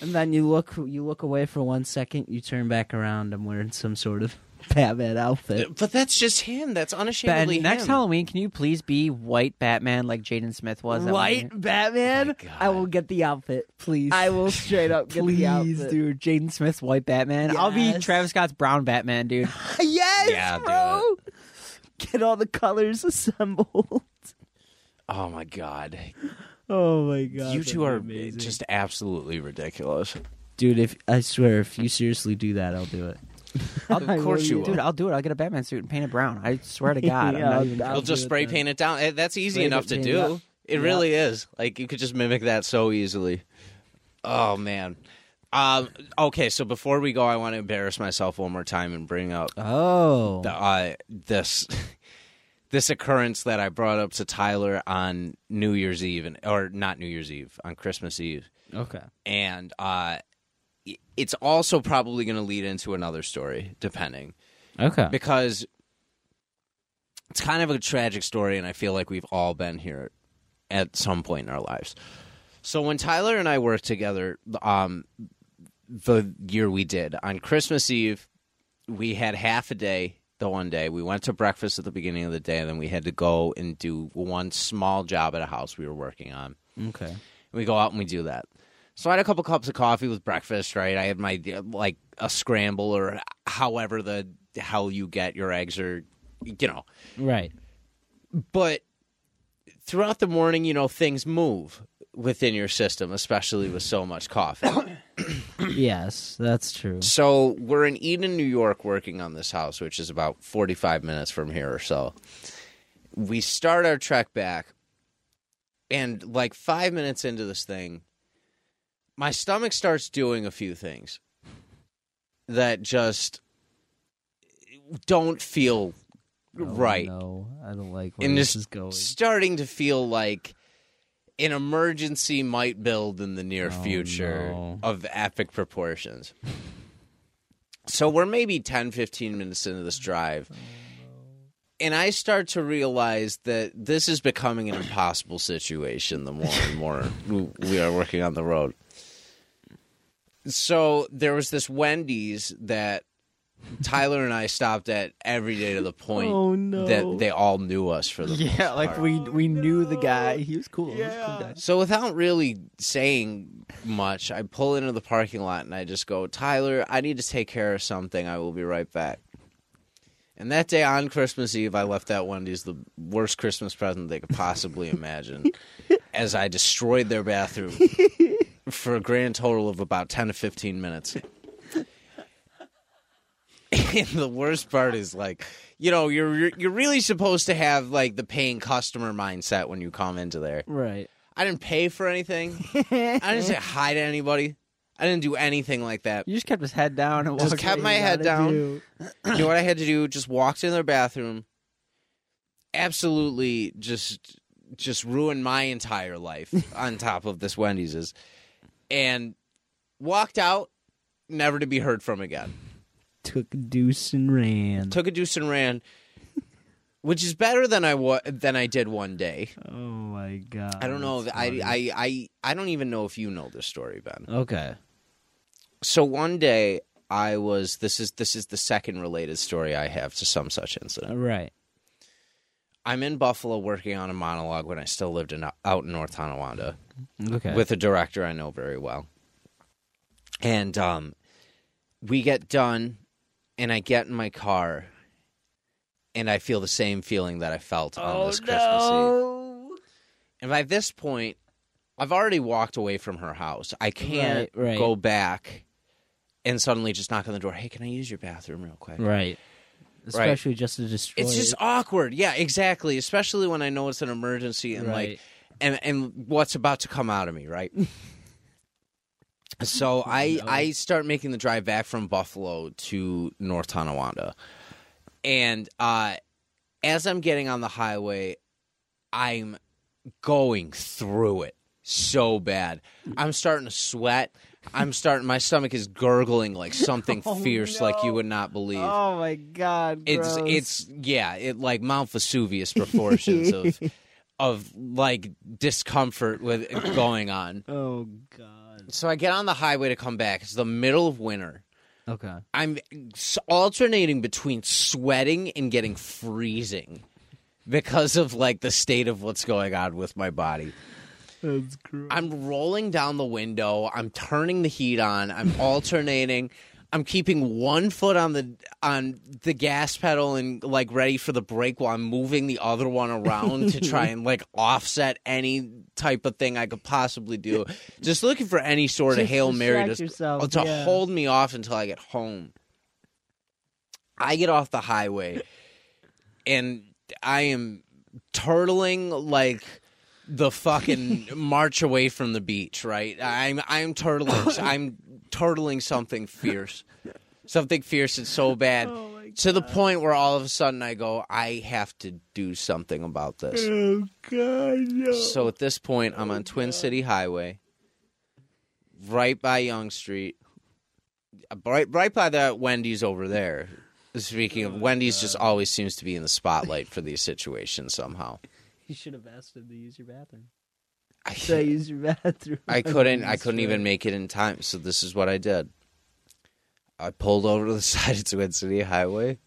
[SPEAKER 3] And then you look you look away for one second, you turn back around, I'm wearing some sort of Batman outfit.
[SPEAKER 2] But that's just him. That's
[SPEAKER 4] Ben,
[SPEAKER 2] unashamedly
[SPEAKER 4] next
[SPEAKER 2] him.
[SPEAKER 4] Halloween, can you please be white Batman like Jaden Smith was? that one
[SPEAKER 3] White
[SPEAKER 4] year?
[SPEAKER 3] Batman?
[SPEAKER 2] Oh my
[SPEAKER 3] I will
[SPEAKER 2] God.
[SPEAKER 3] get the outfit, please.
[SPEAKER 6] I will straight up get the
[SPEAKER 3] please,
[SPEAKER 6] outfit.
[SPEAKER 3] dude.
[SPEAKER 4] dude. Jaden Smith's white Batman. I'll be
[SPEAKER 3] Yes.
[SPEAKER 4] Travis Scott's brown Batman, dude.
[SPEAKER 3] Yes,
[SPEAKER 2] Yeah, do
[SPEAKER 3] bro. Get all the colors assembled.
[SPEAKER 2] Oh my god,
[SPEAKER 3] Oh my god.
[SPEAKER 2] you
[SPEAKER 3] that'd
[SPEAKER 2] two
[SPEAKER 3] be
[SPEAKER 2] are
[SPEAKER 3] amazing.
[SPEAKER 2] just absolutely ridiculous.
[SPEAKER 3] dude. If I swear, if you seriously do that, I'll do it.
[SPEAKER 2] Of course you
[SPEAKER 4] Dude,
[SPEAKER 2] will.
[SPEAKER 4] I'll do it. I'll get a Batman suit and paint it brown. I swear to God.
[SPEAKER 3] Yeah,
[SPEAKER 4] I'm not
[SPEAKER 3] I'll-
[SPEAKER 4] even
[SPEAKER 3] I'll
[SPEAKER 2] You'll just
[SPEAKER 3] do it
[SPEAKER 2] spray
[SPEAKER 3] then.
[SPEAKER 2] paint it down. Eh, That's easy
[SPEAKER 3] Spray
[SPEAKER 2] enough to
[SPEAKER 3] paint,
[SPEAKER 2] do.
[SPEAKER 3] yeah.
[SPEAKER 2] It really is. Like you could just mimic that so easily. Oh man. Um, okay, so before we go, I want to embarrass myself one more time and bring up
[SPEAKER 3] Oh,
[SPEAKER 2] the, uh, this this occurrence that I brought up to Tyler on New Year's Eve, and, or not New Year's Eve, on Christmas Eve,
[SPEAKER 3] okay.
[SPEAKER 2] and uh, i- it's also probably going to lead into another story, depending
[SPEAKER 3] Okay.
[SPEAKER 2] because it's kind of a tragic story, and I feel like we've all been here at some point in our lives. So when Tyler and I worked together, um, the year we did on Christmas Eve, we had half a day. The one day we went to breakfast at the beginning of the day, and then we had to go and do one small job at a house we were working on.
[SPEAKER 3] Okay.
[SPEAKER 2] We go out and we do that. So I had a couple cups of coffee with breakfast, right? I had my like a scramble or however the hell you get your eggs or you know.
[SPEAKER 3] Right.
[SPEAKER 2] But throughout the morning, you know, things move within your system, especially with so much coffee.
[SPEAKER 3] yes, that's true.
[SPEAKER 2] so we're in Eden, New York working on this house, which is about 45 minutes from here or so. We start our trek back and like 5 minutes into this thing, my stomach starts doing a few things that just don't feel right.
[SPEAKER 3] No, I don't like where
[SPEAKER 2] And
[SPEAKER 3] this
[SPEAKER 2] just
[SPEAKER 3] is going.
[SPEAKER 2] starting to feel like an emergency might build in the near
[SPEAKER 3] Oh,
[SPEAKER 2] future
[SPEAKER 3] no.
[SPEAKER 2] of epic proportions. So we're maybe 10, 15 minutes into this drive. And I start to realize that this is becoming an impossible situation the more and more we- we are working on the road. So there was this Wendy's that Tyler and I stopped at every day to the point
[SPEAKER 3] Oh, no.
[SPEAKER 2] that they all knew us for the most
[SPEAKER 4] Yeah, like
[SPEAKER 2] part.
[SPEAKER 4] we we knew the guy. He was cool. He was a cool guy.
[SPEAKER 2] So without really saying much, I pull into the parking lot and I just go, Tyler, I need to take care of something. I will be right back. And that day on Christmas Eve, I left that Wendy's the worst Christmas present they could possibly imagine, as I destroyed their bathroom for a grand total of about ten to fifteen minutes. And the worst part is like, you know, you're you're- you're really supposed to have like the paying customer mindset when you come into there.
[SPEAKER 3] right.
[SPEAKER 2] I didn't pay for anything. I didn't say hi to anybody. I didn't do anything like that.
[SPEAKER 4] You just kept his head down and
[SPEAKER 2] Just
[SPEAKER 4] walked
[SPEAKER 2] kept
[SPEAKER 4] in.
[SPEAKER 2] my head
[SPEAKER 4] Gotta
[SPEAKER 2] down.
[SPEAKER 4] do.
[SPEAKER 2] You know what I had to do? Just walked in their bathroom. Absolutely, just just ruined my entire life on top of this Wendy's, and walked out, never to be heard from again.
[SPEAKER 3] Took a deuce and ran.
[SPEAKER 2] Took a deuce and ran, which is better than I wa- than I did one day.
[SPEAKER 3] oh my god.
[SPEAKER 2] I don't
[SPEAKER 4] Oh,
[SPEAKER 2] know. If
[SPEAKER 3] that's
[SPEAKER 2] I,
[SPEAKER 3] funny.
[SPEAKER 2] I I I don't even know if you know this story, Ben.
[SPEAKER 3] Okay.
[SPEAKER 2] so one day I was this is this is the second related story I have to some such incident.
[SPEAKER 3] All Uh, right.
[SPEAKER 2] I'm in Buffalo working on a monologue when I still lived in out in North Tonawanda
[SPEAKER 3] Okay.
[SPEAKER 2] with a director I know very well. And um we get done and I get in my car and I feel the same feeling that I felt
[SPEAKER 3] Oh,
[SPEAKER 2] on this Christmas Eve.
[SPEAKER 6] Oh,
[SPEAKER 2] And by this point, I've already walked away from her house. I can't
[SPEAKER 3] Right, right.
[SPEAKER 2] go back and suddenly just knock on the door. Hey, can I use your bathroom real quick?
[SPEAKER 3] right. Especially just to destroy.
[SPEAKER 2] It's just
[SPEAKER 3] it.
[SPEAKER 2] awkward. Yeah, exactly. Especially when I know it's an emergency and like
[SPEAKER 3] Right.
[SPEAKER 2] and and what's about to come out of me, right? so I I start making the drive back from Buffalo to North Tonawanda. And uh as I'm getting on the highway, I'm going through it so bad. I'm starting to sweat. I'm starting my stomach is gurgling like something fierce like you would not believe
[SPEAKER 6] oh my God!
[SPEAKER 2] it's
[SPEAKER 6] gross.
[SPEAKER 2] it's yeah it like mount vesuvius proportions of of like discomfort with going on
[SPEAKER 3] Oh god.
[SPEAKER 2] So I get on the highway to come back. It's the middle of winter.
[SPEAKER 3] Okay.
[SPEAKER 2] I'm s- alternating between sweating and getting freezing because of like the state of what's going on with my body.
[SPEAKER 3] That's cruel.
[SPEAKER 2] I'm rolling down the window. I'm turning the heat on. I'm alternating. I'm keeping one foot on the on the gas pedal and like ready for the brake while I'm moving the other one around to try and like offset any type of thing I could possibly do. Just looking for any sort of
[SPEAKER 3] Just
[SPEAKER 2] hail mary
[SPEAKER 3] distract
[SPEAKER 2] just
[SPEAKER 3] yourself,
[SPEAKER 2] to
[SPEAKER 3] yeah.
[SPEAKER 2] hold me off until I get home. I get off the highway and I am turtling like the fucking march away from the beach, right? I'm I'm turtling I'm turtling something fierce. Something fierce and so bad. to the point where all of a sudden I go, I have to do something about this. Oh god. So at this point I'm on Twin City Highway right by Young Street. Right right by that Wendy's over there. Speaking of Wendy's just always seems to be in the spotlight for these situations somehow.
[SPEAKER 3] You should have asked him to use your bathroom.
[SPEAKER 2] I-
[SPEAKER 3] So use your bathroom.
[SPEAKER 2] I couldn't. I couldn't even make it in time. So this is what I did. I pulled over to the side of Twin City Highway.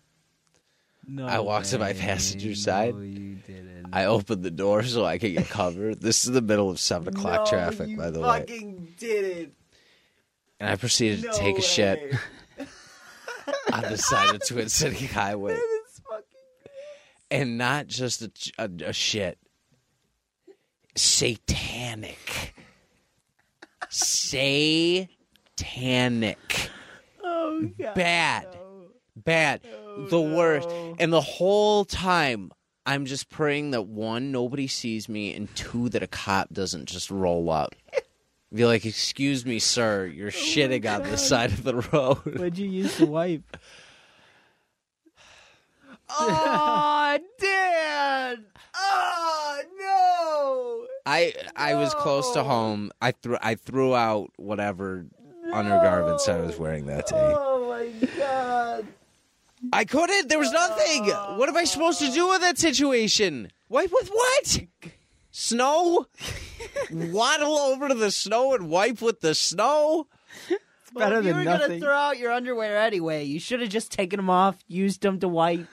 [SPEAKER 3] No
[SPEAKER 2] I walked to my
[SPEAKER 3] way.
[SPEAKER 2] passenger side.
[SPEAKER 3] No, you didn't.
[SPEAKER 2] I opened the door so I could get cover. this is the middle of seven o'clock traffic, by the way.
[SPEAKER 6] did
[SPEAKER 2] And I proceeded to take a shit on the side of Twin City Highway, and not just a, ch- a, a shit, satanic, satanic.
[SPEAKER 6] Oh god.
[SPEAKER 2] bad, bad, the worst. And the whole time, I'm just praying that one, nobody sees me, and two, that a cop doesn't just roll up. Be like, excuse me, sir, you're shitting on the side of the road.
[SPEAKER 3] What'd you use to wipe?
[SPEAKER 6] Oh, Dan! Oh
[SPEAKER 2] I I was close to home. I threw I threw out whatever undergarments I was wearing that
[SPEAKER 6] no!
[SPEAKER 2] day.
[SPEAKER 6] Oh my god!
[SPEAKER 2] I couldn't. There was nothing. What am I supposed to do with that situation? Wipe with what? Snow? Waddle over to the snow and wipe with the snow?
[SPEAKER 6] Well,
[SPEAKER 3] better
[SPEAKER 6] if you
[SPEAKER 3] than
[SPEAKER 6] were
[SPEAKER 3] nothing.
[SPEAKER 6] gonna throw out your underwear anyway. You should have just taken them off, used them to wipe.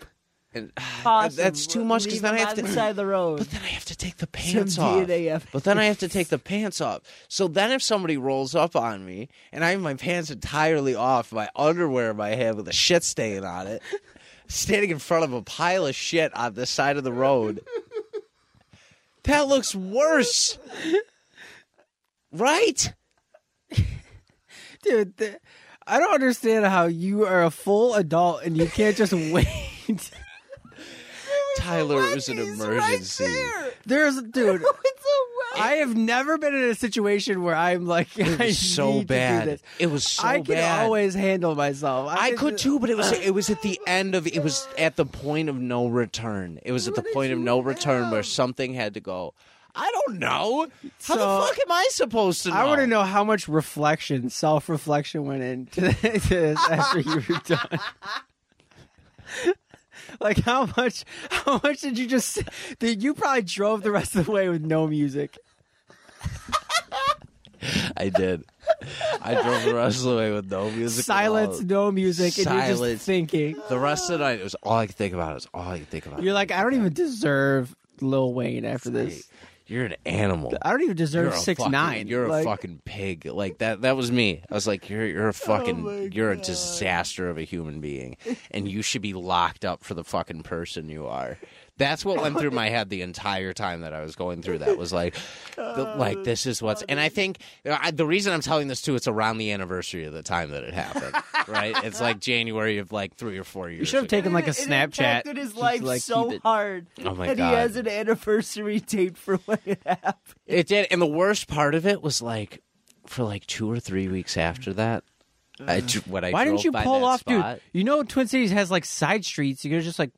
[SPEAKER 2] And,
[SPEAKER 6] toss 'em,
[SPEAKER 2] that's too much because
[SPEAKER 6] leave
[SPEAKER 2] then I
[SPEAKER 6] 'em
[SPEAKER 2] have
[SPEAKER 6] on the
[SPEAKER 2] to.
[SPEAKER 6] side of the road.
[SPEAKER 2] But then I have to take the pants
[SPEAKER 3] Some
[SPEAKER 2] off.
[SPEAKER 3] DNA evidence.
[SPEAKER 2] But then I have to take the pants off. So then, if somebody rolls up on me and I have my pants entirely off, my underwear in my hand with a shit stain on it, standing in front of a pile of shit on the side of the road, that looks worse. Right?
[SPEAKER 4] dude. th- I don't understand how you are a full adult and you can't just wait.
[SPEAKER 2] Tyler, it was an emergency.
[SPEAKER 4] There's, dude. I have never been in a situation where I'm like,
[SPEAKER 2] It
[SPEAKER 4] I
[SPEAKER 2] was so
[SPEAKER 4] need to do
[SPEAKER 2] bad.
[SPEAKER 4] this.
[SPEAKER 2] It was so
[SPEAKER 4] I can
[SPEAKER 2] bad.
[SPEAKER 4] always handle myself.
[SPEAKER 2] I
[SPEAKER 4] can
[SPEAKER 2] could
[SPEAKER 4] just-
[SPEAKER 2] too, but it was it was at the end of it was at the point of no return. It was at the point of no return where something had to go. I don't know. How the
[SPEAKER 4] So-
[SPEAKER 2] fuck am I supposed to know?
[SPEAKER 4] I want to know how much reflection, self reflection, went into this after you were done. like how much? How much did you just? Did you probably drove the rest of the way with no music?
[SPEAKER 2] I did. I drove the rest of the way with no music. at
[SPEAKER 4] Silence,
[SPEAKER 2] all.
[SPEAKER 4] no music, and you're
[SPEAKER 2] Silence.
[SPEAKER 4] just thinking.
[SPEAKER 2] The rest of the night, it was all I could think about. It was all I could think about.
[SPEAKER 4] You're like, I don't even deserve Lil Wayne after this.
[SPEAKER 2] You're an animal.
[SPEAKER 4] I don't even
[SPEAKER 2] You're
[SPEAKER 4] deserve
[SPEAKER 2] a
[SPEAKER 4] six
[SPEAKER 2] fucking-
[SPEAKER 4] nine.
[SPEAKER 2] You're
[SPEAKER 4] like, Oh
[SPEAKER 2] a fucking pig. Like that. That was me. I was like, you're you're a fucking you're a disaster of a human being, and you should be locked up for the fucking person you are. That's what went through my head the entire time that I was going through that was like, the,
[SPEAKER 4] Oh,
[SPEAKER 2] like this is what's. And I think I, the reason I'm telling this too, it's around the anniversary of the time that it happened, right? It's like January of like three or four years.
[SPEAKER 4] you should have
[SPEAKER 2] ago.
[SPEAKER 4] taken like a
[SPEAKER 6] It- it
[SPEAKER 4] Snapchat.
[SPEAKER 6] impacted his
[SPEAKER 4] Just,
[SPEAKER 6] life
[SPEAKER 4] like,
[SPEAKER 6] so
[SPEAKER 4] keep it-
[SPEAKER 6] hard.
[SPEAKER 2] Oh my
[SPEAKER 6] and
[SPEAKER 2] God.
[SPEAKER 6] he has an anniversary date for when it happened.
[SPEAKER 2] It did, and the worst part of it was like, for like two or three weeks after that. I, dr- when I
[SPEAKER 4] Why
[SPEAKER 2] drove
[SPEAKER 4] didn't you
[SPEAKER 2] by
[SPEAKER 4] pull
[SPEAKER 2] that
[SPEAKER 4] off,
[SPEAKER 2] spot-
[SPEAKER 4] dude? You know Twin Cities has like side streets. You could just like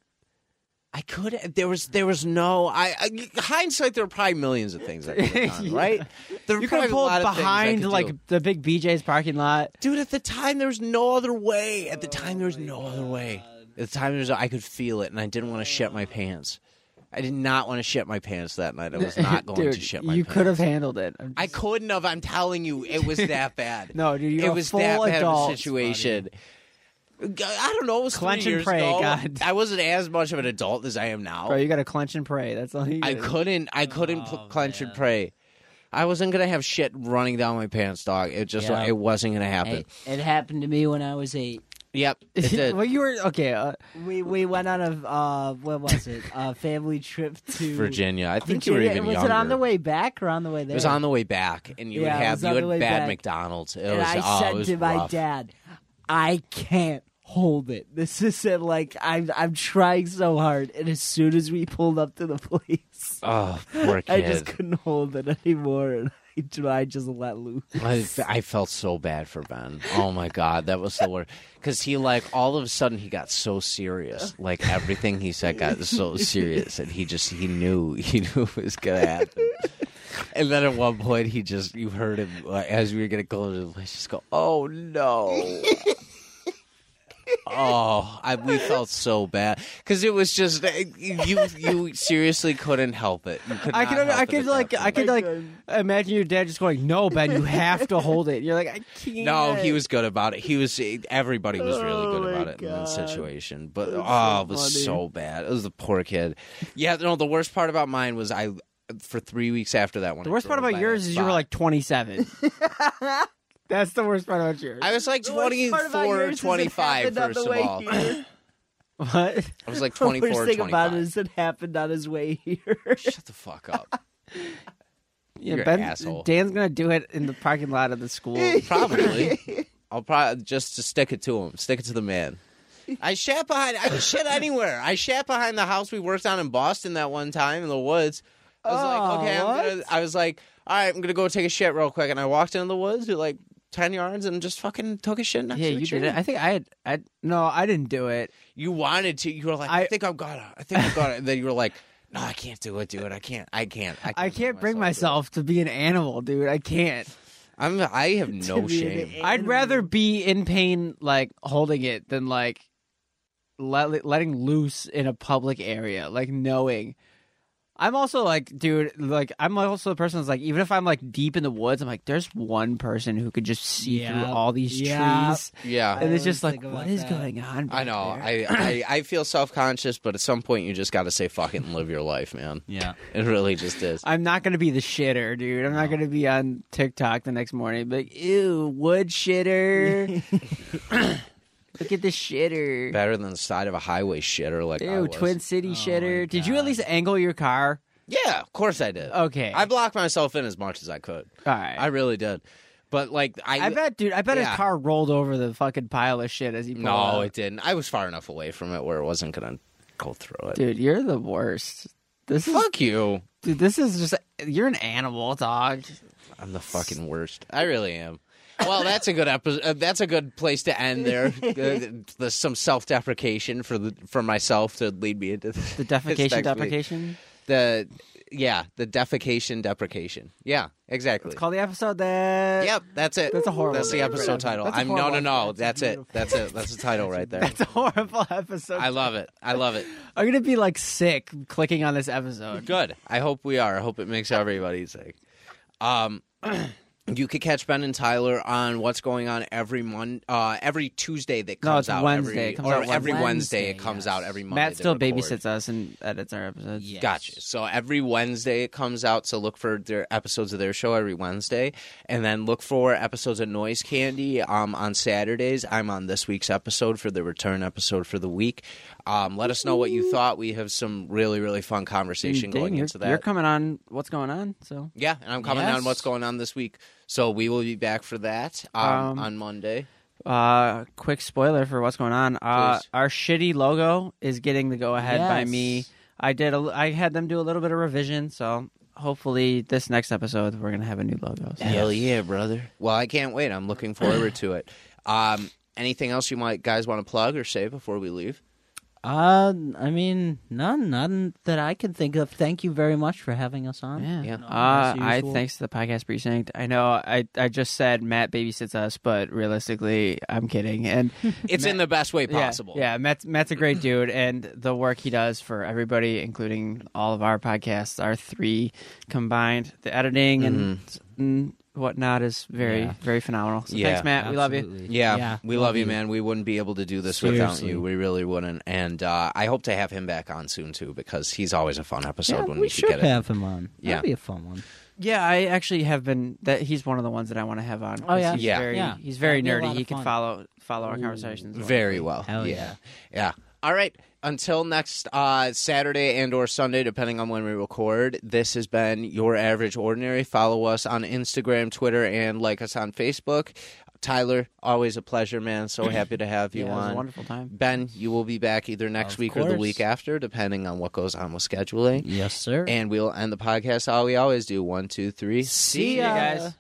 [SPEAKER 2] I could. There was. There was no. I, I hindsight. There were probably millions of things I could have done. Right. There were
[SPEAKER 4] you
[SPEAKER 2] probably
[SPEAKER 4] could have
[SPEAKER 2] a
[SPEAKER 4] pulled
[SPEAKER 2] lot of things I
[SPEAKER 4] behind
[SPEAKER 2] could
[SPEAKER 4] like
[SPEAKER 2] do.
[SPEAKER 4] the big BJ's parking lot.
[SPEAKER 2] dude. At the time, there was no other way.
[SPEAKER 4] Oh
[SPEAKER 2] At the time, there was no other way. At the time, there was. I could feel it, and I didn't want to shut my pants. I did not want to shit my pants that night. I was not going
[SPEAKER 4] Dude,
[SPEAKER 2] to shit my
[SPEAKER 4] You
[SPEAKER 2] pants.
[SPEAKER 4] could have handled it. I'm
[SPEAKER 2] I
[SPEAKER 4] just-
[SPEAKER 2] couldn't have. I'm telling you, it was that bad.
[SPEAKER 4] No, dude, you're
[SPEAKER 2] it
[SPEAKER 4] a
[SPEAKER 2] was
[SPEAKER 4] full
[SPEAKER 2] that bad
[SPEAKER 4] adult.
[SPEAKER 2] of a situation. G- I don't know. It was
[SPEAKER 4] Clench
[SPEAKER 2] three
[SPEAKER 4] and
[SPEAKER 2] years
[SPEAKER 4] pray,
[SPEAKER 2] ago.
[SPEAKER 4] God.
[SPEAKER 2] I wasn't as much of an adult as I am now.
[SPEAKER 4] Bro, you got to clench and pray. That's all you.
[SPEAKER 2] I
[SPEAKER 4] gotta do.
[SPEAKER 2] couldn't. I couldn't
[SPEAKER 3] Oh,
[SPEAKER 2] pl- clench and pray. I wasn't gonna have shit running down my pants, dog. It just
[SPEAKER 3] Yeah.
[SPEAKER 2] it wasn't gonna happen.
[SPEAKER 3] Hey, it happened to me when I was eight.
[SPEAKER 2] Yep, it did.
[SPEAKER 4] well, you were okay. Uh,
[SPEAKER 3] We we went on a uh, what was it? A family trip to
[SPEAKER 2] Virginia. I think you
[SPEAKER 3] Virginia.
[SPEAKER 2] were even
[SPEAKER 3] was
[SPEAKER 2] younger.
[SPEAKER 3] it on the way back or on the way there?
[SPEAKER 2] It was on the way back, and you
[SPEAKER 3] Yeah, it
[SPEAKER 2] would have
[SPEAKER 3] was
[SPEAKER 2] you
[SPEAKER 3] on
[SPEAKER 2] had
[SPEAKER 3] the way
[SPEAKER 2] bad
[SPEAKER 3] back.
[SPEAKER 2] McDonald's. It
[SPEAKER 3] and
[SPEAKER 2] was
[SPEAKER 3] I
[SPEAKER 2] oh,
[SPEAKER 3] said
[SPEAKER 2] it was
[SPEAKER 3] to my
[SPEAKER 2] rough.
[SPEAKER 3] dad, "I can't hold it. This isn't like I'm I'm trying so hard." And as soon as we pulled up to the place,
[SPEAKER 2] "Oh, poor kid."
[SPEAKER 3] I just couldn't hold it anymore, and I, I just let loose.
[SPEAKER 2] I, f- I felt so bad for Ben. Oh my god, that was the worst. Because he like all of a sudden he got so serious. Like everything he said got so serious, and he just he knew he knew it was gonna happen. And then at one point he just you heard him like, as we were gonna go to the place, just go, oh no. Oh, I, we felt so bad because it was just you. You seriously couldn't help it. You could
[SPEAKER 4] I
[SPEAKER 2] not
[SPEAKER 4] could,
[SPEAKER 2] help
[SPEAKER 4] I
[SPEAKER 2] it at
[SPEAKER 4] could
[SPEAKER 2] that
[SPEAKER 4] like, I
[SPEAKER 2] point.
[SPEAKER 4] could like imagine your dad just going, "No, Ben, you have to hold it." You're like, "I can't."
[SPEAKER 2] No, he was good about it. He was eh, everybody was really
[SPEAKER 3] Oh
[SPEAKER 2] good about it in that situation. But oh, it was so bad. It was the poor kid. Yeah, no, the worst part about mine was I for 3 weeks after that one.
[SPEAKER 4] The worst part about yours is you were like 27. That's the worst part about yours.
[SPEAKER 2] I was like
[SPEAKER 3] worst part about
[SPEAKER 2] 24 or
[SPEAKER 3] yours is it
[SPEAKER 2] 25
[SPEAKER 3] happened on the
[SPEAKER 2] first of
[SPEAKER 3] way
[SPEAKER 2] all.
[SPEAKER 3] here.
[SPEAKER 4] What?
[SPEAKER 2] I was like
[SPEAKER 3] The
[SPEAKER 2] 24 or
[SPEAKER 3] worst thing
[SPEAKER 2] 25.
[SPEAKER 3] about it is it happened on his way here.
[SPEAKER 2] Shut the fuck up.
[SPEAKER 4] Yeah,
[SPEAKER 2] You're an
[SPEAKER 4] Ben,
[SPEAKER 2] asshole.
[SPEAKER 4] Dan's gonna do it in the parking lot of the school.
[SPEAKER 2] Probably. I'll probably just to stick it to him. Stick it to the man. I shat behind. I can shit anywhere. I shat behind the house we worked on in Boston that one time in the woods. I was
[SPEAKER 4] Oh,
[SPEAKER 2] like, okay, I'm gonna, I was like, all right, I'm gonna go take a shit real quick, and I walked into the woods, did like ten yards, and just fucking took a shit. Next
[SPEAKER 4] yeah,
[SPEAKER 2] to the
[SPEAKER 4] you
[SPEAKER 2] tree.
[SPEAKER 4] did it. I think I had. I no, I didn't do it.
[SPEAKER 2] You wanted to. You were like, I,
[SPEAKER 4] I-
[SPEAKER 2] think I've got it. I think I've got it. And then you were like, no, I can't do it, dude. I can't. I can't. I can't,
[SPEAKER 4] I can't bring
[SPEAKER 2] do it."
[SPEAKER 4] myself to be an animal, dude. I can't.
[SPEAKER 2] I'm. I have no shame.
[SPEAKER 4] I'd rather be in pain, like holding it, than like let, letting loose in a public area, like knowing. I'm also like, dude, like I'm also the person that's like, even if I'm like deep in the woods, I'm like, there's one person who could just see
[SPEAKER 3] Yeah.
[SPEAKER 4] through all these
[SPEAKER 3] Yeah.
[SPEAKER 4] trees,
[SPEAKER 2] Yeah.
[SPEAKER 4] and it's
[SPEAKER 3] always
[SPEAKER 4] just like,
[SPEAKER 3] think
[SPEAKER 4] what
[SPEAKER 3] about
[SPEAKER 4] is
[SPEAKER 3] that.
[SPEAKER 4] going on?
[SPEAKER 2] I
[SPEAKER 4] back
[SPEAKER 2] know.
[SPEAKER 4] there?
[SPEAKER 2] I, I, I feel self conscious, but at some point you just got to say fuck it and live your life, man.
[SPEAKER 5] Yeah.
[SPEAKER 2] It really just is.
[SPEAKER 4] I'm not gonna be the shitter, dude. I'm not gonna be on TikTok the next morning. But ew, wood shitter. Look at the shitter.
[SPEAKER 2] Better than the side of a highway shitter like I
[SPEAKER 4] Ew,
[SPEAKER 2] was. Oh
[SPEAKER 4] Twin City shitter. Did you at least angle your car?
[SPEAKER 2] Yeah, of course I did.
[SPEAKER 4] Okay.
[SPEAKER 2] I blocked myself in as much as I could.
[SPEAKER 4] All right.
[SPEAKER 2] I really did. But like I,
[SPEAKER 4] I bet, dude. I bet
[SPEAKER 2] Yeah.
[SPEAKER 4] his car rolled over the fucking pile of shit as he pulled
[SPEAKER 2] no,
[SPEAKER 4] out.
[SPEAKER 2] it didn't. I was far enough away from it where it wasn't gonna go through it.
[SPEAKER 4] dude, you're the worst. This is,
[SPEAKER 2] Fuck you.
[SPEAKER 4] dude. This is just you're an animal, dog.
[SPEAKER 2] I'm the fucking worst. I really am. Well, that's a good episode. Uh, that's a good place to end there. Uh, the, some self-deprecation for the, for myself to lead me into this,
[SPEAKER 4] The
[SPEAKER 2] this
[SPEAKER 4] defecation,
[SPEAKER 2] next week.
[SPEAKER 4] deprecation.
[SPEAKER 2] the yeah the defecation deprecation yeah exactly
[SPEAKER 4] Call the episode that.
[SPEAKER 2] yep that's it
[SPEAKER 4] That's a horrible
[SPEAKER 2] that's the
[SPEAKER 4] name for
[SPEAKER 2] episode
[SPEAKER 4] it.
[SPEAKER 2] title
[SPEAKER 4] That's a
[SPEAKER 2] i'm no no
[SPEAKER 4] horrible-
[SPEAKER 2] no that's it that's it that's the title right there
[SPEAKER 4] It's a horrible episode.
[SPEAKER 2] i love it i love it
[SPEAKER 4] I'm gonna be like sick clicking on this episode.
[SPEAKER 2] good i hope we are i hope it makes everybody sick um you could catch ben and tyler on what's going on every mon uh every tuesday that
[SPEAKER 4] No,
[SPEAKER 2] comes
[SPEAKER 4] it's
[SPEAKER 2] out
[SPEAKER 4] Wednesday.
[SPEAKER 2] every,
[SPEAKER 4] It comes
[SPEAKER 2] or every
[SPEAKER 4] out
[SPEAKER 3] Wednesday.
[SPEAKER 2] wednesday it
[SPEAKER 3] Wednesday,
[SPEAKER 2] comes
[SPEAKER 3] yes.
[SPEAKER 2] out every monday
[SPEAKER 4] Matt
[SPEAKER 2] they
[SPEAKER 4] still
[SPEAKER 2] record.
[SPEAKER 4] babysits us and edits our episodes.
[SPEAKER 3] Yes.
[SPEAKER 2] Gotcha. So every Wednesday it comes out. So look for their episodes of their show every Wednesday, and then look for episodes of Noise Candy um, on Saturdays. I'm on this week's episode for the return episode for the week. Um, let us know what you thought. We have some really really fun conversation
[SPEAKER 4] Dang,
[SPEAKER 2] going
[SPEAKER 4] you're,
[SPEAKER 2] into that.
[SPEAKER 4] you're coming on. What's going on? So
[SPEAKER 2] yeah, and I'm coming
[SPEAKER 3] Yes.
[SPEAKER 2] on what's going on this week. So we will be back for that um,
[SPEAKER 4] Um,
[SPEAKER 2] on Monday.
[SPEAKER 4] Uh, quick spoiler for what's going on. Uh,
[SPEAKER 2] Please.
[SPEAKER 4] our shitty logo is getting the go ahead by
[SPEAKER 3] Yes.
[SPEAKER 4] me. I did. A, I had them do a little bit of revision, so hopefully this next episode we're gonna have a new logo. So.
[SPEAKER 2] Hell yeah, brother. Well, I can't wait. I'm looking forward to it. Um, anything else you might guys want to plug or say before we leave?
[SPEAKER 3] Uh, I mean, none, none that I can think of. Thank you very much for having us on.
[SPEAKER 4] Yeah.
[SPEAKER 2] Yeah.
[SPEAKER 4] Uh,
[SPEAKER 3] as
[SPEAKER 4] I
[SPEAKER 3] usual.
[SPEAKER 4] thanks to the podcast precinct. I know I, I just said Matt babysits us, but realistically, I'm kidding. And
[SPEAKER 2] It's in the best way possible.
[SPEAKER 4] Yeah, yeah Matt's Matt's a great dude, and the work he does for everybody, including all of our podcasts, our three combined, the editing and, and whatnot is very
[SPEAKER 3] Mm-hmm. Yeah.
[SPEAKER 4] very phenomenal. So
[SPEAKER 2] Yeah.
[SPEAKER 4] thanks, Matt. We love you.
[SPEAKER 3] Absolutely.
[SPEAKER 2] Yeah, we love, you, man. We wouldn't be able to do this without
[SPEAKER 3] Seriously.
[SPEAKER 2] you. We really wouldn't. And uh, I hope to have him back on soon too, because he's always a fun episode
[SPEAKER 3] Yeah,
[SPEAKER 2] when
[SPEAKER 3] we,
[SPEAKER 2] we, could
[SPEAKER 3] should
[SPEAKER 2] get
[SPEAKER 3] have him on.
[SPEAKER 2] Yeah.
[SPEAKER 3] That'd be a fun one.
[SPEAKER 4] Yeah, I actually have been. That he's one of the ones that I want to have on. 'cause
[SPEAKER 3] Oh, yeah?
[SPEAKER 4] he's
[SPEAKER 2] Yeah.
[SPEAKER 4] very,
[SPEAKER 3] Yeah.
[SPEAKER 4] He's very
[SPEAKER 3] That'd be a
[SPEAKER 4] nerdy.
[SPEAKER 3] lot
[SPEAKER 4] He
[SPEAKER 3] of
[SPEAKER 4] can
[SPEAKER 3] fun.
[SPEAKER 4] follow follow our
[SPEAKER 3] Ooh.
[SPEAKER 4] conversations
[SPEAKER 2] it very well.
[SPEAKER 3] Hell
[SPEAKER 2] yeah. yeah,
[SPEAKER 3] yeah.
[SPEAKER 2] All right. Until next uh, Saturday and or Sunday, depending on when we record. This has been your average ordinary. Follow us on Instagram, Twitter, and like us on Facebook. Tyler, always a pleasure, man. So happy to have you
[SPEAKER 4] Yeah, it was
[SPEAKER 2] on.
[SPEAKER 4] a wonderful time.
[SPEAKER 2] Ben, you will be back either next
[SPEAKER 3] Of
[SPEAKER 2] week or the
[SPEAKER 3] course.
[SPEAKER 2] week after, depending on what goes on with scheduling.
[SPEAKER 3] Yes, sir.
[SPEAKER 2] And we'll end the podcast how we always do. One, two, three.
[SPEAKER 4] See you guys.